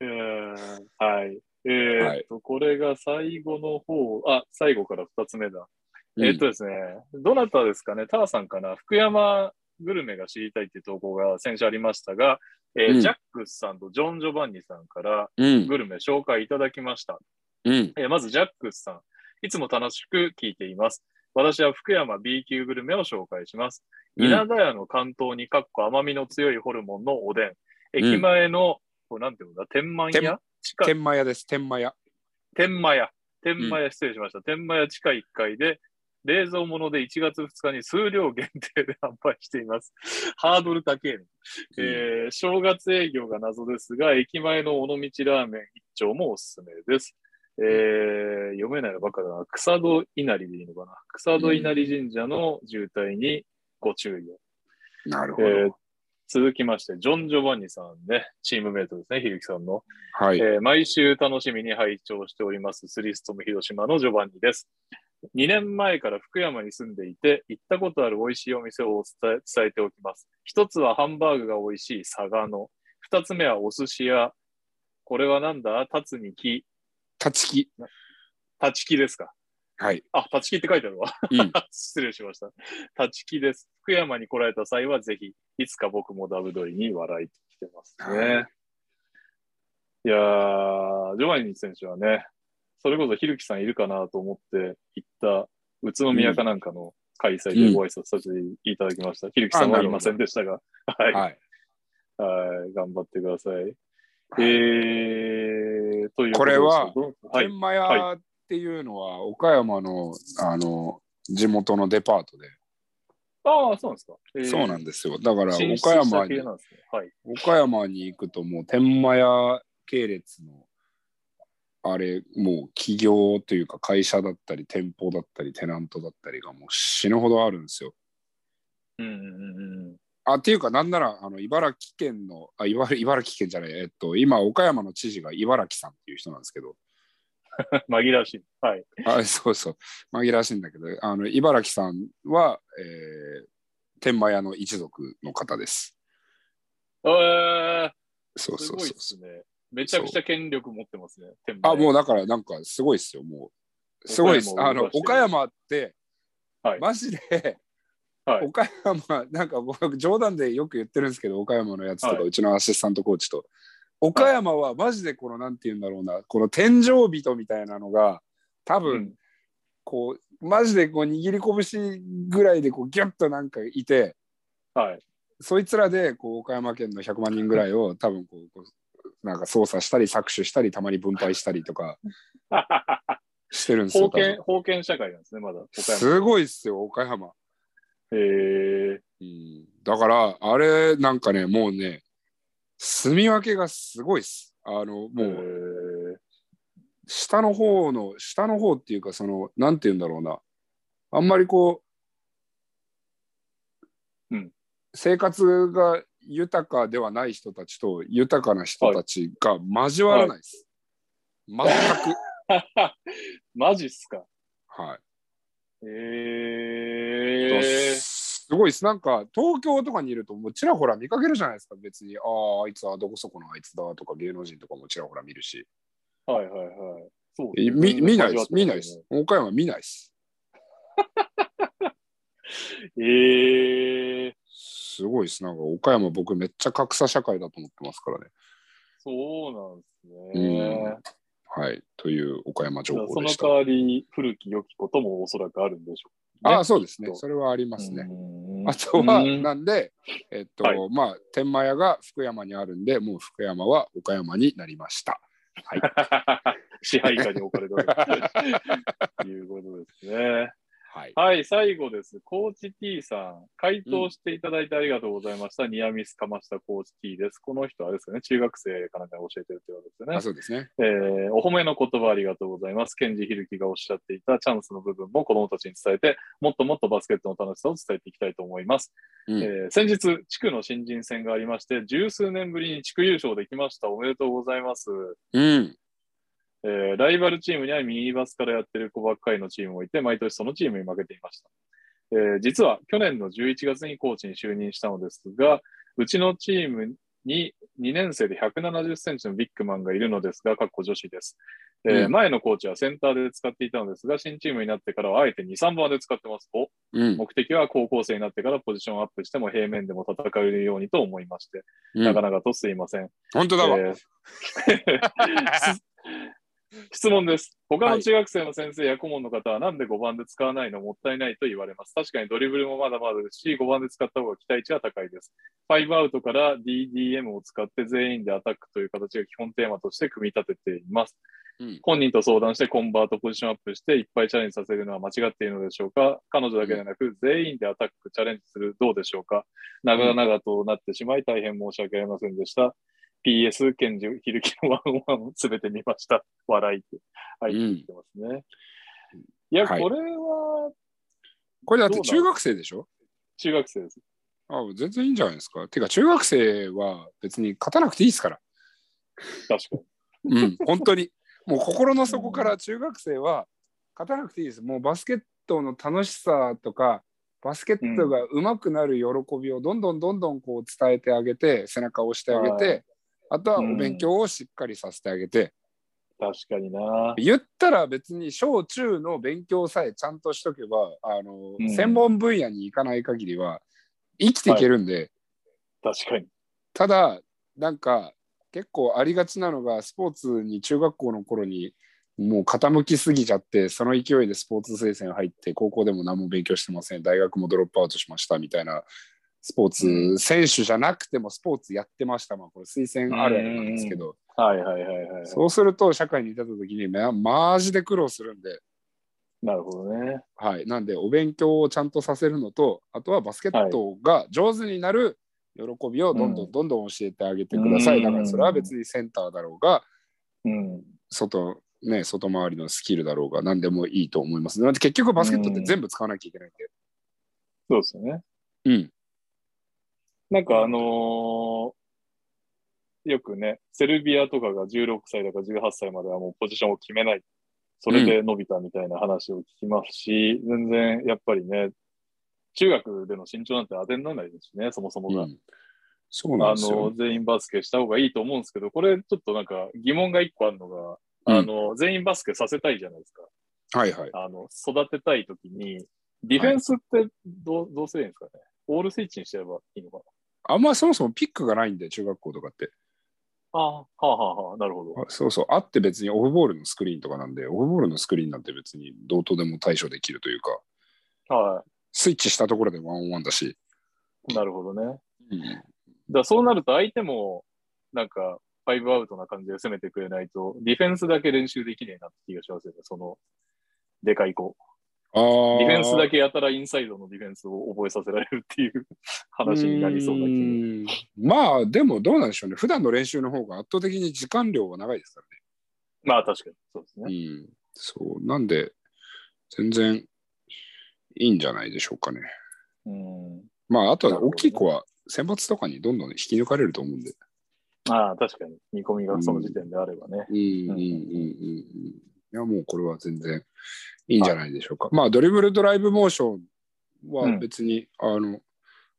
Speaker 1: えーはい。えー
Speaker 2: はい
Speaker 1: っと、これが最後の方、あ、最後から2つ目だ。えーっとですね、どなたですかね、ターさんかな、福山グルメが知りたいっていう投稿が先週ありましたが、えー
Speaker 2: うん
Speaker 1: ジャックスさんとジョン・ジョバンニさんから
Speaker 2: うん、
Speaker 1: グルメ紹介いただきました。
Speaker 2: うん、
Speaker 1: えーまず、ジャックスさん。いつも楽しく聞いています。私は福山 B 級グルメを紹介します。
Speaker 2: うん
Speaker 1: 稲田屋の関東にかっこ甘みの強いホルモンのおでん。
Speaker 2: うん
Speaker 1: 駅前の、これなんていうんだ、天満屋
Speaker 2: 天
Speaker 1: 地下
Speaker 2: 天満屋です、天満屋。
Speaker 1: 天満屋。天満屋、失礼しました。天満屋地下1階で、冷蔵物で1月2日に数量限定で販売しています。 ハードル高いね、えー正月営業が謎ですが、駅前の尾道ラーメン一丁もおすすめです。えー読めないのばっかだな。草戸稲荷でいいのかな。草戸稲荷神社の渋滞にご注意を。
Speaker 2: なる
Speaker 1: えー続きまして、ジョン・ジョバンニさんね、チームメイトですね、ひゆきさんの。
Speaker 2: はい、
Speaker 1: えー毎週楽しみに拝聴しております、スリストム広島のジョバンニです。2年前から福山に住んでいて、行ったことある美味しいお店をお伝え伝えておきます。一つはハンバーグが美味しい佐賀の。二つ目はお寿司屋。これはなんだ立つに木。
Speaker 2: 立ち木。
Speaker 1: 立ち木ですか
Speaker 2: はい。
Speaker 1: あ、立ち木って書いてあるわ。
Speaker 2: うん、
Speaker 1: 失礼しました。立ち木です。福山に来られた際は、ぜひ、いつか僕もダブドリに笑いてきてます
Speaker 2: は
Speaker 1: ね。いやー、ジョバンニ選手はね、それこそひるきさんいるかなと思って行った宇都宮かなんかの開催でご挨拶させていただきました。ひるきさんはいませんでしたが、はい、
Speaker 2: はい。
Speaker 1: はい頑張ってください。え
Speaker 2: え
Speaker 1: ー、というとですけど
Speaker 2: これは、
Speaker 1: はい、
Speaker 2: 天満屋っていうのは、岡山の、あの、地元のデパートで、
Speaker 1: ああ、そうなんですか。えー
Speaker 2: そうなんですよ。だから、
Speaker 1: 進出
Speaker 2: 岡
Speaker 1: した
Speaker 2: 山
Speaker 1: 系
Speaker 2: に、
Speaker 1: なんですね。はい。
Speaker 2: 岡山に行くと、もう天満屋系列の、あれ、もう企業というか会社だったり、店舗だったり、テナントだったりがもう死ぬほどあるんですよ。
Speaker 1: うんうんうん うん。
Speaker 2: あっていうか、なんならあの茨城県のあ茨、茨城県じゃない、えっと、今、岡山の知事が茨城さんっていう人なんですけど、
Speaker 1: 紛らわしい。はい。
Speaker 2: あそうそう、紛らわしいんだけど、あの茨城さんは、えー天満屋の一族の方です。
Speaker 1: え
Speaker 2: そ
Speaker 1: ー、
Speaker 2: う
Speaker 1: す
Speaker 2: そ
Speaker 1: ご
Speaker 2: う
Speaker 1: い
Speaker 2: そ
Speaker 1: で
Speaker 2: う
Speaker 1: すね。めちゃくちゃ権力持ってますね。
Speaker 2: あ、も
Speaker 1: う。
Speaker 2: うだから、なんかすごいですよ、もう。すごいです。
Speaker 1: 岡
Speaker 2: あ
Speaker 1: 山を動かしてる
Speaker 2: の岡山って、
Speaker 1: はい
Speaker 2: マジで、
Speaker 1: はい
Speaker 2: 岡山、なんか僕、冗談でよく言ってるんですけど、岡山のやつとか、
Speaker 1: はいう
Speaker 2: ちのアシスタントコーチと。岡山はマジでこの、なんて言うんだろうな、この天井人みたいなのが、多
Speaker 1: う
Speaker 2: 分
Speaker 1: ん、
Speaker 2: こう、マジでこう握り拳ぐらいでこうギュッとなんかいて、
Speaker 1: はい。
Speaker 2: そいつらでこう岡山県の100万人ぐらいを多分こう、こうなんか操作したり搾取したりたまに分配したりとかしてるんですよ。
Speaker 1: 封
Speaker 2: 多分
Speaker 1: 建、封建社会なんですね、まだ。岡山。
Speaker 2: すごいっすよ、岡山。
Speaker 1: えー、
Speaker 2: うん、だから、あれ、なんかね、もうね、住み分けがすごいっす。あの、も
Speaker 1: え
Speaker 2: う、
Speaker 1: ー、
Speaker 2: 下の方の、下の方っていうか、その、なんて言うんだろうな。あんまりこう、
Speaker 1: うん
Speaker 2: 生活が豊かではない人たちと豊かな人たちが交わらないです。全
Speaker 1: マジっすか。
Speaker 2: く。は
Speaker 1: え
Speaker 2: い。え
Speaker 1: ー、
Speaker 2: すごいです。なんか東京とかにいるともうちらほら見かけるじゃないですか。別に、ああ、あいつはどこそこのあいつだとか芸能人とかもちらほら見るし。
Speaker 1: はいはいはい。そうね、
Speaker 2: えみ見ないです。見
Speaker 1: 全然交わってね
Speaker 2: ないです。。岡山見ないです。
Speaker 1: えー、
Speaker 2: すごいです。なんか岡山僕めっちゃ格差社会だと思ってますからね。
Speaker 1: そうなんですね。
Speaker 2: はい。という岡山情
Speaker 1: じゃあそ
Speaker 2: 報で
Speaker 1: の
Speaker 2: した
Speaker 1: 代。わり、古き良きこともおそらくあるんでしょう、
Speaker 2: ああ、そうです
Speaker 1: き
Speaker 2: ね。
Speaker 1: っと
Speaker 2: それはありますね。
Speaker 1: うーん
Speaker 2: あとは、
Speaker 1: うーん
Speaker 2: なんで、えっと、
Speaker 1: はい
Speaker 2: まあ、天満屋が福山にあるんで、もう福山は岡山になりました。はい。
Speaker 1: 支配下に置かれたということですね。
Speaker 2: はい。
Speaker 1: はい、最後です。コーチ T さん、回答していただいてありがとうございました。ニアミスかましたコーチ T です。この人、あれですよね、中学生かなんかに教えてるってことですよね
Speaker 2: あ。そうですね。
Speaker 1: えーお褒めの言葉ありがとうございます。ケンジ・ヒルキがおっしゃっていたチャンスの部分も子供たちに伝えて、もっともっとバスケットの楽しさを伝えていきたいと思います。
Speaker 2: うん
Speaker 1: えー先日、地区の新人戦がありまして、十数年ぶりに地区優勝できました。おめでとうございます。
Speaker 2: うん。
Speaker 1: えーライバルチームにはミニバスからやってる子ばっかりのチームもいて、毎年そのチームに負けていました。えー実は去年の11月にコーチに就任したのですが、うちのチームに2年生で170センチのビッグマンがいるのですが、かっこ女子です。えー
Speaker 2: うん
Speaker 1: 前のコーチはセンターで使っていたのですが、新チームになってからはあえて2、3番で使ってます。お
Speaker 2: うん。
Speaker 1: 目的は高校生になってからポジションアップしても平面でも戦えるようにと思いまして、
Speaker 2: うん
Speaker 1: なかなかとすいません。
Speaker 2: 本当だわ。
Speaker 1: えー 質質問です。他の中学生の先生や顧問の方はなんで5番で使わないのもったいないと言われます。確かにドリブルもまだまだですし、5番で使った方が期待値は高いです。5アウトから DDM を使って全員でアタックという形が基本テーマとして組み立てています。
Speaker 2: うん
Speaker 1: 本人と相談してコンバートポジションアップしていっぱいチャレンジさせるのは間違っているのでしょうか彼女だけでなく全員でアタックチャレンジするどうでしょうか長々となってしまい大変申し訳ありませんでした。PS、ケンジ、ヒルキのワンワンをすべて見ました。笑いって。はい、
Speaker 2: う
Speaker 1: 言
Speaker 2: ん
Speaker 1: ってますね。いや、
Speaker 2: はい
Speaker 1: これは
Speaker 2: これだって
Speaker 1: どうだろ
Speaker 2: 中
Speaker 1: う
Speaker 2: 学生でしょ
Speaker 1: 中学生です。
Speaker 2: あ全然いいんじゃないですか。てか、中学生は別に勝たなくていいですから。
Speaker 1: 確かに。
Speaker 2: うん、本当に。もう心の底から中学生は勝たなくていいです。もうバスケットの楽しさとか、バスケットが上手くなる喜びをどんどんどんどんこう伝えてあげて、背中を押してあげ
Speaker 1: は
Speaker 2: て、あとは
Speaker 1: うん
Speaker 2: お勉強をしっかりさせてあげて、
Speaker 1: 確かにな。
Speaker 2: 言ったら別に小中の勉強さえちゃんとしとけば、あの、
Speaker 1: うん
Speaker 2: 専門分野に行かない限りは生きていけるんで、
Speaker 1: 確かに。
Speaker 2: ただなんか結構ありがちなのがスポーツに中学校の頃にもう傾きすぎちゃってその勢いでスポーツ推薦入って高校でも何も勉強してません大学もドロップアウトしましたみたいなスポーツ選手じゃなくてもスポーツやってましたまあこれ推薦あるあるなんですけど
Speaker 1: はいはいはいはい。
Speaker 2: そうすると社会に出た時にまマジで苦労するんで
Speaker 1: なるほどね。
Speaker 2: はい、なんでお勉強をちゃんとさせるのとあとはバスケットが上手になる喜びをどんど
Speaker 1: うん
Speaker 2: どんどん教えてあげてください、
Speaker 1: うん
Speaker 2: だからそれは別にセンターだろうが
Speaker 1: うん。
Speaker 2: 外,、ね、外回りのスキルだろうが何でもいいと思いますなんで結局バスケットって全部使わなきゃいけないんで
Speaker 1: そうですよね。
Speaker 2: うん
Speaker 1: なんかあのーよくね、セルビアとかが16歳だから18歳まではもうポジションを決めない。それで伸びたみたいな話を聞きますし、全然やっぱりね、中学での身長なんて当てにならないですしね、そもそも
Speaker 2: う
Speaker 1: が。
Speaker 2: んそうなん
Speaker 1: あ
Speaker 2: です
Speaker 1: の
Speaker 2: よ、
Speaker 1: 全員バスケした方がいいと思うんですけど、これちょっとなんか疑問が一個あるのが、
Speaker 2: うん
Speaker 1: あの、全員バスケさせたいじゃないですか。
Speaker 2: はいはい
Speaker 1: あの、育てたいときに、ディフェンスってどう、どうすればいいんですかね。オールスイッチにしちゃえばいいのか
Speaker 2: あんまそもそもピックがないんで中学校とかって
Speaker 1: な。ああ、はあはあはあ、なるほど。
Speaker 2: あそうそうあって別にオフボールのスクリーンとかなんでオフボールのスクリーンなんて別にどうとでも対処できるというか
Speaker 1: は
Speaker 2: スイッチしたところでワンオンワンだし、
Speaker 1: い。なるほどね。だか
Speaker 2: うん
Speaker 1: らそうなると相手も、なんか、ファイブアウトな感じで攻めてくれないと、ディフェンスだけ練習できねえなって気がしますよね、その、でかい子。デ
Speaker 2: あー
Speaker 1: ィフェンスだけやたらインサイドのディフェンスを覚えさせられるっていう 話になりそうな
Speaker 2: う
Speaker 1: 気
Speaker 2: ーんまあでもどうなんでしょうね普段の練習の方が圧倒的に時間量は長いですか
Speaker 1: が。まあ確かに、そうです
Speaker 2: ら
Speaker 1: ね。
Speaker 2: ね、うん、そうなんで全然いいんじゃないでしょうかね
Speaker 1: うん。
Speaker 2: まああと
Speaker 1: な
Speaker 2: は
Speaker 1: るほどね
Speaker 2: 大きい子は選抜とかにどんどん引き抜かれると思うんで
Speaker 1: まあ確かに、見込みがその時点であればね。
Speaker 2: うんうんうんうんうんいやもうこれは全然いいんじゃないでしょうか、まあドリブルドライブモーションは別に、あの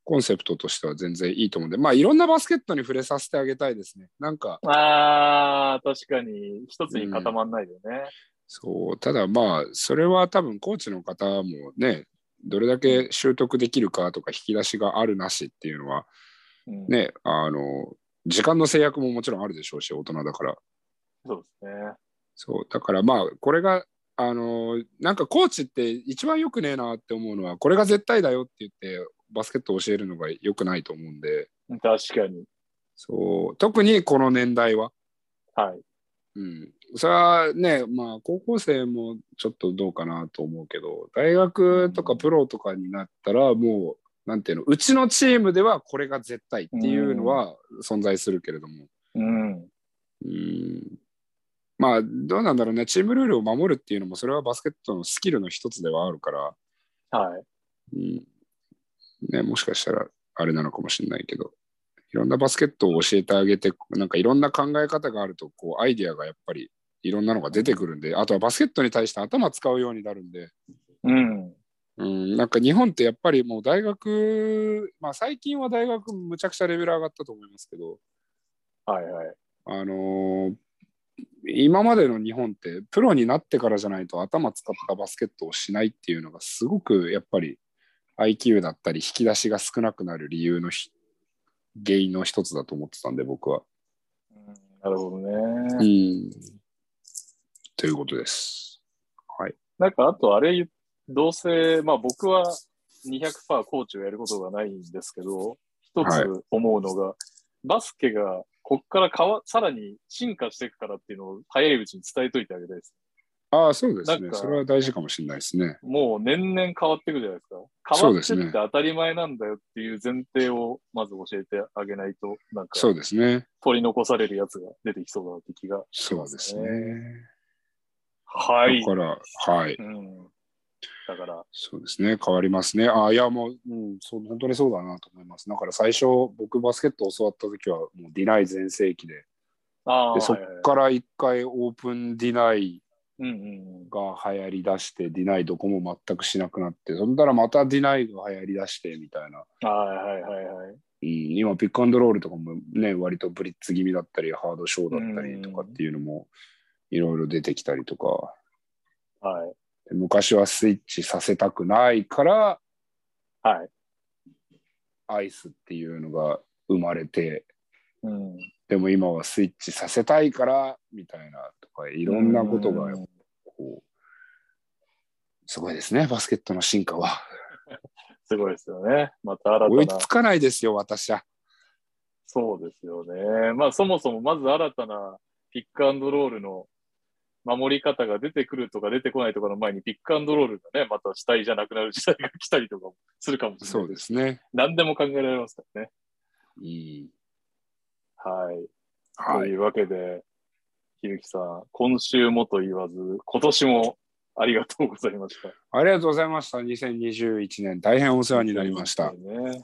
Speaker 2: コンセプトとしては全然いいと思うんでまあいろんなバスケットに触れさせてあげたいですねなんか
Speaker 1: ああ、確かに、一つに固まんないでね。
Speaker 2: そう、ただまあ、それは多分コーチの方もね、どれだけ習得できるかとか引き出しがあるなしっていうのは、
Speaker 1: うん、
Speaker 2: ね、あの、時間の制約ももちろんあるでしょうし、大人だから。
Speaker 1: そうですね。
Speaker 2: そう、だからまあ、これが、あのーなんかコーチって一番良くねえなって思うのは、これが絶対だよって言って、バスケットを教えるのが良くないと思うんで、
Speaker 1: 確かに。
Speaker 2: そう、特にこの年代は。
Speaker 1: はい。
Speaker 2: うん。それはね、まあ、高校生もちょっとどうかなと思うけど、大学とかプロとかになったら、もう、なんていうの、うちのチームではこれが絶対っていうのは存在するけれども、
Speaker 1: うん。
Speaker 2: うんまあどうなんだろうねチームルールを守るっていうのもそれはバスケットのスキルの一つではあるから、
Speaker 1: はい。
Speaker 2: うんね、もしかしたらあれなのかもしれないけどいろんなバスケットを教えてあげてなんかいろんな考え方があるとこうアイディアがやっぱりいろんなのが出てくるんであとはバスケットに対して頭使うようになるんで、
Speaker 1: うん。
Speaker 2: うん、なんか日本ってやっぱりもう大学、まあ、最近は大学むちゃくちゃレベル上がったと思いますけど、
Speaker 1: はいはい。
Speaker 2: あのー今までの日本ってプロになってからじゃないと頭使ったバスケットをしないっていうのがすごくやっぱり IQ だったり引き出しが少なくなる理由のひ原因の一つだと思ってたんで僕は。
Speaker 1: うんなるほどね。
Speaker 2: うん、ということです。はい。
Speaker 1: なんか、あと、あれ、どうせ、まあ僕は200%コーチをやることがないんですけど、一
Speaker 2: はい
Speaker 1: つ思うのが、バスケが、こっからかわ、さらに進化していくからっていうのを早いうちに伝えといてあげたいです。
Speaker 2: ああそうです
Speaker 1: な
Speaker 2: ね
Speaker 1: ん。か
Speaker 2: それは大事かもしれないですね。
Speaker 1: もう年々変わっていくじゃないですか。変
Speaker 2: そ
Speaker 1: わ
Speaker 2: うで
Speaker 1: って
Speaker 2: す
Speaker 1: っ
Speaker 2: ね
Speaker 1: て当たり前なんだよっていう前提をまず教えてあげないと、なんか
Speaker 2: そうですね。
Speaker 1: 取り残されるやつが出てきそうだなって気が。
Speaker 2: そうですね。
Speaker 1: はい
Speaker 2: だ。から、はい。
Speaker 1: うん。だから、
Speaker 2: そうですね、変わりますね。あいや、もう、うんそう、本当にそうだなと思います。だから最初、僕、バスケットを教わった時は、もうディナイ全盛期で、
Speaker 1: ああ、
Speaker 2: でそ
Speaker 1: はいはいは
Speaker 2: っ
Speaker 1: い
Speaker 2: から一回オープンディナイ
Speaker 1: うんうんうん。
Speaker 2: が流行りだして、ディナイどこも全くしなくなって、そんだらまたディナイが流行りだしてみたいな、うん、
Speaker 1: ああはいはいはいはい。
Speaker 2: 今、ピックアンドロールとかもね、割とブリッツ気味だったり、ハードショーだったりとかっていうのも、いろいろ出てきたりとか、
Speaker 1: はい。
Speaker 2: で昔はスイッチさせたくないから、
Speaker 1: はい。
Speaker 2: アイスっていうのが生まれて、
Speaker 1: うん。
Speaker 2: でも今はスイッチさせたいからみたいなとかい
Speaker 1: い
Speaker 2: ろんなことがこうすごいですねバスケットの進化は
Speaker 1: すごいですよね。また新
Speaker 2: 追い
Speaker 1: たな
Speaker 2: つ。かないですよ私は
Speaker 1: そうですよね。まあそもそもまず新たなピックアンドロールの守り方が出てくるとか出てこないとかの前にピックアンドロールがね、また主体じゃなくなる時代が来たりとかもするかもしれない。
Speaker 2: そうで。すね
Speaker 1: 何でも考えられますからね。
Speaker 2: うん
Speaker 1: はい。
Speaker 2: は
Speaker 1: と
Speaker 2: い
Speaker 1: いうわけで、ひゆきさん、今週もと言わず、今年もありがとうございました。
Speaker 2: ありがとうございました2021年大変お世話になりました
Speaker 1: そうですね。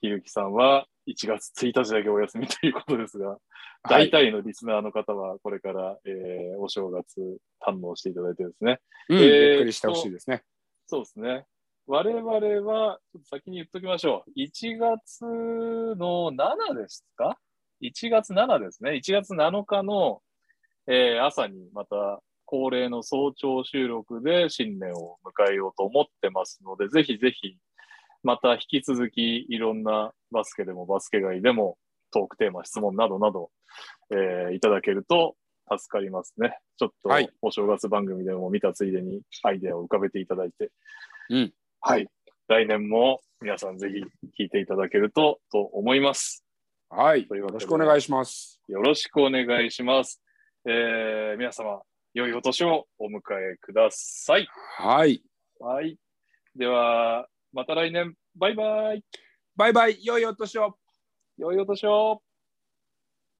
Speaker 1: ひゆきさんは1月1日だけお休みということですが、
Speaker 2: はい
Speaker 1: 大体のリスナーの方はこれから、えーお正月堪能していただいてですね。
Speaker 2: うん
Speaker 1: えー
Speaker 2: ゆっくりしてほしいですね
Speaker 1: そうですね。我々は、ちょっと先に言っときましょう。1月の7ですか ?1 月7ですね。1月7日の、えー朝にまた恒例の早朝収録で新年を迎えようと思ってますので、ぜひぜひ、また引き続きいろんなバスケでもバスケ外でもトークテーマ、質問などなど、えーいただけると助かりますね。ちょっと
Speaker 2: はい
Speaker 1: お正月番組でも見たついでにアイデアを浮かべていただいて、
Speaker 2: うん
Speaker 1: はい。来年も皆さんぜひ聞いていただけるとと思います。
Speaker 2: はい
Speaker 1: という
Speaker 2: よ
Speaker 1: わけで
Speaker 2: ろしくお願いします
Speaker 1: よろしくお願いします。えー皆様、良いお年をお迎えください。
Speaker 2: はい
Speaker 1: はい。では、また来年、バイバイ。
Speaker 2: バイバイ良いお年を
Speaker 1: 良いお年を。